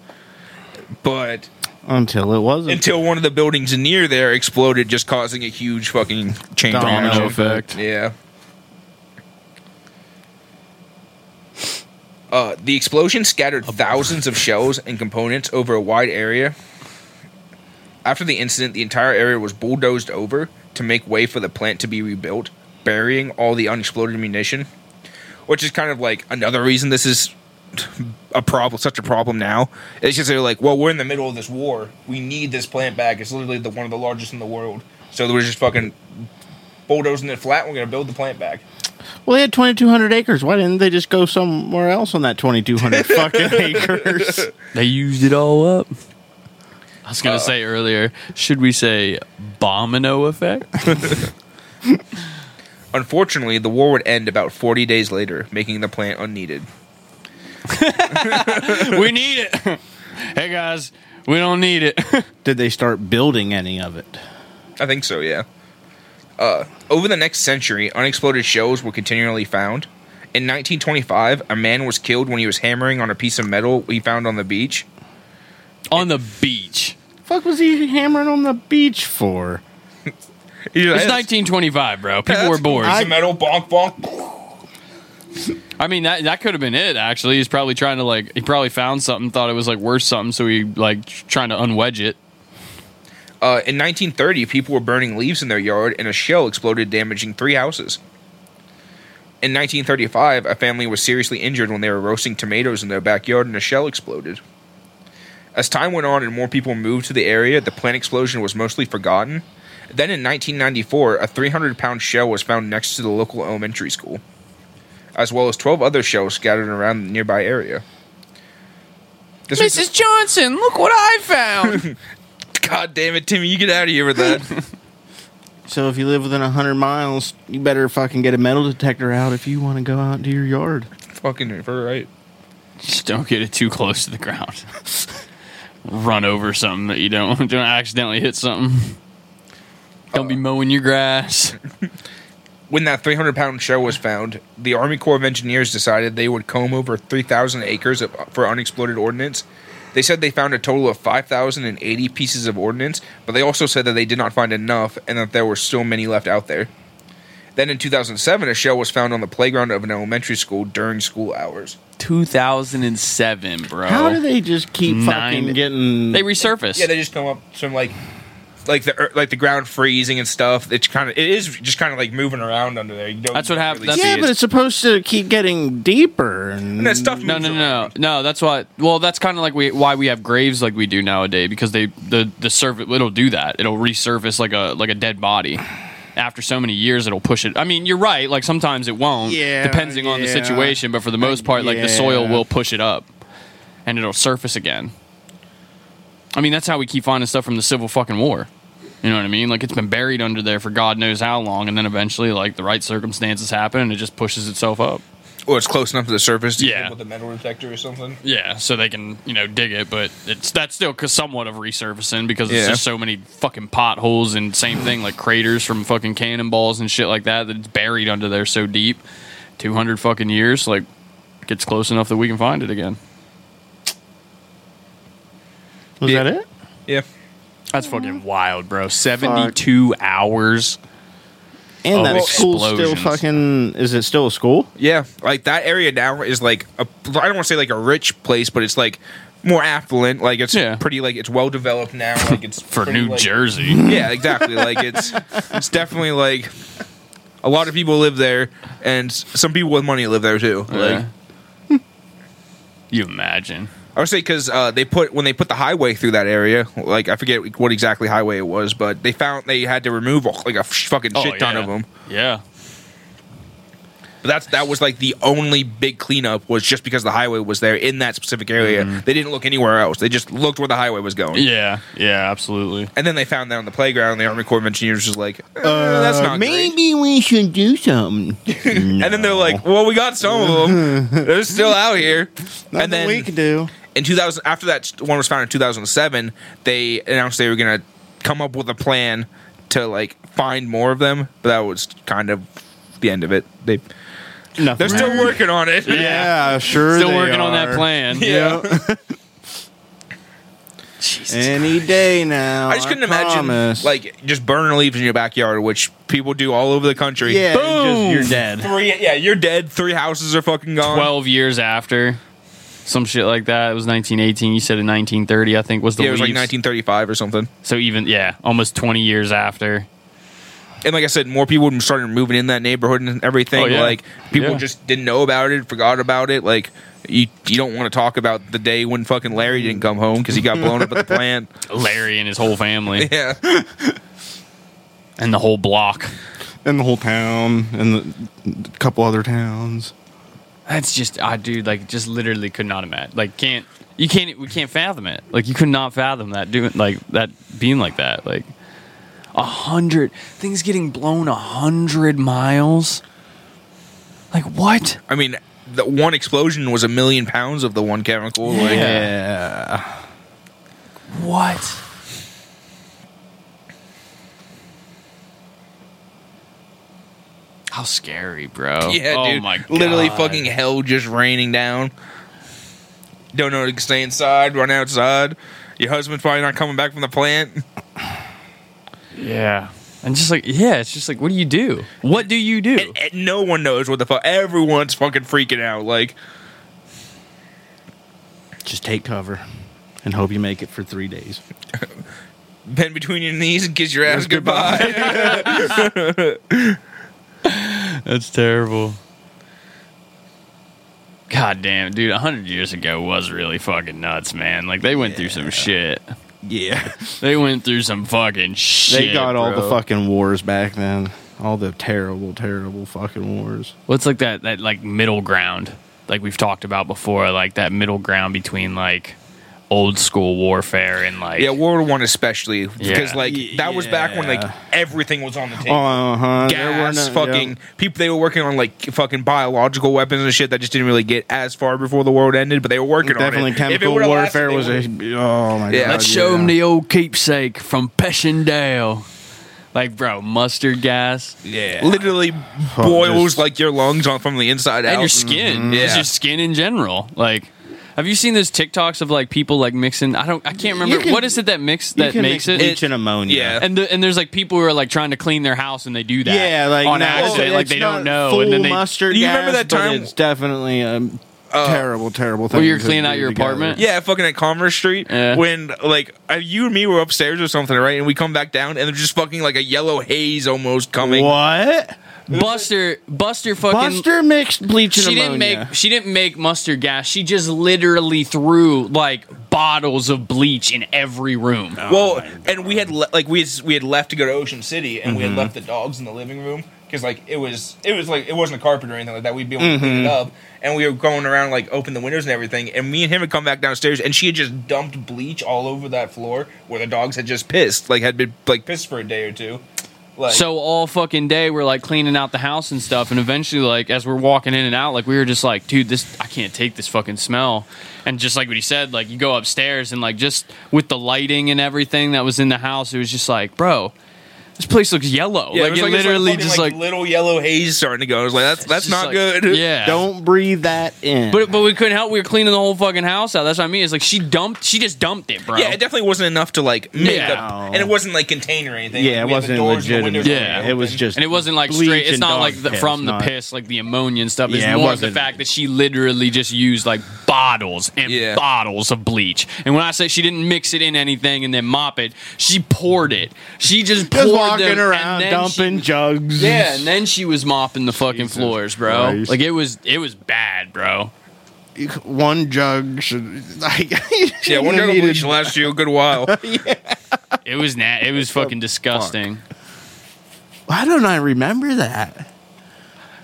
Speaker 1: But
Speaker 2: Until it wasn't.
Speaker 1: until one of the buildings near there exploded, just causing a huge fucking chain
Speaker 2: Domino
Speaker 1: reaction.
Speaker 3: effect.
Speaker 1: Yeah. Uh, the explosion scattered thousands of shells and components over a wide area. After the incident, the entire area was bulldozed over to make way for the plant to be rebuilt, burying all the unexploded munition, which is kind of like another reason this is a problem, such a problem now. It's just they're like, well, we're in the middle of this war. We need this plant back. It's literally the one of the largest in the world. So we're just fucking bulldozing it flat. We're gonna build the plant back.
Speaker 2: Well, they had 2,200 acres. Why didn't they just go somewhere else on that 2,200 fucking acres?
Speaker 3: They used it all up. I was gonna say earlier, should we say Bomino effect?
Speaker 1: Unfortunately, the war would end about 40 days later, making the plant unneeded.
Speaker 3: we need it. hey guys, we don't need it.
Speaker 2: Did they start building any of it?
Speaker 1: I think so, yeah. Uh, over the next century, unexploded shells were continually found. In 1925, a man was killed when he was hammering on a piece of metal he found on the beach.
Speaker 3: On the beach.
Speaker 2: Fuck was he hammering on the beach for?
Speaker 1: He's like,
Speaker 3: It's
Speaker 1: "That's-
Speaker 3: 1925, bro. People
Speaker 1: that's
Speaker 3: were bored.
Speaker 1: Piece
Speaker 3: I,
Speaker 1: of metal, bonk, bonk.
Speaker 3: mean, that that could have been it. Actually, he's probably trying to like he probably found something, thought it was like worth something, so he like trying to unwedge it.
Speaker 1: Uh, in 1930, people were burning leaves in their yard, and a shell exploded, damaging three houses. In 1935, a family was seriously injured when they were roasting tomatoes in their backyard, and a shell exploded. As time went on and more people moved to the area, the plant explosion was mostly forgotten. Then in 1994, a 300 pound shell was found next to the local elementary school, as well as 12 other shells scattered around the nearby area. This was-
Speaker 3: Johnson, look what I found.
Speaker 1: God damn it, Timmy, you get out of here with that.
Speaker 2: So if you live within 100 miles, you better fucking get a metal detector out if you want to go out into your yard.
Speaker 1: Fucking if we're right.
Speaker 3: Just don't get it too close to the ground. Run over something that you don't don't accidentally hit something. Don't be mowing your grass.
Speaker 1: when that 300 pound shell was found, the Army Corps of Engineers decided they would comb over 3,000 acres of, for unexploded ordnance. They said they found a total of 5,080 pieces of ordnance, but they also said that they did not find enough and that there were still many left out there. Then in 2007, a shell was found on the playground of an elementary school during school hours.
Speaker 3: 2007, bro.
Speaker 2: How do they just keep
Speaker 3: Nine-
Speaker 2: fucking getting?
Speaker 3: They resurface.
Speaker 1: Yeah, Oh. they just come up from like like the ear- like the ground freezing and stuff. It's kind of it is just kind of like moving around under there. You don't
Speaker 3: That's what happened-
Speaker 1: really
Speaker 3: that's-
Speaker 1: see
Speaker 2: yeah,
Speaker 1: it.
Speaker 2: but it's supposed to keep getting deeper. And
Speaker 1: And that stuff
Speaker 3: No,
Speaker 1: moves
Speaker 3: no,
Speaker 1: around.
Speaker 3: no, no. That's why. Well, that's kind of like we why we have graves like we do nowadays because they the the surf it'll do that. It'll resurface like a like a dead body. After so many years, it'll push it. I mean, you're right. Like sometimes it won't,
Speaker 2: Yeah,
Speaker 3: depending on the
Speaker 2: yeah.
Speaker 3: situation. But for the most part, like the soil
Speaker 2: yeah.
Speaker 3: will push it up, and it'll surface again. I mean, that's how we keep finding stuff from the Civil fucking War. You know what I mean? Like it's been buried under there for God knows how long, and then eventually, like the right circumstances happen, and it just pushes itself up.
Speaker 1: Or it's close enough to the surface to
Speaker 3: Yeah.
Speaker 1: hit with a metal detector or something.
Speaker 3: Yeah, so they can you know dig it, but it's that's still c- somewhat of resurfacing because it's
Speaker 1: Yeah.
Speaker 3: just so many fucking potholes and same thing like craters from fucking cannonballs and shit like that that it's buried under there so deep, two hundred fucking years like gets close enough that we can find it again.
Speaker 2: was
Speaker 1: Yeah.
Speaker 2: that it?
Speaker 1: Yeah.
Speaker 3: That's fucking wild, bro. Seventy two hours.
Speaker 2: And
Speaker 3: Oh,
Speaker 2: that school still
Speaker 3: explosions.
Speaker 2: fucking is it still a school?
Speaker 1: Yeah, like that area now is like a I don't want to say like a rich place, but it's like more affluent. Like it's
Speaker 3: Yeah.
Speaker 1: pretty like it's well developed now. Like it's
Speaker 3: For
Speaker 1: pretty,
Speaker 3: New
Speaker 1: like-
Speaker 3: Jersey,
Speaker 1: Yeah, exactly. like it's it's definitely like a lot of people live there, and s- some people with money live there too. Like
Speaker 3: like you imagine.
Speaker 1: I would say because uh, they put when they put the highway through that area, like I forget what exactly highway it was, but they found they had to remove like a fucking
Speaker 3: Oh,
Speaker 1: shit ton
Speaker 3: yeah.
Speaker 1: of them.
Speaker 3: Yeah,
Speaker 1: But that's that was like the only big cleanup was just because the highway was there in that specific area.
Speaker 2: Mm-hmm.
Speaker 1: They didn't look anywhere else. They just looked where the highway was going.
Speaker 3: yeah, yeah, absolutely.
Speaker 1: And then they found that on the playground. And the Army Corps of Engineers was like, eh,
Speaker 2: Uh,
Speaker 1: "That's not maybe."
Speaker 2: we should do something.
Speaker 1: And then they're like, "Well, we got some of them. They're still out here." and then
Speaker 2: we could do.
Speaker 1: in 2000, after that one was found in 2007, they announced they were gonna come up with a plan to like find more of them. But that was kind of the end of it. They
Speaker 2: Nothing.
Speaker 1: they're still working on it.
Speaker 2: Yeah, sure.
Speaker 3: Still
Speaker 2: they
Speaker 3: working on that
Speaker 2: are.
Speaker 3: plan.
Speaker 2: Yeah. Any day now.
Speaker 1: I just couldn't imagine
Speaker 2: promise.
Speaker 1: like just burning leaves in your backyard, which people do all over the country.
Speaker 2: yeah, Just,
Speaker 3: boom.
Speaker 2: you're dead.
Speaker 1: three. Yeah, you're dead. Three houses are fucking gone.
Speaker 3: 12 years after some shit like that it was 1918 you said in 1930 i think was the
Speaker 1: yeah, it was like
Speaker 3: lease.
Speaker 1: 1935 or something.
Speaker 3: so even yeah almost 20 years after
Speaker 1: And like I said, more people started moving in that neighborhood and everything.
Speaker 3: Oh, yeah.
Speaker 1: Like people
Speaker 3: Yeah.
Speaker 1: just didn't know about it, forgot about it. Like you, you don't want to talk about the day when fucking Larry didn't come home because he got blown up at the plant.
Speaker 3: larry and his whole family
Speaker 1: Yeah,
Speaker 3: and the whole block
Speaker 2: And the whole town and the, a couple other towns.
Speaker 3: that's just i dude like just literally could not imagine like can't you can't we can't fathom it like you could not fathom that doing like that being like that like a hundred things getting blown a hundred miles like what
Speaker 1: I mean, the one explosion was a million pounds of the one chemical. Like,
Speaker 2: Yeah.
Speaker 3: What? How scary, bro.
Speaker 1: Yeah,
Speaker 3: oh
Speaker 1: dude.
Speaker 3: My God.
Speaker 1: Literally fucking hell just raining down. Don't know to stay inside, run outside. Your husband's probably not coming back from the plant.
Speaker 3: Yeah. And just like, yeah, it's just like, what do you do? What do you do?
Speaker 1: And, and no one knows what the fuck. Everyone's fucking freaking out. Like,
Speaker 2: Just take cover and hope you make it for three days.
Speaker 1: bend between your knees and kiss your ass goodbye.
Speaker 3: That's terrible. God damn, dude, 100 years ago was really fucking nuts, man. Like, they went through some shit.
Speaker 2: Yeah.
Speaker 3: They went through some fucking shit.
Speaker 2: They got all the
Speaker 3: bro.
Speaker 2: fucking wars back then. All the terrible, terrible fucking wars.
Speaker 3: what's like that that like middle ground like we've talked about before like that middle ground between like old school warfare and like
Speaker 1: yeah, Oh, World War One especially because
Speaker 3: Yeah.
Speaker 1: like that was back when like
Speaker 2: Yeah.
Speaker 1: everything was on the table.
Speaker 2: Uh huh.
Speaker 1: Gas, fucking people. They were working on like fucking biological weapons and shit that just didn't really get as far before the world ended, but they were working on
Speaker 2: Definitely
Speaker 1: it. If it
Speaker 2: chemical
Speaker 1: would've lasted,
Speaker 2: warfare
Speaker 1: they
Speaker 2: was a.
Speaker 1: would've-
Speaker 2: Oh my god.
Speaker 1: Yeah.
Speaker 3: let's show 'em show them the old keepsake from Peshendale Like, bro, mustard gas
Speaker 1: Yeah. Literally boils like your lungs on from the inside out.
Speaker 3: and your skin.
Speaker 2: Mm-hmm.
Speaker 1: Mhm.
Speaker 3: It's
Speaker 1: Yeah.
Speaker 3: your skin in general. Like, have you seen those TikToks of like people like mixing? I don't. I can't remember
Speaker 2: can-
Speaker 3: what is it that mix
Speaker 2: You
Speaker 3: that
Speaker 2: can
Speaker 3: makes
Speaker 2: make
Speaker 3: it.
Speaker 2: bleach and ammonia.
Speaker 1: Yeah.
Speaker 3: and the, and there's like people who are like trying to clean their house and they do that.
Speaker 2: Yeah, like
Speaker 3: on
Speaker 2: no,
Speaker 3: accident,
Speaker 2: it's
Speaker 3: like they
Speaker 2: not
Speaker 3: don't know.
Speaker 2: Full
Speaker 3: and then they
Speaker 2: mustard
Speaker 1: You
Speaker 2: gas,
Speaker 1: remember that
Speaker 2: but
Speaker 1: time-
Speaker 2: It's definitely a
Speaker 1: Oh.
Speaker 2: terrible, terrible thing.
Speaker 3: Where you're
Speaker 2: to
Speaker 3: cleaning out
Speaker 2: do
Speaker 3: your
Speaker 2: together.
Speaker 3: apartment?
Speaker 1: Yeah, fucking at Commerce Street.
Speaker 3: Yeah.
Speaker 1: When like uh, you and me were upstairs or something, right? And we come back down, and there's just fucking like a yellow haze almost coming.
Speaker 2: What?
Speaker 3: Buster, Buster, fucking.
Speaker 2: Buster mixed bleach and
Speaker 3: She
Speaker 2: ammonia.
Speaker 3: didn't make she didn't make mustard gas. She just literally threw like bottles of bleach in every room.
Speaker 1: Well, and we had le- like we had, we had left to go to Ocean City, and we
Speaker 3: Mm-hmm.
Speaker 1: had left the dogs in the living room because like it was it was like it wasn't a carpet or anything like that. We'd be able to clean it
Speaker 3: Mm-hmm.
Speaker 1: up, and we were going around like open the windows and everything. And me and him had come back downstairs, and she had just dumped bleach all over that floor where the dogs had just pissed, like had been like pissed for a day or two. Like,
Speaker 3: So all fucking day we're like cleaning out the house and stuff, and eventually, like as we're walking in and out, like we were just like, dude, this I can't take this fucking smell. And just like what he said, like you go upstairs and like just with the lighting and everything that was in the house, it was just like, bro, this place looks yellow.
Speaker 1: Yeah,
Speaker 3: like it,
Speaker 1: was, this,
Speaker 3: literally
Speaker 1: fucking,
Speaker 3: just like,
Speaker 1: little yellow haze starting to go. I was like, that's that's
Speaker 3: just,
Speaker 1: not
Speaker 3: like,
Speaker 1: good.
Speaker 3: Yeah,
Speaker 2: Don't breathe that in.
Speaker 3: But but we couldn't help. We were cleaning the whole fucking house out. That's what I mean. It's like she dumped. She just dumped it, bro.
Speaker 1: Yeah, it definitely wasn't enough to like make
Speaker 3: Yeah.
Speaker 1: up, and it wasn't like contained or anything.
Speaker 2: yeah, it
Speaker 1: We had the
Speaker 2: wasn't
Speaker 1: doors and the
Speaker 2: legitimate.
Speaker 1: windows
Speaker 3: Yeah,
Speaker 1: were
Speaker 2: it was
Speaker 1: open.
Speaker 2: just
Speaker 3: And it wasn't like
Speaker 2: bleach
Speaker 3: straight. It's
Speaker 2: and
Speaker 3: not
Speaker 2: dog
Speaker 3: like the,
Speaker 2: piss,
Speaker 3: from
Speaker 2: not-
Speaker 3: the piss, like the ammonia and stuff. It's
Speaker 2: Yeah, it
Speaker 3: more of the
Speaker 2: wasn't-
Speaker 3: fact that she literally just used like bottles and
Speaker 1: Yeah.
Speaker 3: bottles of bleach. And when I say she didn't mix it in anything and then mop it, she poured it. She
Speaker 2: Just
Speaker 3: just, poured
Speaker 2: walking
Speaker 3: them,
Speaker 2: around
Speaker 3: and then
Speaker 2: dumping jugs.
Speaker 3: She, yeah, and then she was mopping the fucking
Speaker 2: Jesus
Speaker 3: floors, bro.
Speaker 2: Christ.
Speaker 3: Like it was, it was bad, bro.
Speaker 2: one jug should like
Speaker 1: Yeah, one drop of bleach lasts you a good while.
Speaker 3: It was na- It was fucking disgusting.
Speaker 2: Why don't I remember that?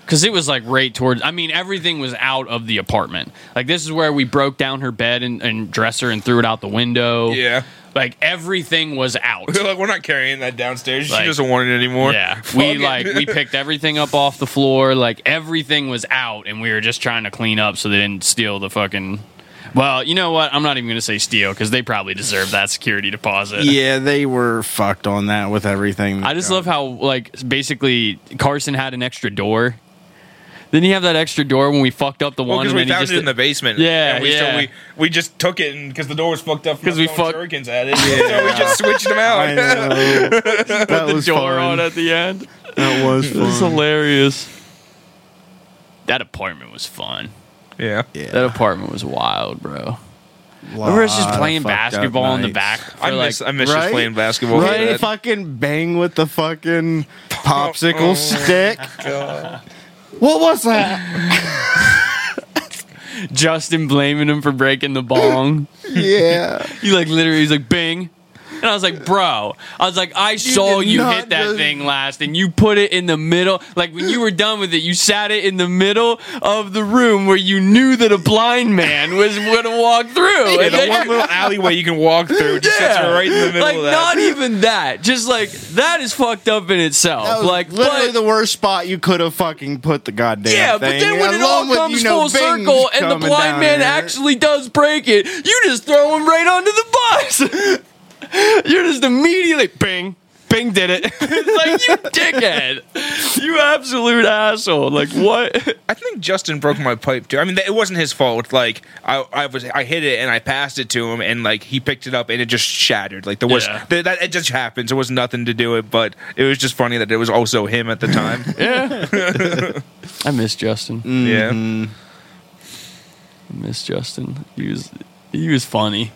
Speaker 3: Cause it was like right towards. I mean, everything was out of the apartment. Like this is where we broke down her bed and, and dresser and threw it out the window.
Speaker 1: yeah,
Speaker 3: like everything was out.
Speaker 1: we're like we're not carrying that downstairs.
Speaker 3: Like-
Speaker 1: she doesn't want it anymore.
Speaker 3: yeah,
Speaker 1: Fuck
Speaker 3: we
Speaker 1: it.
Speaker 3: like we picked everything up off the floor. Like everything was out, and we were just trying to clean up so they didn't steal the fucking. Well, you know what? I'm not even gonna say steal because they probably deserve that security deposit.
Speaker 2: Yeah, they were fucked on that with everything.
Speaker 3: I just love how like basically Carson had an extra door. Didn't he have that extra door when we fucked up the
Speaker 1: Well,
Speaker 3: one?
Speaker 1: because
Speaker 3: and
Speaker 1: we
Speaker 3: then he
Speaker 1: found
Speaker 3: just
Speaker 1: it in the basement.
Speaker 3: Yeah,
Speaker 1: and we, so
Speaker 3: yeah.
Speaker 1: we we just took it because the door was fucked up
Speaker 3: 'Cause we fucked-
Speaker 1: hurricanes at it. So we just switched them
Speaker 2: I
Speaker 1: out.
Speaker 2: know. that was
Speaker 3: door
Speaker 2: fun.
Speaker 3: on at the end.
Speaker 2: That was
Speaker 3: It was
Speaker 2: fun.
Speaker 3: hilarious. That apartment was fun.
Speaker 1: yeah.
Speaker 2: Yeah.
Speaker 3: That apartment was wild, bro.
Speaker 2: Lot
Speaker 3: Remember us just
Speaker 2: of
Speaker 3: playing
Speaker 2: fucked up
Speaker 3: basketball in the
Speaker 2: nights.
Speaker 3: back for
Speaker 1: I
Speaker 3: like
Speaker 1: miss I miss just
Speaker 2: right?
Speaker 1: playing basketball.
Speaker 2: Right,
Speaker 1: That-
Speaker 2: fucking bang with the fucking
Speaker 3: Oh.
Speaker 2: popsicle stick.
Speaker 1: God.
Speaker 2: What was that?
Speaker 3: Justin blaming him for breaking the bong.
Speaker 2: Yeah,
Speaker 3: he like literally he's like bing. And I was like, bro, I was like, I saw
Speaker 2: did
Speaker 3: you
Speaker 2: not
Speaker 3: hit that
Speaker 2: just-
Speaker 3: thing last and you put it in the middle. Like when you were done with it, you sat it in the middle of the room where you knew that a blind man was gonna walk through.
Speaker 1: Yeah,
Speaker 3: And
Speaker 1: the
Speaker 3: then-
Speaker 1: one little alleyway you can walk through just sits
Speaker 3: Yeah.
Speaker 1: right in the middle
Speaker 3: like
Speaker 1: of that.
Speaker 3: not even that. Just like that is fucked up in itself.
Speaker 2: that was
Speaker 3: like
Speaker 2: like literally
Speaker 3: but-
Speaker 2: the worst spot you could have fucking put the goddamn
Speaker 3: Yeah, but
Speaker 2: thing.
Speaker 3: then when it all
Speaker 2: Along with,
Speaker 3: comes
Speaker 2: you know,
Speaker 3: full
Speaker 2: Bing's
Speaker 3: circle and the
Speaker 2: coming
Speaker 3: blind
Speaker 2: down
Speaker 3: man
Speaker 2: here.
Speaker 3: actually does break it, you just throw him right onto the bus. You're just immediately bing. Bing did it. it's like you dickhead. You absolute asshole. Like what?
Speaker 1: I think Justin broke my pipe too. I mean, that- it wasn't his fault. Like I, I was, I hit it and I passed it to him, and like he picked it up and it just shattered. Like there was,
Speaker 3: Yeah.
Speaker 1: th- that it just happens. There was nothing to do it, but it was just funny that it was also him at the time.
Speaker 3: I miss Justin. Mm-hmm.
Speaker 1: yeah,
Speaker 3: I miss Justin. He was he was funny.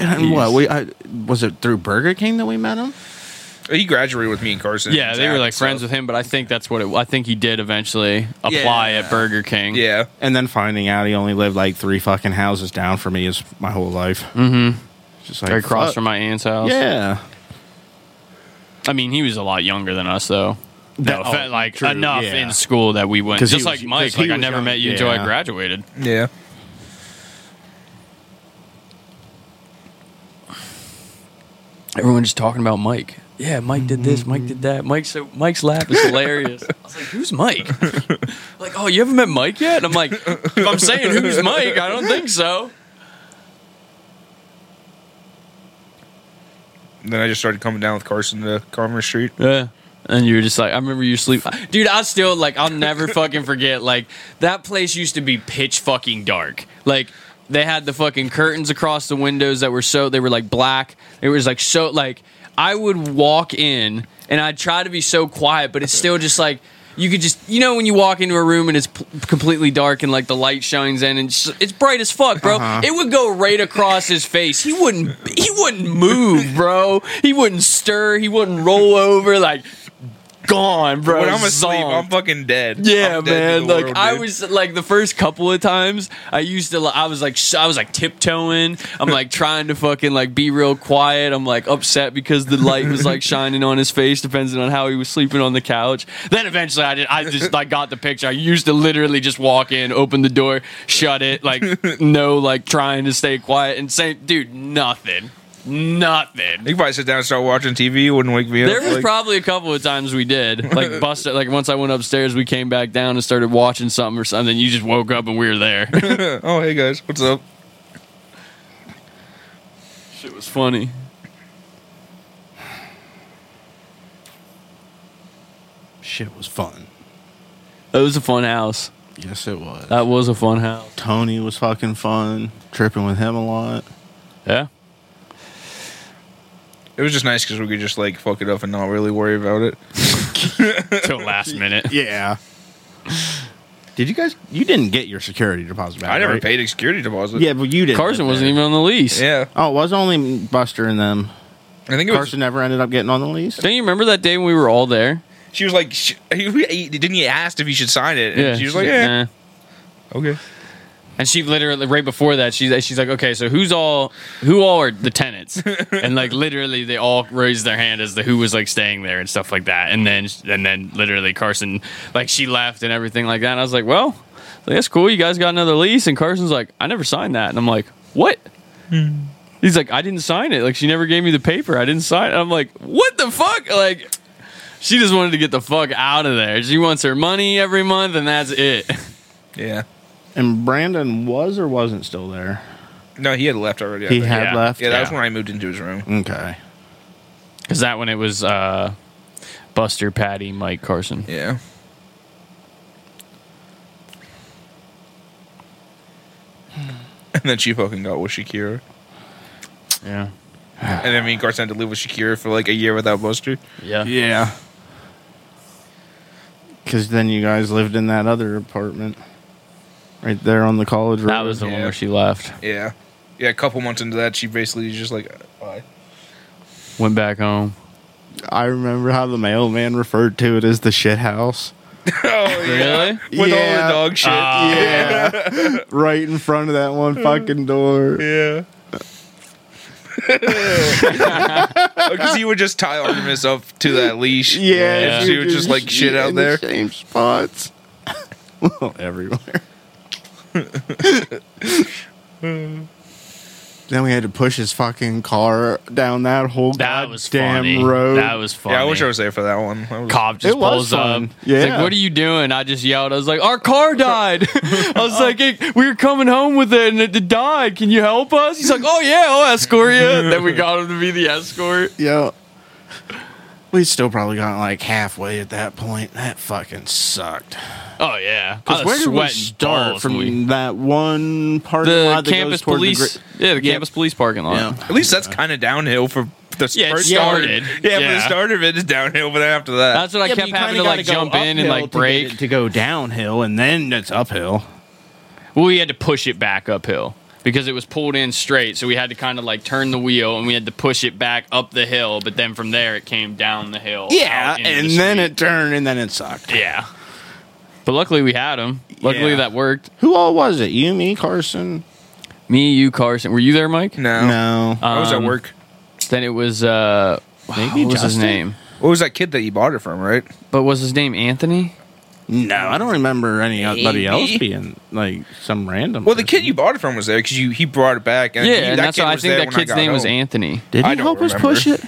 Speaker 2: And what we I, was it through Burger King that we met him?
Speaker 1: he graduated with me and Carson.
Speaker 3: Yeah, they were
Speaker 1: Zach,
Speaker 3: like
Speaker 1: so-
Speaker 3: friends with him, but I think that's what it I think he did eventually apply
Speaker 1: Yeah.
Speaker 3: at Burger King.
Speaker 1: Yeah,
Speaker 2: And then finding out he only lived like three fucking houses down from me is my whole life. Mm-hmm. Just like
Speaker 3: Right across
Speaker 2: fuck.
Speaker 3: from my aunt's house.
Speaker 2: Yeah.
Speaker 3: I mean, he was a lot younger than us, though. No,
Speaker 2: oh,
Speaker 3: fe- like
Speaker 2: true,
Speaker 3: enough
Speaker 2: yeah.
Speaker 3: in school that we went.
Speaker 2: 'Cause he
Speaker 3: Just
Speaker 2: was-
Speaker 3: like Mike,
Speaker 2: 'cause he
Speaker 3: like I
Speaker 2: was
Speaker 3: never
Speaker 2: young,
Speaker 3: met you until I
Speaker 2: yeah.
Speaker 3: graduated.
Speaker 1: yeah.
Speaker 3: Everyone just talking about Mike. Yeah, Mike did this. Mike did that. Mike's so, Mike's laugh is hilarious. I was like, "Who's Mike?" like, oh, you haven't met Mike yet? And I'm like, if I'm saying who's Mike, I don't think so.
Speaker 1: Then I just started coming down with Carson to Commerce Street.
Speaker 3: Yeah. And you were just like, I remember you sleep, dude. I still like, I'll never fucking forget. Like that place used to be pitch fucking dark. Like they had the fucking curtains across the windows that were so they were like black. It was like so like I would walk in and I'd try to be so quiet, but it's still just like you could just you know when you walk into a room and it's p- completely dark and like the light shines in and it's, it's bright as fuck, bro.
Speaker 1: Uh-huh.
Speaker 3: It would go right across his face. He wouldn't he wouldn't move, bro. He wouldn't stir. He wouldn't roll over like. Gone, bro.
Speaker 1: when I'm asleep,
Speaker 3: zonked.
Speaker 1: I'm fucking dead.
Speaker 3: Yeah,
Speaker 1: I'm dead to
Speaker 3: man.
Speaker 1: the
Speaker 3: Like
Speaker 1: world,
Speaker 3: I
Speaker 1: dude.
Speaker 3: was like the first couple of times I used to. li- I was like sh- I was like tiptoeing. I'm like trying to fucking like be real quiet. I'm like upset because the light was like shining on his face, depending on how he was sleeping on the couch. Then eventually I did. I just like got the picture. I used to literally just walk in, open the door, shut it. Like no, like trying to stay quiet and say, dude, nothing, nothing.
Speaker 1: You could probably sit down and start watching TV. You wouldn't wake me up.
Speaker 3: There was
Speaker 1: like,
Speaker 3: probably a couple of times we did. Like busted like once I went upstairs, we came back down and started watching something or something. You just woke up and we were there.
Speaker 1: oh, hey guys, what's up?
Speaker 3: Shit was funny.
Speaker 2: Shit was fun.
Speaker 3: That was a fun house.
Speaker 2: Yes, it was.
Speaker 3: That was a fun house.
Speaker 2: Tony was fucking fun. Tripping with him a lot.
Speaker 3: Yeah.
Speaker 1: It was just nice because we could just like fuck it up and not really worry about it.
Speaker 3: Till last minute.
Speaker 2: Yeah. Did you guys? You didn't get your security deposit back.
Speaker 1: I never
Speaker 2: right?
Speaker 1: paid a security deposit.
Speaker 2: Yeah, but you didn't.
Speaker 3: Carson wasn't even on the lease.
Speaker 1: yeah.
Speaker 2: Oh, it was only Buster and them.
Speaker 1: I think it was.
Speaker 2: Carson never ended up getting on the lease.
Speaker 3: Don't you remember that day when we were all there?
Speaker 1: She was like, she, he, he- didn't he asked if he should sign it? And she was like,
Speaker 3: she's
Speaker 1: yeah,
Speaker 3: nah.
Speaker 1: okay.
Speaker 3: And she literally right before that, she's she's like, okay, so who's all who all are the tenants? and like literally, they all raised their hand as the who was like staying there and stuff like that. And then and then literally Carson like she left and everything like that. And I was like, well, that's cool. You guys got another lease. And Carson's like, I never signed that. And I'm like, what?
Speaker 1: Hmm.
Speaker 3: He's like, I didn't sign it. Like she never gave me the paper. I didn't sign. it. I'm like, what the fuck? Like. She just wanted to get the fuck out of there. She wants her money every month, and that's it.
Speaker 1: Yeah.
Speaker 2: And Brandon was or wasn't still there.
Speaker 1: No, he had left already. I
Speaker 2: He
Speaker 1: think.
Speaker 2: had
Speaker 3: Yeah.
Speaker 2: left.
Speaker 1: yeah, that was
Speaker 3: yeah.
Speaker 1: when I moved into his room.
Speaker 2: Okay.
Speaker 3: Is that when it was uh, Buster, Patty, Mike, Carson?
Speaker 1: Yeah. And then she fucking got with Shakira.
Speaker 3: Yeah.
Speaker 1: And then me and Carson had to live with Shakira for like a year without Buster.
Speaker 3: Yeah.
Speaker 2: Yeah. Because then you guys lived in that other apartment, right there on the college road.
Speaker 3: That was the one where she left.
Speaker 1: Yeah. Yeah, a couple months into that, she basically just like, uh, bye.
Speaker 3: Went back home.
Speaker 2: I remember how the mailman referred to it as the shit house.
Speaker 1: oh,
Speaker 3: Really?
Speaker 1: With all
Speaker 2: Yeah.
Speaker 1: the dog shit.
Speaker 3: Ah.
Speaker 2: Yeah. right in front of that one fucking door.
Speaker 1: Yeah. Because Oh, he would just tie Artemis up to that leash.
Speaker 2: Yeah,
Speaker 3: Yeah.
Speaker 1: She would just, like, shit out
Speaker 2: in the
Speaker 1: there.
Speaker 2: same spots. well, everywhere. then we had to push his fucking car down that whole
Speaker 3: That
Speaker 2: goddamn
Speaker 3: was funny.
Speaker 2: road.
Speaker 3: That was funny.
Speaker 1: Yeah, I wish I was there for that one. That was-
Speaker 3: Cop just
Speaker 2: It was
Speaker 3: pulls up.
Speaker 2: fun.
Speaker 3: Yeah.
Speaker 2: Yeah.
Speaker 3: like, what are you doing? I just yelled. I was like, our car died. I was like, "Hey, we were coming home with it and it died. Can you help us? He's like, oh yeah, I'll escort you. then we got him to be the escort.
Speaker 2: yeah. We still probably got like halfway at that point. That fucking sucked.
Speaker 3: Oh yeah. I
Speaker 2: Because
Speaker 3: was
Speaker 2: where did we
Speaker 3: sweating
Speaker 2: start
Speaker 3: balls
Speaker 2: from
Speaker 3: when we-
Speaker 2: that one parking
Speaker 3: the
Speaker 2: lot that goes
Speaker 3: campus
Speaker 2: toward the
Speaker 3: police?
Speaker 2: gri-
Speaker 3: yeah, the campus police parking lot.
Speaker 2: yeah.
Speaker 1: At least that's kind of downhill for the
Speaker 3: Yeah, it
Speaker 1: first start.
Speaker 3: started.
Speaker 1: Yeah, for the
Speaker 3: Yeah.
Speaker 1: start of it is downhill, but after that,
Speaker 3: That's what I
Speaker 2: Yeah, but
Speaker 3: kept
Speaker 2: you
Speaker 3: having
Speaker 2: kinda
Speaker 3: to like
Speaker 2: gotta go
Speaker 3: jump in and
Speaker 2: uphill
Speaker 3: like
Speaker 2: to get
Speaker 3: break.
Speaker 2: it to go downhill, and then it's uphill.
Speaker 3: Well, we had to push it back uphill because it was pulled in straight. So we had to kind of like turn the wheel and we had to push it back up the hill. But then from there, it came down the hill. out into
Speaker 2: and
Speaker 3: the
Speaker 2: then it
Speaker 3: street.
Speaker 2: turned, and then it sucked.
Speaker 3: Yeah. But luckily we had him. Luckily
Speaker 2: Yeah.
Speaker 3: that worked.
Speaker 2: Who all was it? You, me, Carson?
Speaker 3: Me, you, Carson. Were you there, Mike?
Speaker 1: no.
Speaker 2: No,
Speaker 1: I was at
Speaker 3: Um,
Speaker 1: work.
Speaker 3: Then it was uh,
Speaker 2: Maybe
Speaker 3: what was his
Speaker 2: Justin?
Speaker 3: name?
Speaker 1: What was that kid that you bought it from, right?
Speaker 3: But was his name Anthony?
Speaker 2: no, I don't remember anybody
Speaker 3: Maybe.
Speaker 2: else being like some random.
Speaker 1: Well, the kid
Speaker 2: person.
Speaker 1: you bought it from was there because you he brought it back. And
Speaker 3: yeah,
Speaker 1: he-
Speaker 3: and
Speaker 1: that
Speaker 3: that's
Speaker 1: kid
Speaker 3: why I
Speaker 1: was
Speaker 3: think
Speaker 1: there
Speaker 3: that
Speaker 1: when I
Speaker 3: kid's
Speaker 1: got
Speaker 3: name was
Speaker 1: home.
Speaker 3: Anthony.
Speaker 2: did he
Speaker 1: I don't
Speaker 2: help us
Speaker 1: remember.
Speaker 2: push it?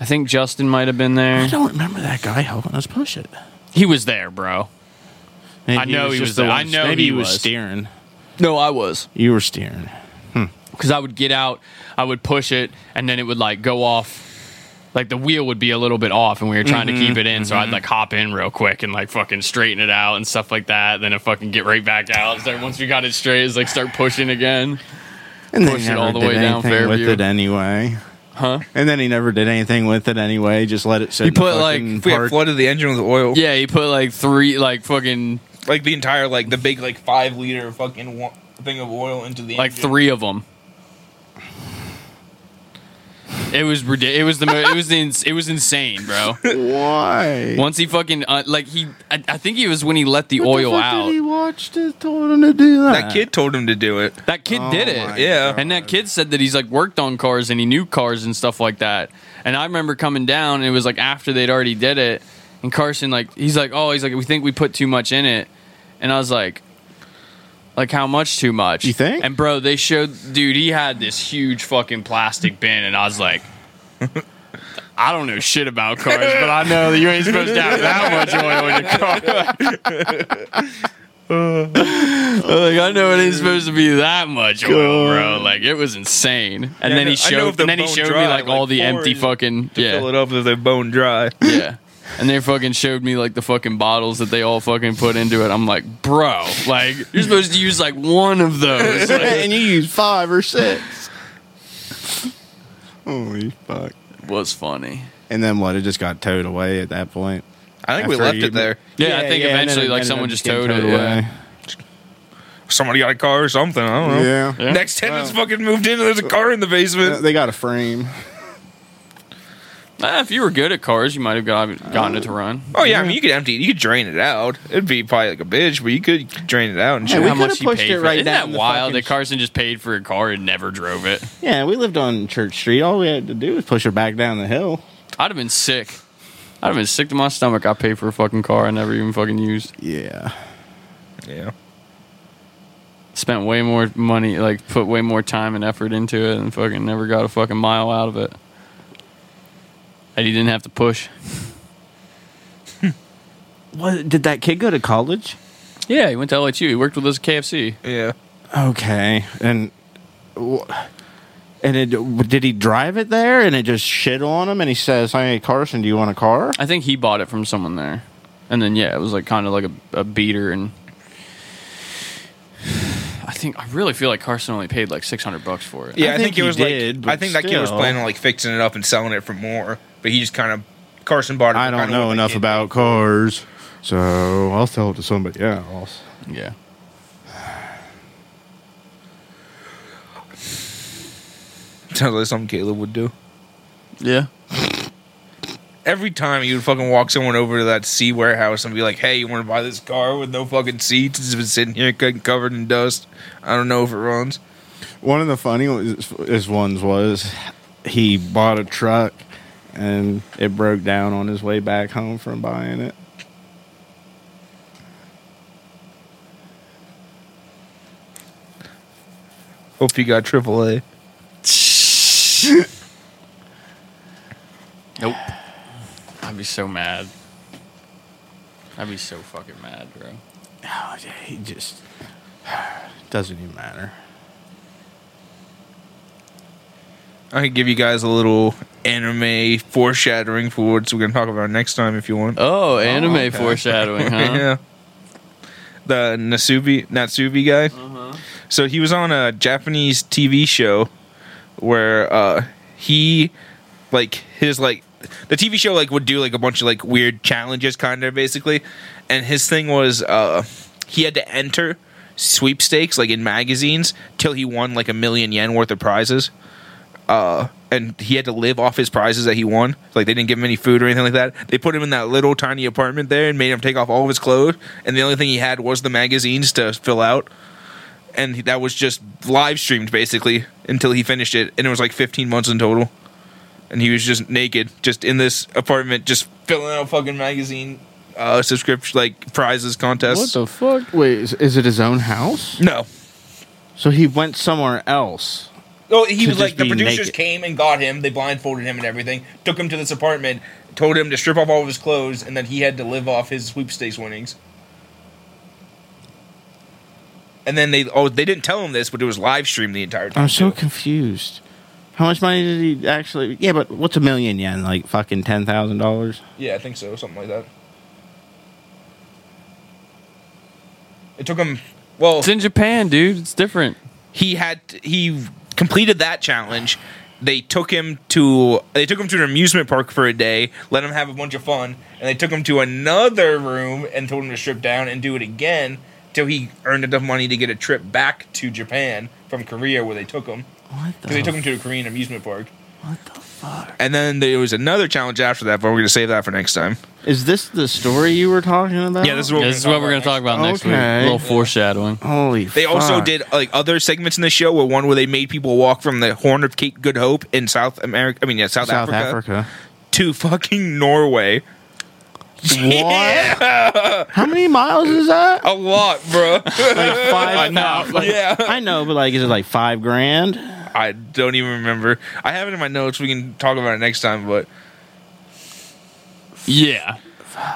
Speaker 3: I think Justin might have been
Speaker 2: I
Speaker 3: there.
Speaker 2: don't remember that guy helping us push it.
Speaker 3: He was there, bro.
Speaker 2: Maybe
Speaker 3: I know he
Speaker 2: just
Speaker 3: was
Speaker 2: the
Speaker 3: there.
Speaker 2: one-
Speaker 3: I know
Speaker 2: maybe
Speaker 3: he
Speaker 2: was
Speaker 3: was.
Speaker 2: steering.
Speaker 3: No, I was.
Speaker 2: You were steering.
Speaker 3: because I would get out, I would push it, and then it would like go off. Like the wheel would be a little bit off, and we were trying to keep it in, so I'd like hop in real quick and like fucking straighten it out and stuff like that. Then I fucking get right back out. Start, once we got it straight, it's like start pushing again.
Speaker 2: And then
Speaker 3: Push
Speaker 2: he
Speaker 3: it
Speaker 2: never
Speaker 3: all the
Speaker 2: did
Speaker 3: way down
Speaker 2: anything with
Speaker 3: Fairview.
Speaker 2: it anyway.
Speaker 3: Huh?
Speaker 2: And then he never did anything with it anyway. Just let it sit.
Speaker 3: He
Speaker 2: in the
Speaker 3: put, like,
Speaker 2: fucking
Speaker 1: If we had
Speaker 2: park.
Speaker 1: flooded the engine with oil,
Speaker 3: Yeah, he put like three, like fucking,
Speaker 1: like the entire like the big like five liter fucking wa- thing of oil into the
Speaker 3: like
Speaker 1: engine.
Speaker 3: three of them. It was ridiculous. It was the mo- it was the ins- it was insane, bro.
Speaker 2: Why?
Speaker 3: Once he fucking uh, like he, I, I think it was when he let the
Speaker 2: What
Speaker 3: oil
Speaker 2: the fuck
Speaker 3: out.
Speaker 2: Did he watched it. Told him to do that.
Speaker 1: That kid told him to do it.
Speaker 3: that kid
Speaker 2: Oh
Speaker 3: did it.
Speaker 2: my
Speaker 1: Yeah.
Speaker 2: God.
Speaker 3: And that kid said that he's like worked on cars and he knew cars and stuff like that. And I remember coming down and it was like after they'd already did it. And Carson like he's like, "Oh, he's like we think we put too much in it." And I was like, like how much too much?
Speaker 2: You think?
Speaker 3: And bro, they showed dude, he had this huge fucking plastic bin and I was like I don't know shit about cars, but I know that you ain't supposed to have that much oil in your car. like I know it ain't supposed to be that much oil, bro. Like it was insane. And
Speaker 1: Yeah, I
Speaker 3: then he
Speaker 1: know- I know if
Speaker 3: showed,
Speaker 1: they're
Speaker 3: and then he
Speaker 1: bone
Speaker 3: showed
Speaker 1: dry,
Speaker 3: me like, all
Speaker 1: like,
Speaker 3: the empty
Speaker 1: Ford
Speaker 3: fucking
Speaker 1: To fill
Speaker 3: yeah,
Speaker 1: it up if they're bone dry.
Speaker 3: yeah. And they fucking showed me like the fucking bottles that they all fucking put into it. I'm like, bro, like you're supposed to use like one of those. Like,
Speaker 2: and you used five or six. Holy fuck!
Speaker 3: it was funny.
Speaker 2: And then what? It just got towed away at that point.
Speaker 1: I think we
Speaker 2: After
Speaker 1: left
Speaker 2: you-
Speaker 1: it there.
Speaker 3: Yeah, I think
Speaker 2: yeah, and then
Speaker 3: eventually
Speaker 2: it
Speaker 3: like
Speaker 2: ended
Speaker 3: someone
Speaker 2: up
Speaker 3: just
Speaker 2: getting
Speaker 3: towed it. Yeah.
Speaker 1: Somebody got a car or something. I don't know.
Speaker 2: Yeah.
Speaker 3: Yeah.
Speaker 1: Next tenant's fucking moved in. and There's a car in the basement.
Speaker 2: Uh, They got a frame.
Speaker 3: Ah, if you were good at cars, you might have got, gotten it to run.
Speaker 1: Oh yeah, I mean you could empty, it. you could drain it out. It'd be probably like a bitch, but you could drain it out and
Speaker 2: Hey,
Speaker 1: shit.
Speaker 2: we
Speaker 3: How
Speaker 2: could've
Speaker 3: much he
Speaker 2: pushed
Speaker 3: paid
Speaker 2: it
Speaker 3: for
Speaker 2: right
Speaker 3: Isn't
Speaker 2: down
Speaker 3: that
Speaker 2: in the
Speaker 3: wild
Speaker 2: fucking-
Speaker 3: that Carson just paid for a car and never drove it?
Speaker 2: Yeah, we lived on Church Street. All we had to do was push her back down the hill.
Speaker 3: I'd have been sick. I'd have been sick to my stomach. I paid for a fucking car I never even fucking used.
Speaker 2: Yeah.
Speaker 1: yeah,
Speaker 3: Spent way more money, like put way more time and effort into it, and fucking never got a fucking mile out of it. And he didn't have to push.
Speaker 2: What did that kid go to college?
Speaker 3: Yeah, he went to LHU. He worked with us at KFC.
Speaker 1: yeah.
Speaker 2: Okay, and wh- and it, did he drive it there? And it just shit on him, and he says, "Hey, Carson, do you want a car?"
Speaker 3: I think he bought it from someone there. And then yeah, it was like kind of like a, a beater and I think I really feel like Carson only paid like 600 bucks for it.
Speaker 1: Yeah, I,
Speaker 2: I
Speaker 1: think,
Speaker 2: think
Speaker 1: it
Speaker 2: he
Speaker 1: was
Speaker 2: did,
Speaker 1: like I
Speaker 2: but
Speaker 1: think that kid was
Speaker 2: still.
Speaker 1: planning on like fixing it up and selling it for more, but he just kind of Carson bought it.
Speaker 2: I don't know enough about cars, so I'll sell it to somebody else.
Speaker 3: Yeah.
Speaker 1: Sounds like something Caleb would do.
Speaker 3: Yeah.
Speaker 1: Every time you would fucking walk someone over to that C warehouse and be like, "Hey, you want to buy this car with no fucking seats? It's been sitting here getting covered in dust. I don't know if it runs."
Speaker 2: One of the funniest ones was he bought a truck and it broke down on his way back home from buying it.
Speaker 1: Hope you got AAA.
Speaker 3: Nope. I'd be so mad. I'd be so fucking mad, bro.
Speaker 2: Oh, yeah, he just doesn't even matter.
Speaker 1: I can give you guys a little anime foreshadowing for what we're gonna talk about next time if you want.
Speaker 3: Oh, anime
Speaker 2: okay.
Speaker 3: foreshadowing, huh?
Speaker 1: yeah. The Nasubi Natsubi guy. So he was on a Japanese TV show where uh he like his like the TV show like would do like a bunch of like weird challenges kind of basically and his thing was uh he had to enter sweepstakes like in magazines till he won like a million yen worth of prizes uh, and he had to live off his prizes that he won. Like they didn't give him any food or anything like that. They put him in that little tiny apartment there and made him take off all of his clothes, and the only thing he had was the magazines to fill out. And he- that was just live streamed basically until he finished it, and it was like 15 months in total. And he was just naked, just in this apartment, just filling out fucking magazine uh, subscription like prizes
Speaker 2: What
Speaker 1: contests.
Speaker 2: the fuck? Wait, is, is it his own house?
Speaker 1: no,
Speaker 2: So he went somewhere else.
Speaker 1: Oh, he
Speaker 2: To
Speaker 1: was
Speaker 2: just
Speaker 1: like the
Speaker 2: be
Speaker 1: producers
Speaker 2: naked.
Speaker 1: came and got him. They blindfolded him and everything. Took him to this apartment. Told him to strip off all of his clothes, and that he had to live off his sweepstakes winnings. And then they oh they didn't tell him this, but it was live streamed the entire time.
Speaker 2: I'm so
Speaker 1: too.
Speaker 2: confused. How much money did he actually? Yeah, but what's a million yen? Like fucking ten thousand dollars.
Speaker 1: yeah, I think so, something like that. It took him. Well,
Speaker 3: It's in Japan, dude. It's different.
Speaker 1: he had he completed that challenge. They took him to they took him to an amusement park for a day, let him have a bunch of fun, and they took him to another room and told him to strip down and do it again till he earned enough money to get a trip back to Japan from Korea where they took him
Speaker 2: What the?
Speaker 1: because they took him to a Korean amusement park.
Speaker 2: What the fuck?
Speaker 1: And then there was another challenge after that, but we're gonna save that for next time.
Speaker 2: Is this the story you were talking about?
Speaker 1: Yeah, this is what
Speaker 3: This is what we're gonna
Speaker 1: next
Speaker 3: talk about next week.
Speaker 2: Okay.
Speaker 3: A little foreshadowing.
Speaker 2: Holy.
Speaker 1: They also did like other segments in the show, where one where they made people walk from the Horn of Cape Good Hope in South America. I mean, yeah, South,
Speaker 2: South
Speaker 1: Africa,
Speaker 2: Africa.
Speaker 1: to fucking Norway.
Speaker 2: What? How many miles is that?
Speaker 1: A lot, bro.
Speaker 2: Like five.
Speaker 3: I know.
Speaker 2: Like,
Speaker 1: Yeah.
Speaker 2: I know, but like, is it like five grand?
Speaker 1: I don't even remember. I have it in my notes. We can talk about it next time. But
Speaker 3: Yeah,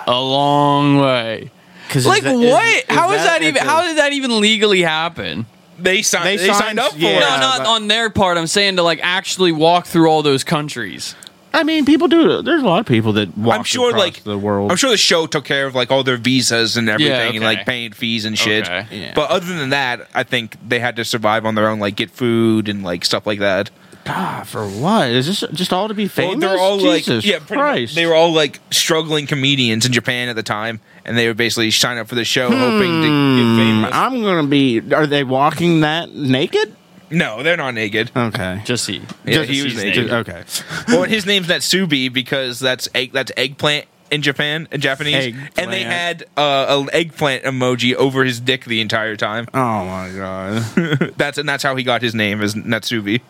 Speaker 3: a long way.
Speaker 2: Because
Speaker 3: Like what? How is that even? How did that even legally happen?
Speaker 1: they signed. They,
Speaker 2: They
Speaker 1: signed,
Speaker 2: signed-
Speaker 1: up for
Speaker 2: yeah.
Speaker 1: it.
Speaker 3: no, not
Speaker 2: but-
Speaker 3: on their part. I'm saying to like actually walk through all those countries.
Speaker 2: I mean, people do. There's a lot of people that walk
Speaker 1: I'm sure,
Speaker 2: across
Speaker 1: like
Speaker 2: the world.
Speaker 1: I'm sure the show took care of like all their visas and everything, and,
Speaker 3: okay.
Speaker 1: like paying fees and shit.
Speaker 3: Okay.
Speaker 2: Yeah.
Speaker 1: But other than that, I think they had to survive on their own, like get food and like stuff like that.
Speaker 2: God, Ah, for what? Is this just all to be
Speaker 1: Well,
Speaker 2: famous?
Speaker 1: they're all
Speaker 2: Jesus
Speaker 1: like, yeah, pretty much-
Speaker 2: Christ.
Speaker 1: they were all like struggling comedians in Japan at the time, and they would basically sign up for the show hoping to get
Speaker 2: Hmm,
Speaker 1: famous.
Speaker 2: I'm gonna be. Are they walking that naked?
Speaker 1: no, they're not naked.
Speaker 2: Okay.
Speaker 3: Just see.
Speaker 1: Yeah,
Speaker 2: Just-
Speaker 1: he was
Speaker 2: just-
Speaker 1: naked.
Speaker 2: Okay.
Speaker 1: well, his name's Natsubi because that's egg, that's eggplant in Japan in Japanese, and they
Speaker 2: Eggplant.
Speaker 1: had uh, an eggplant emoji over his dick the entire time.
Speaker 2: Oh my god.
Speaker 1: that's and that's how he got his name is Natsubi.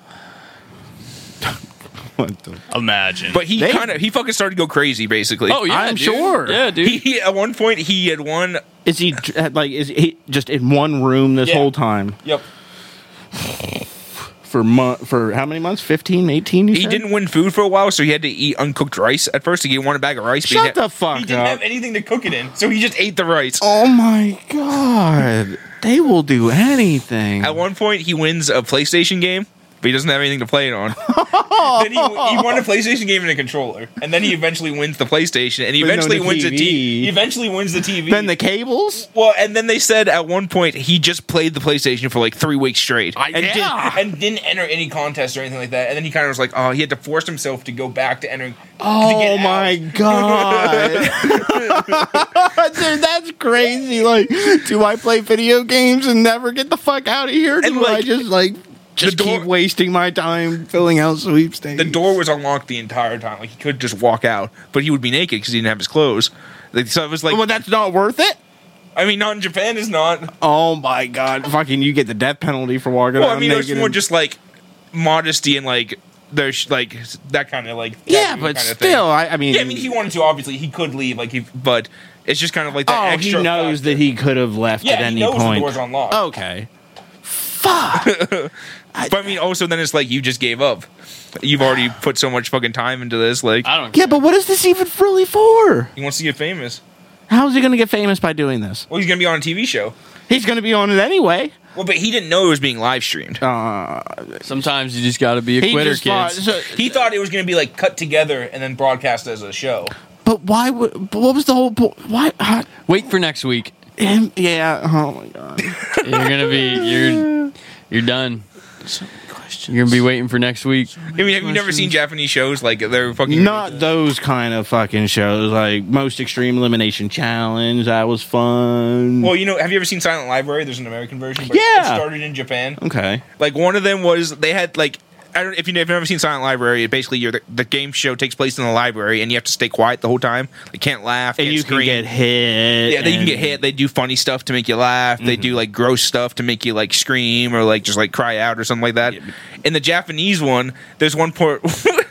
Speaker 2: What the?
Speaker 3: Imagine.
Speaker 1: But he
Speaker 2: They-
Speaker 1: kind of he fucking started to go crazy basically.
Speaker 3: oh yeah,
Speaker 2: I'm
Speaker 3: dude.
Speaker 2: sure.
Speaker 3: Yeah, dude.
Speaker 1: He, he- at one point he had won.
Speaker 2: Is he dr- like? Is he just in one room this
Speaker 1: Yeah.
Speaker 2: whole time
Speaker 1: Yep.
Speaker 2: for month? For how many months? 15, 18? You
Speaker 1: He
Speaker 2: said?
Speaker 1: didn't win food for a while, so he had to eat uncooked rice at first. He wanted a bag of rice. but he
Speaker 2: Shut
Speaker 1: had-
Speaker 2: the fuck
Speaker 1: He didn't
Speaker 2: up.
Speaker 1: have anything to cook it in, so he just ate the rice.
Speaker 2: Oh my god. They will do anything.
Speaker 1: At one point, he wins a PlayStation game, but he doesn't have anything to play it on. then he, he won a PlayStation game and a controller, and then he eventually wins the PlayStation, and he
Speaker 2: But no,
Speaker 1: eventually
Speaker 2: the
Speaker 1: wins the
Speaker 2: TV.
Speaker 1: TV. He eventually wins the TV.
Speaker 2: Then the cables.
Speaker 1: well, and then they said at one point he just played the PlayStation for like three weeks straight,
Speaker 3: I-
Speaker 1: and,
Speaker 3: yeah.
Speaker 1: didn't, and didn't enter any contests or anything like that. And then he kind of was like, oh, he had to force himself to go back to entering. to
Speaker 2: Oh
Speaker 1: get
Speaker 2: my
Speaker 1: out.
Speaker 2: god. Dude, that's crazy. Like, do I play video games and never get the fuck out of here? Do
Speaker 1: And, like,
Speaker 2: I just like just
Speaker 1: door-
Speaker 2: keep wasting my time filling out sweepstakes?
Speaker 1: The door was unlocked the entire time. Like he could just walk out, but he would be naked because he didn't have his clothes. Like so, it was like
Speaker 2: well, that's not worth it.
Speaker 1: I mean, not in Japan is not.
Speaker 2: Oh my god! Fucking, you get the death penalty for walking.
Speaker 1: Well, I
Speaker 2: around
Speaker 1: mean, it was
Speaker 2: naked
Speaker 1: more
Speaker 2: and-
Speaker 1: just like modesty and like there's like that kind of like
Speaker 2: yeah,
Speaker 1: taboo
Speaker 2: but
Speaker 1: kinda thing.
Speaker 2: still, I, I mean,
Speaker 1: Yeah, I mean, he wanted to. Obviously, he could leave. Like he, but it's just kind of like
Speaker 2: oh,
Speaker 1: that extra.
Speaker 2: he knows
Speaker 1: factor.
Speaker 2: that he could have left
Speaker 1: Yeah,
Speaker 2: at
Speaker 1: he
Speaker 2: any
Speaker 1: knows the
Speaker 2: point. Oh,
Speaker 1: door's unlocked.
Speaker 2: Okay, fuck.
Speaker 1: But I mean, also then it's like you just gave up. You've already put so much fucking time into this. Like
Speaker 3: I don't.
Speaker 2: yeah, but what is this even really for?
Speaker 1: he wants to get famous.
Speaker 2: How is he going to get famous by doing this?
Speaker 1: Well, he's gonna be on a TV show.
Speaker 2: He's going to be on it anyway.
Speaker 1: Well, but he didn't know it was being live streamed.
Speaker 2: Uh,
Speaker 3: Sometimes you just got to be a
Speaker 2: he
Speaker 3: quitter,
Speaker 2: just thought-
Speaker 3: kids.
Speaker 2: so-
Speaker 1: He thought it was gonna be like cut together and then broadcast as a show.
Speaker 2: but why would? But what was the whole? po- Why? Uh,
Speaker 3: Wait for next week.
Speaker 2: him, yeah. Oh my god.
Speaker 3: You're gonna be. You're. You're done. You're gonna be waiting for next week.
Speaker 1: I mean, have you never seen Japanese shows like they're fucking
Speaker 2: Not those kind of fucking shows. Like most extreme elimination challenge. That was fun.
Speaker 1: Well, you know, have you ever seen Silent Library? There's an American version. But It
Speaker 2: Yeah.
Speaker 1: started in Japan.
Speaker 2: okay.
Speaker 1: Like one of them was they had like I don't if you've never seen Silent Library. It basically, you're the, the game show takes place in the library, and you have to stay quiet the whole time. You can't laugh.
Speaker 2: And
Speaker 1: can't
Speaker 2: you
Speaker 1: scream.
Speaker 2: can get hit.
Speaker 1: yeah, they, you can get
Speaker 2: and-
Speaker 1: hit. They do funny stuff to make you laugh. They do like gross stuff to make you like scream or like just like cry out or something like that. In the Japanese one, there's one part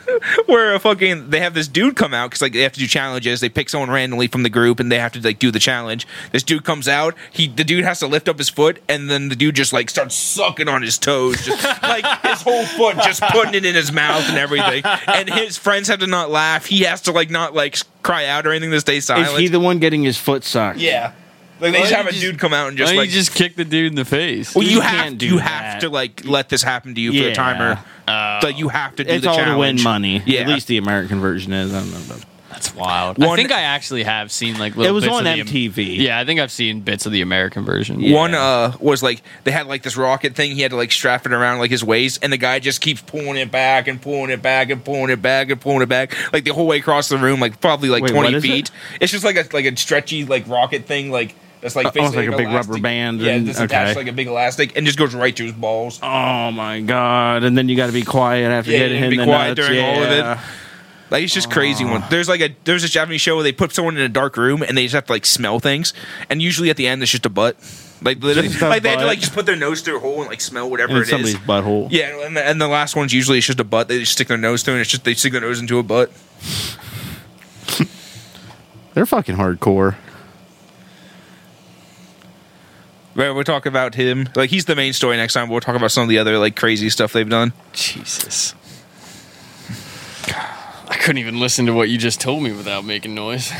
Speaker 1: where a fucking they have this dude come out because like they have to do challenges. They pick someone randomly from the group and they have to like do the challenge. This dude comes out. He the dude has to lift up his foot and then the dude just like starts sucking on his toes, just like his whole foot, just putting it in his mouth and everything. And his friends have to not laugh. He has to like not like cry out or anything to stay silent.
Speaker 2: Is he the one getting his foot sucked?
Speaker 1: Yeah. Like they
Speaker 3: Why
Speaker 1: just
Speaker 3: don't
Speaker 1: have a
Speaker 3: you just-
Speaker 1: dude come out and
Speaker 3: Why
Speaker 1: just
Speaker 3: don't
Speaker 1: like
Speaker 3: you just kick the dude in the face?
Speaker 1: Well, you
Speaker 2: You
Speaker 1: have
Speaker 2: can't do
Speaker 1: you
Speaker 2: that.
Speaker 1: have to like let this happen to you for
Speaker 2: Yeah. Uh,
Speaker 1: a timer.
Speaker 3: Oh.
Speaker 1: Like you have to do
Speaker 2: it's
Speaker 1: the
Speaker 2: all
Speaker 1: challenge
Speaker 2: to win money.
Speaker 1: Yeah,
Speaker 2: At least the American version is. I don't know. about-
Speaker 3: That's wild. I
Speaker 1: One-
Speaker 3: think I actually have seen like little
Speaker 2: It was
Speaker 3: bits
Speaker 2: on
Speaker 3: of the-
Speaker 2: MTV.
Speaker 3: yeah, I think I've seen bits of the American version.
Speaker 1: One uh was like they had like this rocket thing. He had to like strap it around like his waist, and the guy just keeps pulling it back and pulling it back and pulling it back and pulling it back, like the whole way across the room, like probably like
Speaker 2: Wait, what
Speaker 1: twenty
Speaker 2: is
Speaker 1: feet.
Speaker 2: it?
Speaker 1: It's just like a like a stretchy like rocket thing, like that's like
Speaker 2: Uh, almost
Speaker 1: basically,
Speaker 2: like a big rubber
Speaker 1: elastic.
Speaker 2: band
Speaker 1: Yeah,
Speaker 2: and-
Speaker 1: that's attached
Speaker 2: okay.
Speaker 1: to, like a big elastic, and just goes right to his balls.
Speaker 2: Oh my god! And then you got to be quiet after
Speaker 1: Yeah, you
Speaker 2: getting
Speaker 1: gotta
Speaker 2: him.
Speaker 1: be
Speaker 2: the
Speaker 1: quiet
Speaker 2: nuts.
Speaker 1: during all of it.
Speaker 2: Yeah.
Speaker 1: Like it's just crazy. One
Speaker 2: Ah.
Speaker 1: there's like a there's this Japanese show where they put someone in a dark room and they just have to like smell things, and usually at the end it's just a butt. Like literally,
Speaker 2: Just a
Speaker 1: like they have to
Speaker 2: butt.
Speaker 1: like just put their nose through a hole and like smell whatever
Speaker 2: And
Speaker 1: it
Speaker 2: somebody's
Speaker 1: is.
Speaker 2: butthole.
Speaker 1: Yeah, and the, and the last one's usually it's just a butt. They just stick their nose through, and it's just they stick their nose into a butt.
Speaker 2: They're fucking hardcore.
Speaker 1: Right, we'll talk about him. Like he's the main story next time. but We'll talk about some of the other like crazy stuff they've done.
Speaker 3: Jesus. I couldn't even listen to what you just told me without making noise.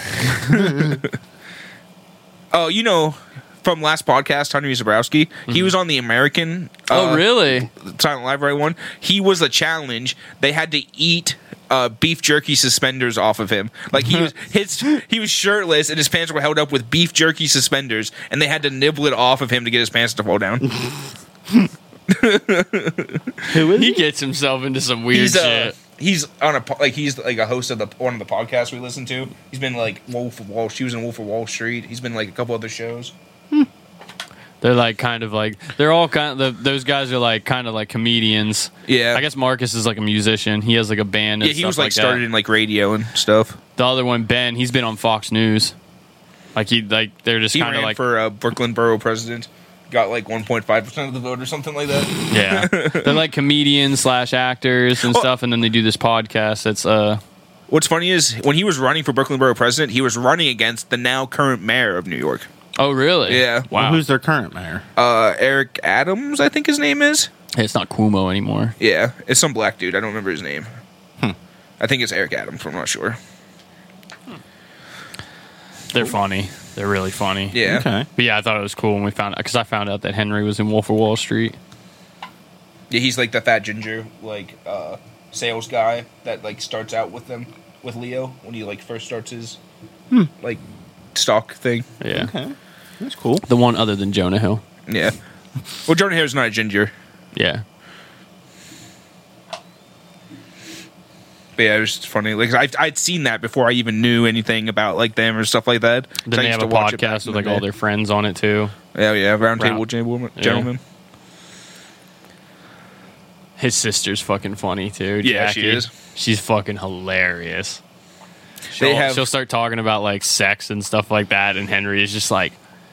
Speaker 1: Oh, you know, from last podcast, Henry Zabrowski, he was on the American.
Speaker 3: Mm-hmm. oh,
Speaker 1: uh,
Speaker 3: really?
Speaker 1: Silent Library one. He was a challenge. They had to eat uh, beef jerky suspenders off of him. Like he was his he was shirtless and his pants were held up with beef jerky suspenders, and they had to nibble it off of him to get his pants to fall down.
Speaker 2: Who is
Speaker 3: He gets himself into some weird
Speaker 1: he's uh,
Speaker 3: shit.
Speaker 1: he's on a po- like he's like a host of the one of the podcasts we listen to. He's been like Wolf of Wall. She was in Wolf of Wall Street. He's been like a couple other shows.
Speaker 3: They're like kind of like they're all kind of those guys are like kind of like comedians.
Speaker 1: Yeah.
Speaker 3: I guess Marcus is like a musician. He has like a band. And
Speaker 1: yeah, he
Speaker 3: stuff
Speaker 1: was like,
Speaker 3: like that.
Speaker 1: started in like radio and stuff.
Speaker 3: The other one, Ben, he's been on Fox News. Like he like they're just
Speaker 1: He
Speaker 3: kind
Speaker 1: ran
Speaker 3: of like
Speaker 1: for uh, Brooklyn borough president. Got like 1.5 percent of the vote or something like that.
Speaker 3: yeah they're like comedians slash actors and
Speaker 1: Oh.
Speaker 3: stuff, and then they do this podcast that's uh
Speaker 1: What's funny is when he was running for Brooklyn Borough President, he was running against the now current mayor of New York,
Speaker 3: oh really
Speaker 1: Yeah.
Speaker 3: wow
Speaker 2: Who's their current mayor?
Speaker 1: uh, Eric Adams, I think his name is.
Speaker 3: Hey, it's not Cuomo anymore.
Speaker 1: Yeah, it's some black dude. I don't remember his name. Hmm. I think it's Eric Adams. I'm not sure.
Speaker 3: They're funny. They're really funny.
Speaker 1: Yeah,
Speaker 2: Okay.
Speaker 3: But yeah, I thought it was cool when we found out because I found out that Henry was in Wolf of Wall Street.
Speaker 1: yeah, he's like the fat ginger, like uh, sales guy that like starts out with them with Leo when he like first starts his like stock thing.
Speaker 3: Yeah.
Speaker 2: Okay. That's cool.
Speaker 3: The one other than Jonah Hill.
Speaker 1: Yeah. Well, Jordan Hare's not a ginger.
Speaker 3: Yeah.
Speaker 1: But yeah, it was just funny. Like I, I'd seen that before I even knew anything about like them or stuff like that. So
Speaker 3: Then
Speaker 1: I
Speaker 3: they
Speaker 1: used
Speaker 3: have a
Speaker 1: to watch it back
Speaker 3: podcast
Speaker 1: in
Speaker 3: with
Speaker 1: the
Speaker 3: like all
Speaker 1: day.
Speaker 3: their friends on it too.
Speaker 1: Yeah, yeah, round
Speaker 3: Round-
Speaker 1: table gentlemen.
Speaker 3: Yeah.
Speaker 1: gentlemen.
Speaker 3: His sister's fucking funny too.
Speaker 1: Yeah, she
Speaker 3: Jackie.
Speaker 1: is.
Speaker 3: She's fucking hilarious.
Speaker 1: They
Speaker 3: she'll,
Speaker 1: have-
Speaker 3: she'll start talking about like sex and stuff like that, and Henry is just like,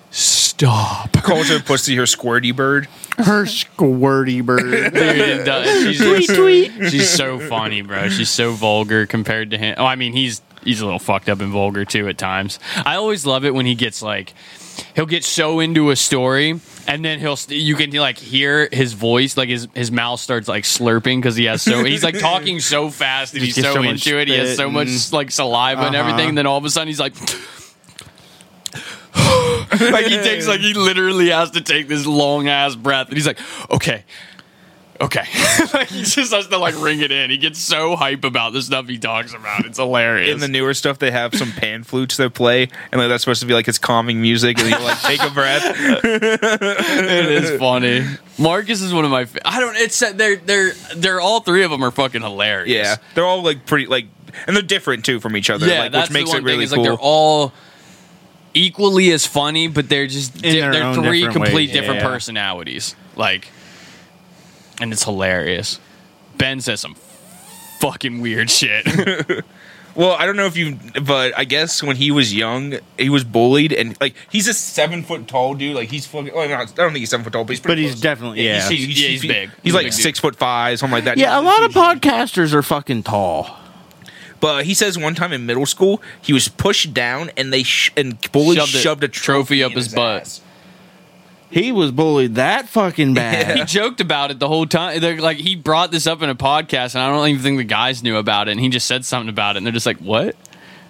Speaker 3: stop.
Speaker 1: Calls her pussy her squirty bird.
Speaker 2: Her squirty bird.
Speaker 3: Dude, it does. She's, tweet, tweet. she's so funny, bro. She's so vulgar compared to him. Oh, I mean, he's he's a little fucked up and vulgar too at times. I always love it when he gets like he'll get so into a story and then he'll st- you can like hear his voice like his his mouth starts like slurping because he has so he's like talking so fast and
Speaker 2: Just
Speaker 3: he's
Speaker 2: gets
Speaker 3: so,
Speaker 2: so much
Speaker 3: into it he has
Speaker 2: spit
Speaker 3: so much like saliva and
Speaker 2: Uh-huh.
Speaker 3: everything and then all of a sudden he's like like he takes like he literally has to take this long ass breath and he's like okay okay like he just has to like ring it in he gets so hype about the stuff he talks about it's hilarious
Speaker 1: In the newer stuff, they have some pan flutes that play, and like that's supposed to be like his calming music, and you like take a breath.
Speaker 3: it is funny marcus is one of my fa- i don't it's they're they're they're all three of them are fucking hilarious
Speaker 1: Yeah, they're all like pretty like, and they're different too from each other.
Speaker 3: yeah
Speaker 1: like,
Speaker 3: that's
Speaker 1: which makes
Speaker 3: the one
Speaker 1: it really
Speaker 3: thing is
Speaker 1: cool.
Speaker 3: like they're all equally as funny but they're just
Speaker 2: In
Speaker 3: di-
Speaker 2: their
Speaker 3: they're
Speaker 2: own
Speaker 3: three
Speaker 2: different
Speaker 3: complete
Speaker 2: ways,
Speaker 3: different
Speaker 2: yeah.
Speaker 3: personalities like and it's hilarious ben says some fucking weird shit
Speaker 1: well, I don't know if you, but I guess when he was young, he was bullied, and like he's a seven foot tall dude. Like he's fucking. Well, not, I don't think he's seven foot tall, but he's
Speaker 2: but
Speaker 1: pretty
Speaker 2: he's
Speaker 1: close.
Speaker 2: definitely yeah.
Speaker 3: he's- Yeah, he's big.
Speaker 1: He's
Speaker 3: He's a
Speaker 1: like
Speaker 3: big dude.
Speaker 1: six foot five, something like that.
Speaker 2: yeah, a lot of podcasters are fucking tall.
Speaker 1: But he says one time in middle school, he was pushed down and they sh- and bullies shoved,
Speaker 3: Shoved a
Speaker 1: a trophy
Speaker 3: trophy up
Speaker 1: in
Speaker 3: his butt.
Speaker 1: ass.
Speaker 2: He was bullied that fucking bad.
Speaker 3: he joked about it the whole time. They're like he brought this up in a podcast, and I don't even think the guys knew about it. And he just said something about it, and they're just like, "What?"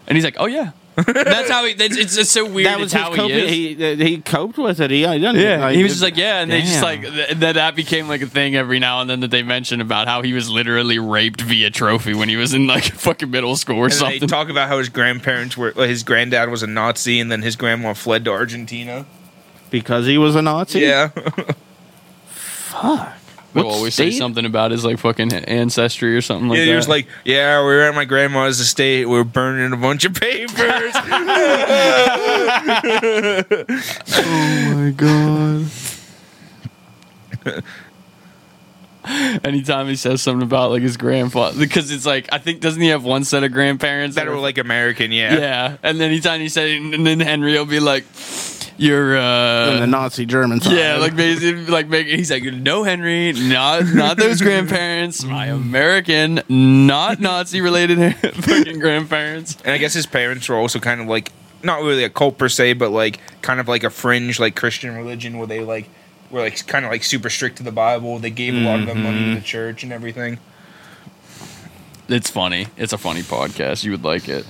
Speaker 3: And he's like, "Oh yeah, That's how he. That's, it's just so weird.
Speaker 2: that was
Speaker 3: it's
Speaker 2: his
Speaker 3: how he is.
Speaker 2: coping. He, uh, he coped with it. He, I done
Speaker 3: Yeah,
Speaker 2: Like,
Speaker 3: he was just like, yeah, and they just
Speaker 2: Damn.
Speaker 3: like th- that. That became like a thing every now and then that they mention about how he was literally raped via trophy when he was in like fucking middle school or
Speaker 1: And they
Speaker 3: something.
Speaker 1: talk about how his grandparents were, like, his granddad was a Nazi, and then his grandma fled to Argentina.
Speaker 2: because he was a Nazi.
Speaker 1: Yeah,
Speaker 2: Fuck. What
Speaker 3: They'll always say
Speaker 2: state?
Speaker 3: something about his like fucking ancestry or something like
Speaker 1: yeah.
Speaker 3: that.
Speaker 1: He was like, "Yeah, we were at my grandma's estate. We were burning a bunch of papers."
Speaker 2: Oh my god.
Speaker 3: anytime he says something about like his grandfather, because it's like I think doesn't he have one set of grandparents
Speaker 1: that
Speaker 3: are
Speaker 1: were like American.
Speaker 3: yeah.
Speaker 1: Yeah,
Speaker 3: and then anytime he said, it, and then Henry will be like, you're
Speaker 2: and the
Speaker 3: uh.
Speaker 2: Nazi German side.
Speaker 3: Yeah, like basically, like making he's like, no, Henry, not not those grandparents,
Speaker 2: Mm.
Speaker 3: my American, not Nazi related fucking grandparents.
Speaker 1: and I guess his parents were also kind of like not really a cult per se, but like kind of like a fringe like Christian religion where they like were like kind of like super strict to the Bible. They gave a lot of their money to the church and everything.
Speaker 3: It's funny. It's a funny podcast. You would like it.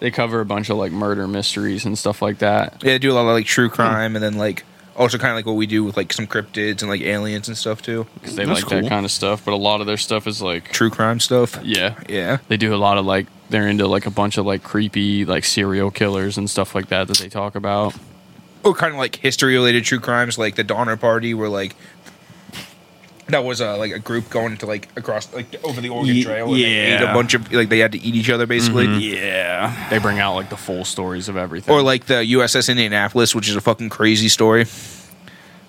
Speaker 3: They cover a bunch of like murder mysteries and stuff like that.
Speaker 1: Yeah, they do a lot of like true crime, and then like also kind of like what we do with like some cryptids and like aliens and stuff too.
Speaker 3: 'Cause they
Speaker 2: That's
Speaker 3: like
Speaker 2: cool.
Speaker 3: that kind of stuff, but a lot of their stuff is like,
Speaker 1: True crime stuff.
Speaker 3: yeah,
Speaker 1: Yeah.
Speaker 3: they do a lot of like they're into like a bunch of like creepy like serial killers and stuff like that that they talk about.
Speaker 1: or kind of like history related true crimes, like the Donner Party, where like that was uh, like a group going to like across like over the Oregon
Speaker 2: Ye-
Speaker 1: Trail. And they ate
Speaker 2: yeah.
Speaker 1: a bunch of like they had to eat each other basically.
Speaker 2: Mm. yeah.
Speaker 3: They bring out like the full stories of everything.
Speaker 1: Or like the USS Indianapolis, which is a fucking crazy story.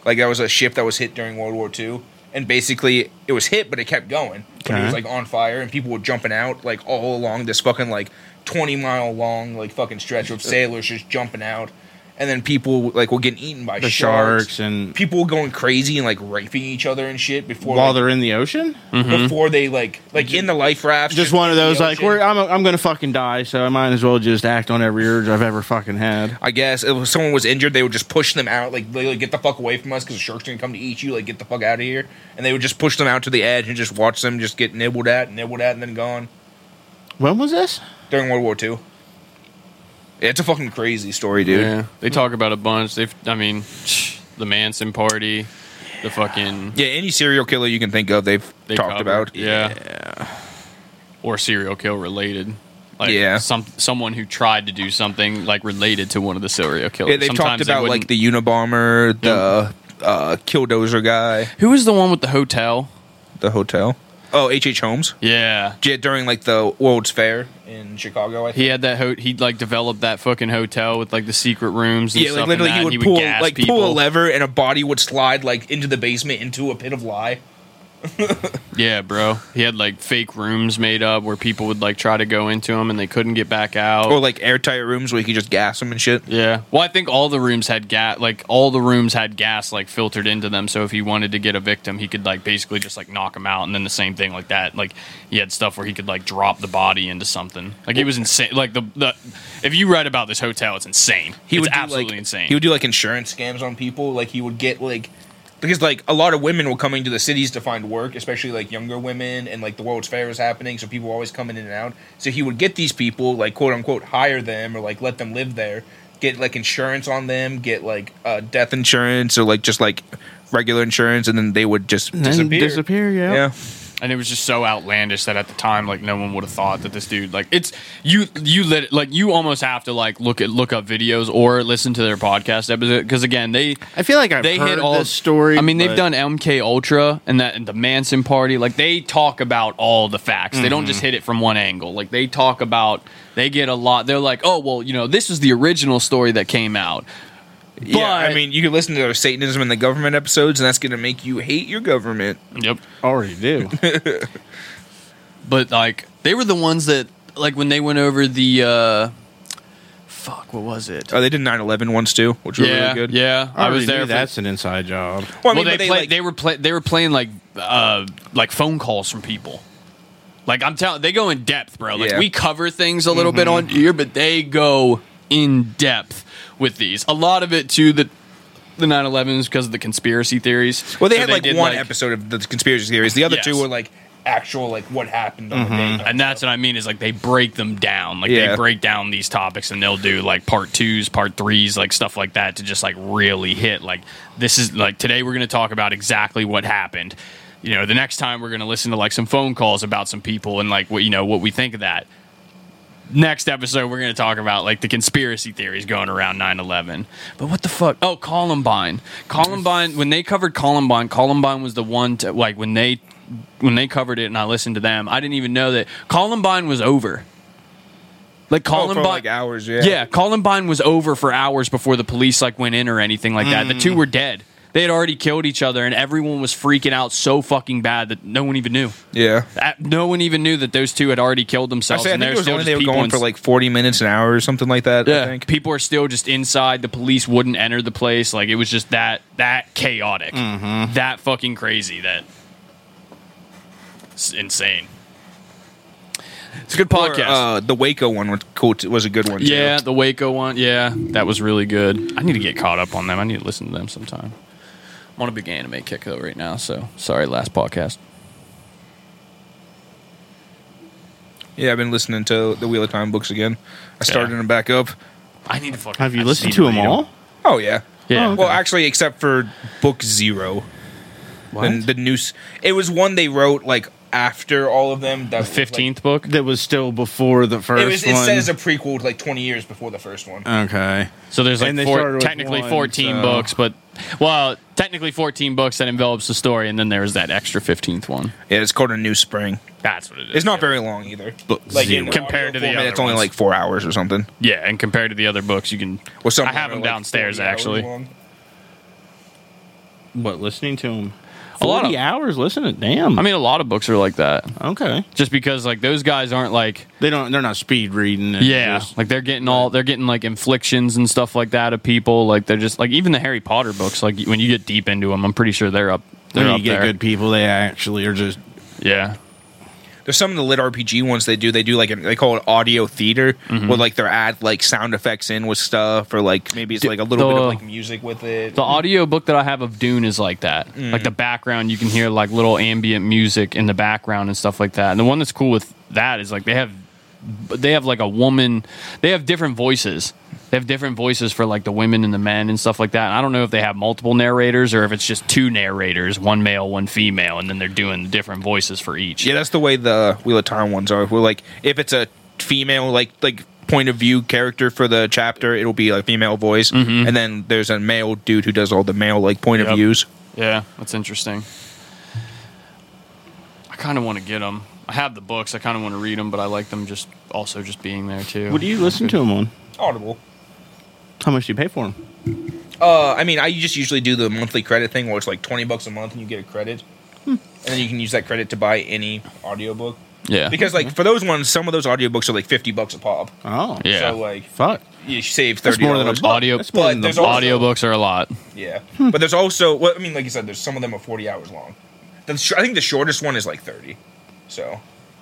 Speaker 1: Like that was a ship that was hit during World War II, and basically it was hit, but it kept going. But it was
Speaker 2: Okay.
Speaker 1: like on fire, and people were jumping out like all along this fucking like twenty mile long like fucking stretch of sailors just jumping out, and then people like were getting eaten by
Speaker 2: The
Speaker 1: sharks
Speaker 2: sharks and
Speaker 1: people going crazy and like raping each other and shit before
Speaker 2: while
Speaker 1: like,
Speaker 2: they're in the ocean,
Speaker 1: before they like like in the life rafts.
Speaker 2: just one
Speaker 1: in
Speaker 2: of
Speaker 1: the
Speaker 2: those like,
Speaker 1: ocean.
Speaker 2: we're, I'm, I'm gonna fucking die, so I might as well just act on every urge I've ever fucking had.
Speaker 1: I guess if someone was injured, they would just push them out. Like, they, like get the fuck away from us because the shark's gonna come to eat you. Like, get the fuck out of here. And they would just push them out to the edge and just watch them just get nibbled at, nibbled at, and then gone
Speaker 2: When was this?
Speaker 1: during World War II. Yeah, it's a fucking crazy story, dude. Yeah,
Speaker 3: yeah, they talk about a bunch. They, I mean, the Manson party, the fucking
Speaker 1: any serial killer you can think of, they've
Speaker 3: they
Speaker 1: talked
Speaker 3: cover-
Speaker 1: about.
Speaker 3: yeah. or serial kill related. Like
Speaker 1: Yeah.
Speaker 3: some someone who tried to do something like related to one of the serial killers.
Speaker 1: Yeah, they've talked
Speaker 3: Sometimes they
Speaker 1: about like
Speaker 3: wouldn't-
Speaker 1: the Unabomber, the uh, Killdozer guy,
Speaker 3: who was the one with the hotel.
Speaker 1: the hotel. Oh, H.H. H. Holmes.
Speaker 3: Yeah,
Speaker 1: Yeah, during like the World's Fair in Chicago, I think.
Speaker 3: He had that ho- he like developed that fucking hotel with like the secret rooms and
Speaker 1: yeah,
Speaker 3: stuff.
Speaker 1: like literally,
Speaker 3: and
Speaker 1: he
Speaker 3: that,
Speaker 1: would,
Speaker 3: and
Speaker 1: pull
Speaker 3: gas
Speaker 1: like
Speaker 3: people.
Speaker 1: pull a lever, and a body would slide like into the basement into a pit of lie.
Speaker 3: Yeah, bro. He had like fake rooms made up where people would like try to go into them and they couldn't get back out.
Speaker 1: Or like airtight rooms where you could just gas them and shit.
Speaker 3: yeah. Well, I think all the rooms had gas. Like all the rooms had gas like filtered into them. So if he wanted to get a victim, he could like basically just like knock him out. And then the same thing like that. Like he had stuff where he could like drop the body into something. Like he was insane. Like the the if you read about this hotel, it's insane.
Speaker 1: He
Speaker 3: it's
Speaker 1: would do,
Speaker 3: absolutely
Speaker 1: like,
Speaker 3: insane.
Speaker 1: He would do like insurance scams on people. Like he would get like because like a lot of women were coming to the cities to find work, especially like younger women, and like the World's Fair was happening, so people were always coming in and out. So he would get these people, like quote unquote, hire them or like let them live there, get like insurance on them, get like uh, death insurance or like just like regular insurance, and then they would just
Speaker 2: Then
Speaker 1: disappear.
Speaker 2: Disappear. Yeah.
Speaker 1: Yeah.
Speaker 3: and it was just so outlandish that at the time like no one would have thought that this dude like it's you you lit like you almost have to like look at look up videos or listen to their podcast episode because again they
Speaker 2: I feel like I've
Speaker 3: they
Speaker 2: heard
Speaker 3: hit all
Speaker 2: this story.
Speaker 3: I mean, they've
Speaker 2: but-
Speaker 3: done MK Ultra and that and the Manson party. Like they talk about all the facts. They don't just hit it from one angle. Like they talk about they get a lot. They're like, oh well, you know, this was the original story that came out.
Speaker 1: yeah, I
Speaker 3: But-
Speaker 1: mean, you can listen to their Satanism and the government episodes, and that's going to make you hate your government.
Speaker 3: Yep.
Speaker 2: already do.
Speaker 3: but like they were the ones that like when they went over the uh fuck what was it
Speaker 1: Oh, they did 9 11 once too, which were
Speaker 3: yeah
Speaker 1: really good.
Speaker 3: yeah i, was there for,
Speaker 2: That's an inside job.
Speaker 1: Well, I
Speaker 3: well,
Speaker 1: mean,
Speaker 3: they,
Speaker 1: but they,
Speaker 3: play,
Speaker 1: like-
Speaker 3: they were play, they were playing like uh like phone calls from people like i'm telling they go in depth bro like
Speaker 1: Yeah. Mm-hmm.
Speaker 3: we cover things a little bit on here but they go in depth with these a lot of it too that the 9-11 is because of the conspiracy theories
Speaker 1: Well, they
Speaker 3: So
Speaker 1: had like
Speaker 3: did,
Speaker 1: one episode of the conspiracy theories. The other
Speaker 3: Yes.
Speaker 1: two were like actual like what happened on the day.
Speaker 3: And that's what I mean is like they break them down. Like
Speaker 1: Mm-hmm. Yeah.
Speaker 3: they break down these topics and they'll do like part twos, part threes, like stuff like that to just like really hit. Like this is like today we're going to talk about exactly what happened. You know, the next time we're going to listen to like some phone calls about some people and like what, you know, what we think of that. Next episode, we're going to talk about like the conspiracy theories going around 9 11. But what the fuck? Oh, Columbine. Columbine, when they covered Columbine, Columbine was the one to like when they when they covered it and I listened to them, I didn't even know that Columbine was over. Like
Speaker 1: Oh, for
Speaker 3: Columbine,
Speaker 1: like hours, yeah.
Speaker 3: yeah. Columbine was over for hours before the police like went in or anything like that. The two
Speaker 1: Mm.
Speaker 3: were dead. They had already killed each other, and everyone was freaking out so fucking bad that no one even knew.
Speaker 1: yeah.
Speaker 3: That- No one even knew that those two had already killed
Speaker 1: I
Speaker 3: themselves.
Speaker 1: say I
Speaker 3: and
Speaker 1: think
Speaker 3: they're
Speaker 1: it was
Speaker 3: still
Speaker 1: only
Speaker 3: just
Speaker 1: they were
Speaker 3: people
Speaker 1: going
Speaker 3: in-
Speaker 1: for like forty minutes an hour or something like that. I think.
Speaker 3: people are still just inside. The police wouldn't enter the place. Like it was just that that chaotic, that fucking crazy. That it's insane. It's a good
Speaker 1: Or,
Speaker 3: podcast.
Speaker 1: uh, the Waco one was cool. Too, was a good one. too.
Speaker 3: yeah, the Waco one. Yeah, that was really good. I need to get caught up on them. I need to listen to them sometime. I'm on a big anime kick though right now. So sorry, last podcast.
Speaker 1: yeah. I've been listening to the Wheel of Time books again. I started
Speaker 3: Yeah.
Speaker 1: them back up.
Speaker 3: I need to fucking.
Speaker 2: Have
Speaker 3: I
Speaker 2: you
Speaker 3: just
Speaker 2: listened
Speaker 3: need
Speaker 2: to them
Speaker 3: read
Speaker 2: all?
Speaker 1: Oh yeah.
Speaker 3: Yeah.
Speaker 1: Well, actually, except for book zero, and the new. s- It was one they wrote like after all of them. That was, like-
Speaker 3: Fifteenth book.
Speaker 2: That was still before the first
Speaker 1: It was. It
Speaker 2: one.
Speaker 1: says a prequel to like twenty years before the first one.
Speaker 2: okay.
Speaker 3: So there's like
Speaker 2: And they started
Speaker 3: four,
Speaker 2: with
Speaker 3: technically
Speaker 2: one,
Speaker 3: 14
Speaker 2: so-
Speaker 3: books, but well, technically 14 books that envelops the story, and then there's that extra 15th one.
Speaker 1: Yeah, it's called a new spring.
Speaker 3: That's what it is.
Speaker 1: It's not
Speaker 3: yeah.
Speaker 1: very long either.
Speaker 2: Book zero.
Speaker 1: in
Speaker 3: Compared to the
Speaker 1: audio format,
Speaker 3: other
Speaker 1: it's only
Speaker 3: ones.
Speaker 1: like four hours or something.
Speaker 3: Yeah, and compared to the other books, you can.
Speaker 1: Well, some
Speaker 3: I have
Speaker 1: are,
Speaker 3: them
Speaker 1: like,
Speaker 3: downstairs
Speaker 1: 40 hours
Speaker 3: actually.
Speaker 1: long.
Speaker 2: What listening to them?
Speaker 3: A lot
Speaker 2: Forty
Speaker 3: of-
Speaker 2: hours listening. Damn.
Speaker 3: I mean, a lot of books are like that,
Speaker 2: okay.
Speaker 3: just because like those guys aren't like
Speaker 2: They don't. They're not speed reading. It's
Speaker 3: yeah,
Speaker 2: just-
Speaker 3: like they're getting all they're getting like inflictions and stuff like that of people. Like they're just like even the Harry Potter books. Like when you get deep into them, I'm pretty sure they're up. They're
Speaker 2: when
Speaker 3: up
Speaker 2: you get
Speaker 3: there.
Speaker 2: good people, they actually are just.
Speaker 3: Yeah,
Speaker 1: There's some of the lit RPG ones they do. They do like an, they call it audio theater,
Speaker 3: Mm-hmm.
Speaker 1: where like they're add like sound effects in with stuff, or like maybe it's like a little
Speaker 3: the-
Speaker 1: bit of like music with it.
Speaker 3: The audio book that I have of Dune is like that.
Speaker 2: Mm.
Speaker 3: Like the background, you can hear like little ambient music in the background and stuff like that. And the one that's cool with that is like they have they have like a woman, they have different voices. They have different voices for like the women and the men and stuff like that. And I don't know if they have multiple narrators or if it's just two narrators, one male, one female, and then they're doing different voices for each.
Speaker 1: yeah, that's the way the Wheel of Time ones are. Where like if it's a female like like point of view character for the chapter, it'll be a female voice,
Speaker 2: Mm-hmm.
Speaker 1: and then there's a male dude who does all the male like point
Speaker 3: Yep.
Speaker 1: of views.
Speaker 3: Yeah, that's interesting. I kind of want to get them. I have the books. I kind of want to read them, but I like them just also just being there too.
Speaker 2: What do you listen to them on?
Speaker 1: Audible.
Speaker 2: How much do you pay for them?
Speaker 1: Uh, I mean, I just usually do the monthly credit thing where it's like twenty bucks a month and you get a credit,
Speaker 2: Hmm.
Speaker 1: and then you can use that credit to buy any audiobook.
Speaker 3: Yeah.
Speaker 1: Because
Speaker 2: Mm-hmm.
Speaker 1: like for those ones, some of those audiobooks are like fifty bucks a pop.
Speaker 2: Oh,
Speaker 3: Yeah.
Speaker 1: So like
Speaker 2: Fuck.
Speaker 1: you save
Speaker 2: That's
Speaker 1: thirty
Speaker 2: more than a
Speaker 1: dollars.
Speaker 2: buck.
Speaker 3: Audio-
Speaker 2: That's more
Speaker 1: But
Speaker 2: than the
Speaker 1: there's
Speaker 2: buck.
Speaker 1: also-
Speaker 3: Audiobooks are a lot.
Speaker 1: Yeah. But there's also well, I mean, like you said, there's some of them are forty hours long. The sh- I think the shortest one is like thirty. So,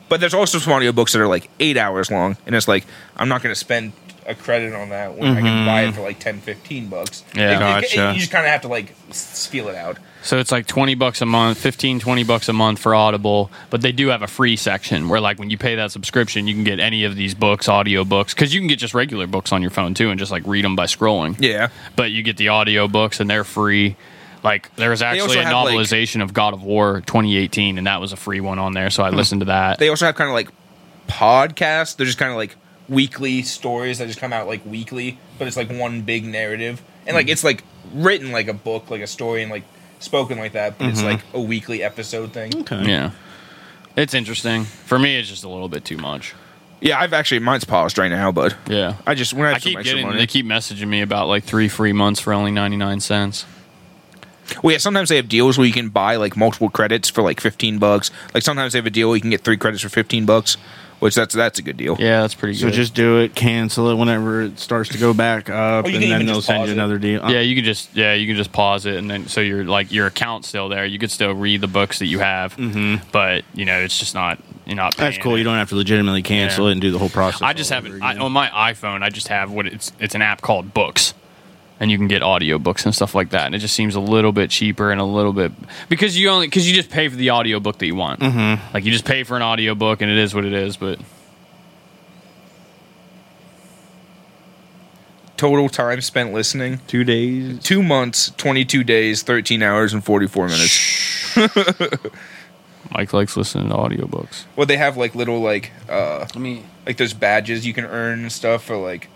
Speaker 1: but there's also some audiobooks that are like eight hours long, and it's like I'm not going to spend a credit on that when I can buy it for like 10, 15 bucks.
Speaker 3: Yeah.
Speaker 1: It- it-
Speaker 2: Gotcha.
Speaker 1: you just kind of have to like s- feel it out.
Speaker 3: So it's like 20 bucks a month, 15, 20 bucks a month for Audible, but they do have a free section where like when you pay that subscription, you can get any of these books, audio books, cuz you can get just regular books on your phone too and just like read them by scrolling.
Speaker 1: Yeah.
Speaker 3: But you get the audio books and they're free. Like there was actually
Speaker 1: also
Speaker 3: a
Speaker 1: have, like-
Speaker 3: novelization of God of War 2018 and that was a free one on there, so I listened to that.
Speaker 1: Hmm. They also have kind of like podcasts. They're just kind of like weekly stories that just come out like weekly, but it's like one big narrative. And like it's like written like a book, like a story and like spoken like that, but it's like a weekly episode thing.
Speaker 2: Okay.
Speaker 3: yeah. It's interesting. For me it's just a little bit too much.
Speaker 1: Yeah, I've actually mine's paused right now, but
Speaker 3: Yeah.
Speaker 1: I just when I,
Speaker 3: I
Speaker 1: have some
Speaker 3: keep
Speaker 1: extra
Speaker 3: getting
Speaker 1: money.
Speaker 3: they keep messaging me about like 3 free months for only 99 cents.
Speaker 1: well, yeah, sometimes they have deals where you can buy like multiple credits for like fifteen bucks. Like sometimes they have a deal where you can get three credits for fifteen bucks, which that's that's a good deal.
Speaker 3: Yeah, that's pretty
Speaker 2: So
Speaker 3: good.
Speaker 2: just do it, cancel it whenever it starts to go back up,
Speaker 3: Oh,
Speaker 1: Or you
Speaker 2: and
Speaker 1: can
Speaker 2: then
Speaker 1: even
Speaker 2: they'll
Speaker 1: just
Speaker 2: send
Speaker 1: pause
Speaker 2: you
Speaker 1: it.
Speaker 2: another deal.
Speaker 3: Yeah, you can just yeah, you can just pause it and then so your like your account's still there. You could still read the books that you have, but you know it's just not you're not.
Speaker 2: Mm-hmm. That's
Speaker 3: paying
Speaker 2: cool.
Speaker 3: it.
Speaker 2: You don't have to legitimately cancel
Speaker 3: Yeah.
Speaker 2: it and do the whole process.
Speaker 3: I just
Speaker 2: all over
Speaker 3: haven't I,
Speaker 2: again.
Speaker 3: on my iPhone. I just have what it's it's an app called Books, and you can get audiobooks and stuff like that and it just seems a little bit cheaper and a little bit because you only because you just pay for the audiobook that you want
Speaker 2: Mm-hmm.
Speaker 3: like you just pay for an audiobook and it is what it is but
Speaker 1: Total time spent listening:
Speaker 2: Two days.
Speaker 1: two months, twenty-two days, thirteen hours, and forty-four minutes.
Speaker 3: mike likes listening to audiobooks
Speaker 1: Well, they have like little like uh
Speaker 3: i mean
Speaker 1: like those badges you can earn and stuff for like.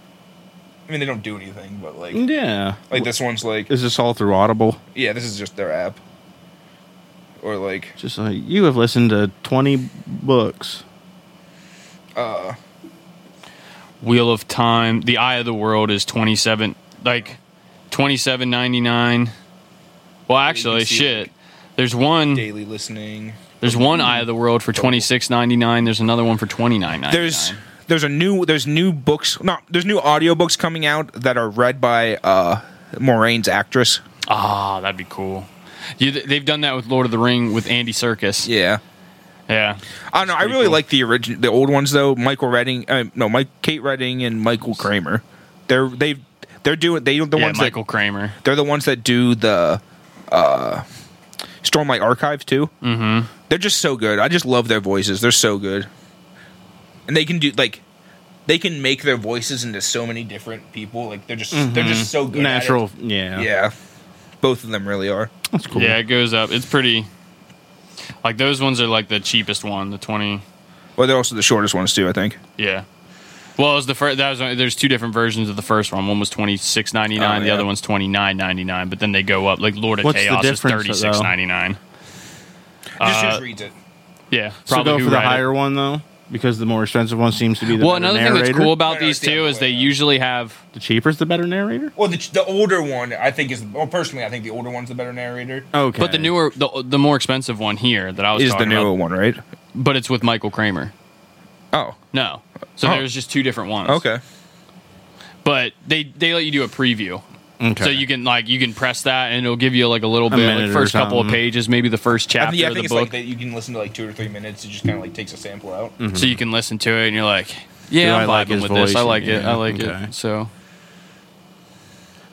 Speaker 1: I mean, they don't do anything, but
Speaker 2: Mm.
Speaker 1: like
Speaker 2: Yeah.
Speaker 1: like this one's like
Speaker 2: Is this all through Audible?
Speaker 1: yeah, this is just their app. Or like
Speaker 2: Just like you have listened to twenty books.
Speaker 1: uh
Speaker 3: Wheel of Time. The Eye of the World is twenty seven, like twenty seven ninty nine. Well, actually,
Speaker 1: see,
Speaker 3: shit. there's one.
Speaker 1: daily listening.
Speaker 3: There's one Eye of the World for twenty six ninety nine. There's another one for twenty nine ninety nine.
Speaker 1: There's there's a new there's new books no there's new audiobooks coming out that are read by uh Moraine's actress.
Speaker 3: ah, that'd be cool. You, they've done that with Lord of the Ring with Andy Circus. Yeah,
Speaker 1: Yeah. I don't know. I
Speaker 3: pretty
Speaker 1: really
Speaker 3: cool.
Speaker 1: like the original, the old ones though. Michael Redding, uh, no, Mike, Kate Redding, and Michael Kramer. They're they they're doing they the
Speaker 3: yeah,
Speaker 1: ones
Speaker 3: Michael Kramer.
Speaker 1: that they're the ones that do the uh, Stormlight Archive too. Mm-hmm. They're just so good. I just love their voices. They're so good, and they can do like they can make their voices into so many different people. Like they're just they're just
Speaker 3: Mm-hmm.
Speaker 1: so good. at it.
Speaker 2: Natural. Yeah.
Speaker 1: yeah. Both of them really are.
Speaker 2: That's cool.
Speaker 3: Yeah, it goes up. It's pretty. Like those ones are like the cheapest one. The twenty.
Speaker 1: Well, they're also the shortest ones too. I think.
Speaker 3: Yeah. Well, it was the first. That was there's two different versions of the first one. One was twenty six ninety
Speaker 1: Oh,
Speaker 3: nine. The
Speaker 1: yeah.
Speaker 3: other one's twenty nine ninety nine. But then they go up. Like Lord of
Speaker 2: What's the
Speaker 3: Chaos is
Speaker 2: difference,
Speaker 3: thirty
Speaker 2: though?
Speaker 3: six ninety nine.
Speaker 1: Just,
Speaker 3: Uh,
Speaker 1: just reads it.
Speaker 3: Yeah,
Speaker 2: So go
Speaker 3: who
Speaker 2: for the
Speaker 3: read it.
Speaker 2: higher one though, because the more expensive one seems to be the
Speaker 3: Well,
Speaker 2: better
Speaker 3: another
Speaker 2: narrator.
Speaker 3: thing that's cool
Speaker 1: No,
Speaker 3: about
Speaker 1: no,
Speaker 3: these
Speaker 1: it's the
Speaker 3: two
Speaker 1: other
Speaker 3: is
Speaker 1: way
Speaker 3: they
Speaker 1: around.
Speaker 3: usually have.
Speaker 2: The cheaper's the better narrator.
Speaker 1: Well, the, the older one I think is well personally I think the older one's the better narrator.
Speaker 2: Okay.
Speaker 3: But the newer, the, the more expensive one here that Oh, I was
Speaker 1: is the
Speaker 3: talking
Speaker 1: newer
Speaker 3: about,
Speaker 1: one, right?
Speaker 3: but it's with Michael Kramer.
Speaker 1: Oh,
Speaker 3: No, so
Speaker 1: Oh.
Speaker 3: there's just two different ones.
Speaker 1: okay.
Speaker 3: but they they let you do a preview.
Speaker 2: Okay.
Speaker 3: So you can like you can press that and it'll give you like a little bit,
Speaker 2: minute
Speaker 3: like
Speaker 2: or
Speaker 3: first couple of
Speaker 2: something.
Speaker 3: pages, maybe the first
Speaker 1: I
Speaker 3: chapter
Speaker 1: think, yeah, I
Speaker 3: of
Speaker 1: think
Speaker 3: the
Speaker 1: it's
Speaker 3: book.
Speaker 1: like that you can listen to like two or three minutes. It just kind of like takes a sample out.
Speaker 3: so you can listen to it and you're like, yeah,
Speaker 2: Mm-hmm. I
Speaker 3: I'm
Speaker 2: like
Speaker 3: vibing
Speaker 2: his
Speaker 3: with
Speaker 2: voice?
Speaker 3: this. I like it.
Speaker 2: Yeah,
Speaker 3: I like
Speaker 2: okay.
Speaker 3: it. So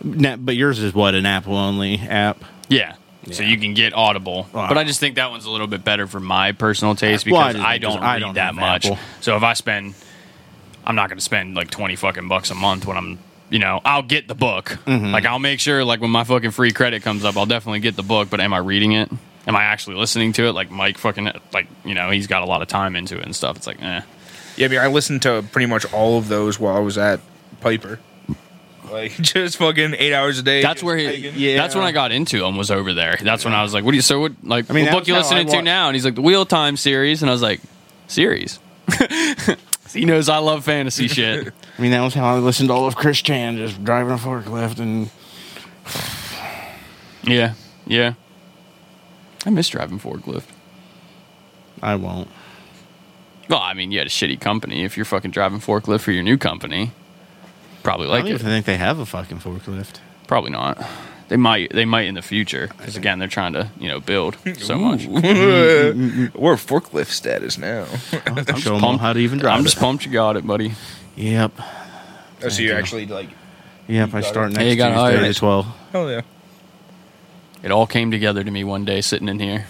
Speaker 2: Na- but yours is what an Apple only app.
Speaker 3: yeah. So
Speaker 2: Yeah.
Speaker 3: you can get Audible,
Speaker 2: Wow.
Speaker 3: but I just think that one's a little bit better for my personal taste
Speaker 2: Well, I
Speaker 3: because
Speaker 2: just
Speaker 3: I,
Speaker 2: think-
Speaker 3: don't
Speaker 2: 'cause I
Speaker 3: read
Speaker 2: don't
Speaker 3: that
Speaker 2: have
Speaker 3: much.
Speaker 2: Apple.
Speaker 3: So if I spend, I'm not going to spend like twenty fucking bucks a month when I'm, you know, I'll get the book.
Speaker 2: Mm-hmm.
Speaker 3: Like I'll make sure, like when my fucking free credit comes up, I'll definitely get the book. But am I reading it? Am I actually listening to it? Like Mike fucking, like you know, he's got a lot of time into it and stuff. It's like, eh.
Speaker 1: Yeah, I mean, I listened to pretty much all of those while I was at Piper. Like just fucking eight hours a day.
Speaker 3: That's
Speaker 1: just
Speaker 3: where he,
Speaker 1: taking-
Speaker 2: Yeah.
Speaker 3: that's when I got into him was over there. That's when I was like, "What do you? So what? Like,
Speaker 2: I mean,
Speaker 3: what
Speaker 2: that
Speaker 3: book
Speaker 2: was
Speaker 3: you
Speaker 2: how I
Speaker 3: listening
Speaker 2: wa-
Speaker 3: to now?" And he's like, "The Wheel of Time series," and I was like, "Series." he knows I love fantasy shit.
Speaker 2: I mean, that was how I listened to all of Chris Chan, just driving a forklift and
Speaker 3: Yeah, yeah. I miss driving forklift.
Speaker 2: I won't.
Speaker 3: Well, I mean, you had a shitty company. If you're fucking driving forklift for your new company, probably
Speaker 2: I
Speaker 3: like
Speaker 2: don't
Speaker 3: it.
Speaker 2: even think they have a fucking forklift.
Speaker 3: Probably not. They might. They might in the future because again, they're trying to you know build so much.
Speaker 1: Mm, We're forklift status now.
Speaker 2: I'll have to show them
Speaker 3: pumped.
Speaker 2: how to even drive
Speaker 3: I'm
Speaker 2: it.
Speaker 3: just pumped you got it, buddy.
Speaker 2: Yep.
Speaker 1: Oh, so you're actually like,
Speaker 2: Yep, I
Speaker 1: got
Speaker 2: start
Speaker 1: it.
Speaker 2: next
Speaker 3: Hey, you got
Speaker 2: Tuesday
Speaker 3: hired.
Speaker 2: at 12.
Speaker 1: hell yeah.
Speaker 3: It all came together to me one day sitting in here.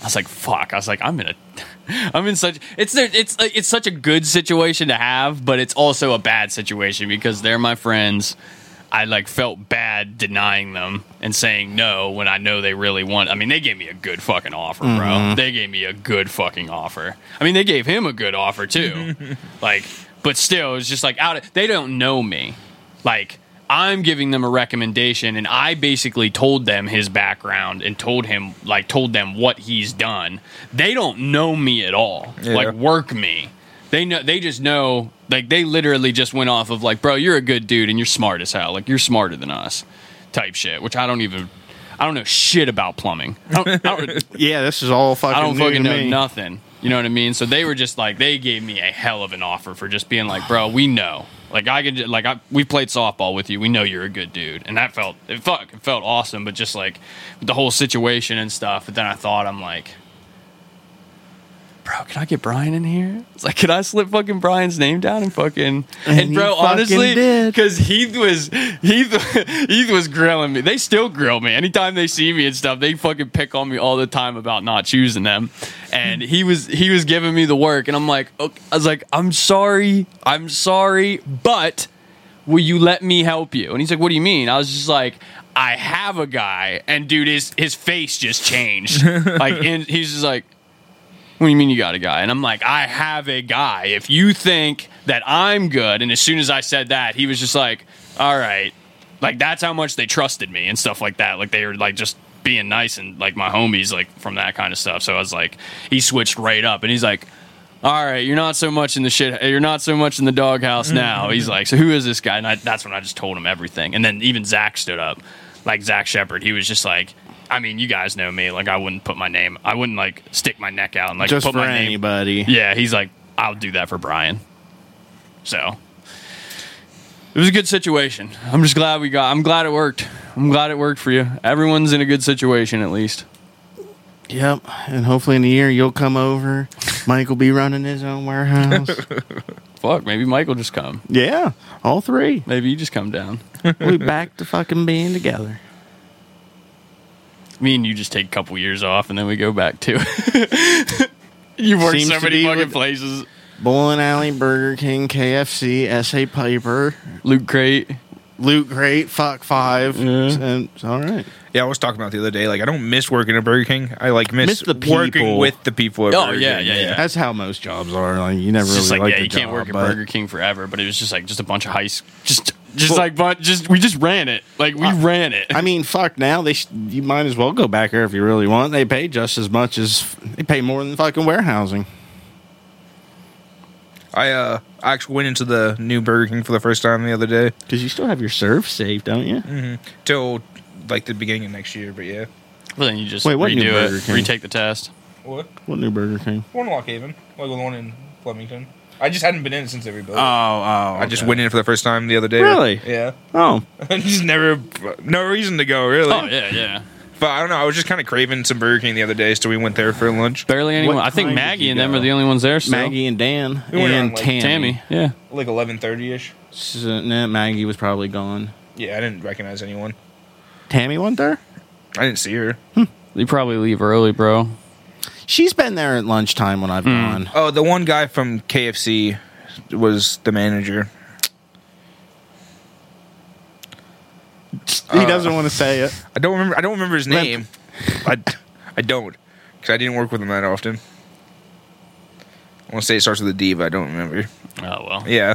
Speaker 3: I was like, "Fuck!" I was like, "I'm in a, I'm in such it's there, it's it's such a good situation to have, but it's also a bad situation because they're my friends. I like felt bad denying them and saying no when I know they really want. I mean, they gave me a good fucking offer, bro. They gave me a good fucking offer. I mean, they gave him a good offer too. like, but still, it's just like out. Of, they don't know me. Like, I'm giving them a recommendation, and I basically told them his background and told him like told them what he's done. They don't know me at all.
Speaker 1: Yeah.
Speaker 3: Like, work me. They know they just know like they literally just went off of like, bro, you're a good dude and you're smart as hell. Like you're smarter than us, type shit. Which I don't even I don't know shit about plumbing. I don't, I don't,
Speaker 2: Yeah, this is all fucking
Speaker 3: I don't
Speaker 2: new
Speaker 3: fucking
Speaker 2: to
Speaker 3: know
Speaker 2: me.
Speaker 3: nothing. You know what I mean? So they were just like they gave me a hell of an offer for just being like, bro, we know. Like I could, like I, we played softball with you. We know you're a good dude, and that felt it. Fuck, it felt awesome. But just like the whole situation and stuff. But then I thought, I'm like, bro, can I get Brian in here? It's like, can I slip fucking Brian's name down and fucking and,
Speaker 2: And he
Speaker 3: bro,
Speaker 2: fucking
Speaker 3: honestly,
Speaker 2: did.
Speaker 3: because Heath was Heath Heath was grilling me. They still grill me anytime they see me and stuff. They fucking pick on me all the time about not choosing them. And he was he was giving me the work, and I'm like, okay. I was like, I'm sorry, I'm sorry, but will you let me help you? And he's like, what do you mean? I was just like, I have a guy, and dude, his his face just changed. like, and he's just like, what do you mean you got a guy? And I'm like, I have a guy. If you think that I'm good, and as soon as I said that, he was just like, all right, like that's how much they trusted me and stuff like that. Like they were like just being nice and like my homies like from that kind of stuff. So I was like, he switched right up, and he's like. All right, you're not so much in the shit. You're not so much in the
Speaker 2: Mm-hmm.
Speaker 3: doghouse now. He's like, so who is this guy? And I, that's when I just told him everything. And then even Zach stood up, like Zach Shepard. He was just like, I mean, you guys know me. Like I wouldn't put my name. I wouldn't like stick my neck out and like
Speaker 2: Just
Speaker 3: put
Speaker 2: for
Speaker 3: my name.
Speaker 2: anybody.
Speaker 3: Yeah, he's like, I'll do that for Brian. So it was a good situation. I'm just glad we got. I'm glad it worked. I'm glad it worked for you. Everyone's in a good situation at least.
Speaker 2: Yep. And hopefully in a year you'll come over. Mike will be running his own warehouse.
Speaker 3: Fuck, maybe Michael just come.
Speaker 2: yeah. All three.
Speaker 3: Maybe you just come down.
Speaker 2: We back to fucking being together.
Speaker 3: Me and you just take a couple years off and then we go back to. You've worked
Speaker 2: Seems
Speaker 3: so
Speaker 2: to
Speaker 3: many
Speaker 2: be
Speaker 3: fucking
Speaker 2: with-
Speaker 3: places.
Speaker 2: Bowling Alley, Burger King, KFC, S.A. Piper,
Speaker 3: Loot crate.
Speaker 2: Loot Crate, Fuck Five.
Speaker 3: Yeah.
Speaker 2: And it's all right.
Speaker 1: Yeah, I was talking about the other day. Like, I don't miss working at Burger King. I like miss,
Speaker 2: Miss the
Speaker 1: working
Speaker 2: people.
Speaker 1: with the people. At
Speaker 3: Oh,
Speaker 1: Burger
Speaker 3: yeah,
Speaker 1: King.
Speaker 3: yeah, yeah.
Speaker 2: That's how most jobs are. Like you never
Speaker 3: It's
Speaker 2: really
Speaker 3: just like,
Speaker 2: like
Speaker 3: yeah,
Speaker 2: the
Speaker 3: you can't
Speaker 2: job,
Speaker 3: work at
Speaker 2: but-
Speaker 3: Burger King forever, but it was just like just a bunch of heist. Just just like but just we just ran it. Like we ran it.
Speaker 2: I mean, fuck. Now they sh- you might as well go back there if you really want. They pay just as much as they pay more than fucking warehousing.
Speaker 1: I uh, I actually went into the new Burger King for the first time the other day
Speaker 2: Because you still have your serve safe, don't you?
Speaker 1: Mm. till like the beginning of next year. But yeah,
Speaker 3: Well, then you just
Speaker 2: Wait, what new
Speaker 3: redo
Speaker 2: Burger
Speaker 3: it,
Speaker 2: King?
Speaker 3: retake the test.
Speaker 1: what
Speaker 2: What new Burger King?
Speaker 1: one Lock Haven, like the one in Flemington. I just hadn't been in since they rebuilt. it.
Speaker 2: oh.
Speaker 1: I just went in for the first time the other day.
Speaker 2: Really?
Speaker 1: Yeah.
Speaker 2: Oh,
Speaker 1: just never, no reason to go really.
Speaker 3: Oh yeah, yeah.
Speaker 1: But I don't know. I was just kind of craving some Burger King the other day, so we went there for lunch.
Speaker 3: Barely anyone. I think
Speaker 2: time did
Speaker 3: Maggie
Speaker 2: you
Speaker 3: and them
Speaker 2: go?
Speaker 3: are the only ones there. Still.
Speaker 2: Maggie and Dan
Speaker 1: We went
Speaker 2: and
Speaker 1: on, like,
Speaker 2: Tammy.
Speaker 3: Tammy. Yeah.
Speaker 1: Like eleven thirty ish.
Speaker 2: So, nah, Maggie was probably gone.
Speaker 1: Yeah, I didn't recognize anyone.
Speaker 2: Tammy went there.
Speaker 1: I didn't see her.
Speaker 3: You probably leave early, bro.
Speaker 2: She's been there at lunchtime when I've gone.
Speaker 1: Oh, the one guy from KFC was the manager.
Speaker 2: He doesn't want to say it.
Speaker 1: I don't remember. I don't remember his
Speaker 2: Limp.
Speaker 1: name. I, I don't because I didn't work with him that often. I want to say it starts with a D, but I don't remember.
Speaker 3: Oh well.
Speaker 1: Yeah,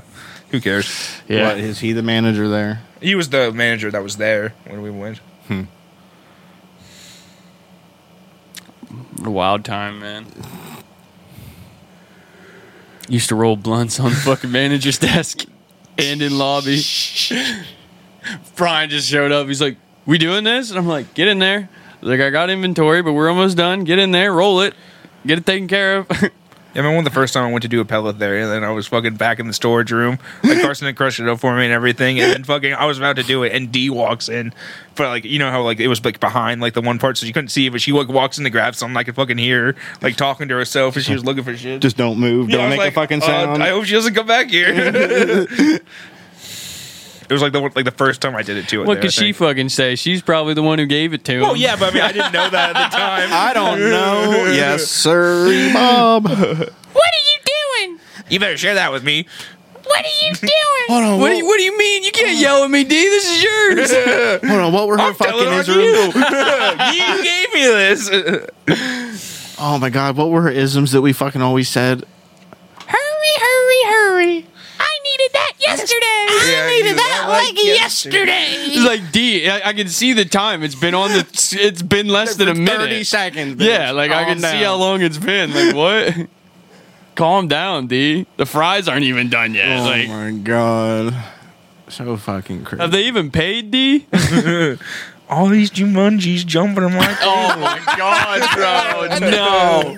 Speaker 1: who cares?
Speaker 3: Yeah.
Speaker 2: What, is he the manager there?
Speaker 1: He was the manager that was there when we went.
Speaker 3: What a wild time, man. Used to roll blunts on the fucking manager's desk and in lobby. Brian just showed up. He's like, "We doing this?" And I'm like, "Get in there." I was like, "I got inventory, but we're almost done. Get in there, roll it, get it taken care of."
Speaker 1: I remember the first time I went to do a pellet there, and then I was fucking back in the storage room. Like Carson had crushed it up for me and everything, and then fucking I was about to do it, and D walks in, but like you know how like it was like behind like the one part, so you couldn't see, it, but she like walks in to grab something. I could fucking hear her like talking to herself, and she was looking for shit.
Speaker 2: Just don't move.
Speaker 1: Yeah,
Speaker 2: Don't
Speaker 1: I was
Speaker 2: make
Speaker 1: like,
Speaker 2: a fucking
Speaker 1: uh,
Speaker 2: sound.
Speaker 1: I hope she doesn't come back here. it was like the one- like the first time I did it too.
Speaker 3: what could she fucking say? She's probably the one who gave it to him.
Speaker 1: Well, yeah, but I mean, I didn't know that at the time.
Speaker 2: I don't know. yes, sir, Bob.
Speaker 1: You better share that with me.
Speaker 2: Hold on.
Speaker 3: What do you What do you mean? You can't yell at me, D. This is yours.
Speaker 2: Hold on, what were her
Speaker 1: I'm
Speaker 2: fucking
Speaker 1: fucking
Speaker 2: is
Speaker 1: you. you gave me this.
Speaker 2: Oh my god, what were her isms that we fucking always said?
Speaker 1: I needed that like yesterday.
Speaker 3: It's like D. I, I can see the time. It's been on the. It's been less than a minute.
Speaker 2: Thirty seconds. bitch.
Speaker 3: Yeah, like I
Speaker 2: Calm
Speaker 3: can
Speaker 2: down.
Speaker 3: see how long it's been. Like what? Calm down, D. The fries aren't even done yet.
Speaker 2: Oh
Speaker 3: like
Speaker 2: my god, so fucking crazy.
Speaker 3: have they even paid D?
Speaker 1: All these Jumanjis jumping. I'm like,
Speaker 3: oh my
Speaker 2: Oh,
Speaker 3: god, bro. No.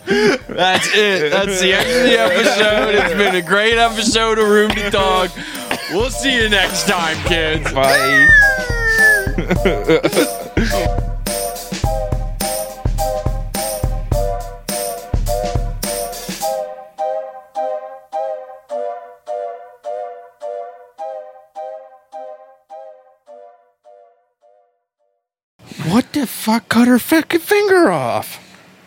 Speaker 3: That's it. That's the end of the episode. It's been a great episode of Room to Talk. We'll see you next time, kids.
Speaker 1: bye.
Speaker 2: What the fuck cut her fucking finger off?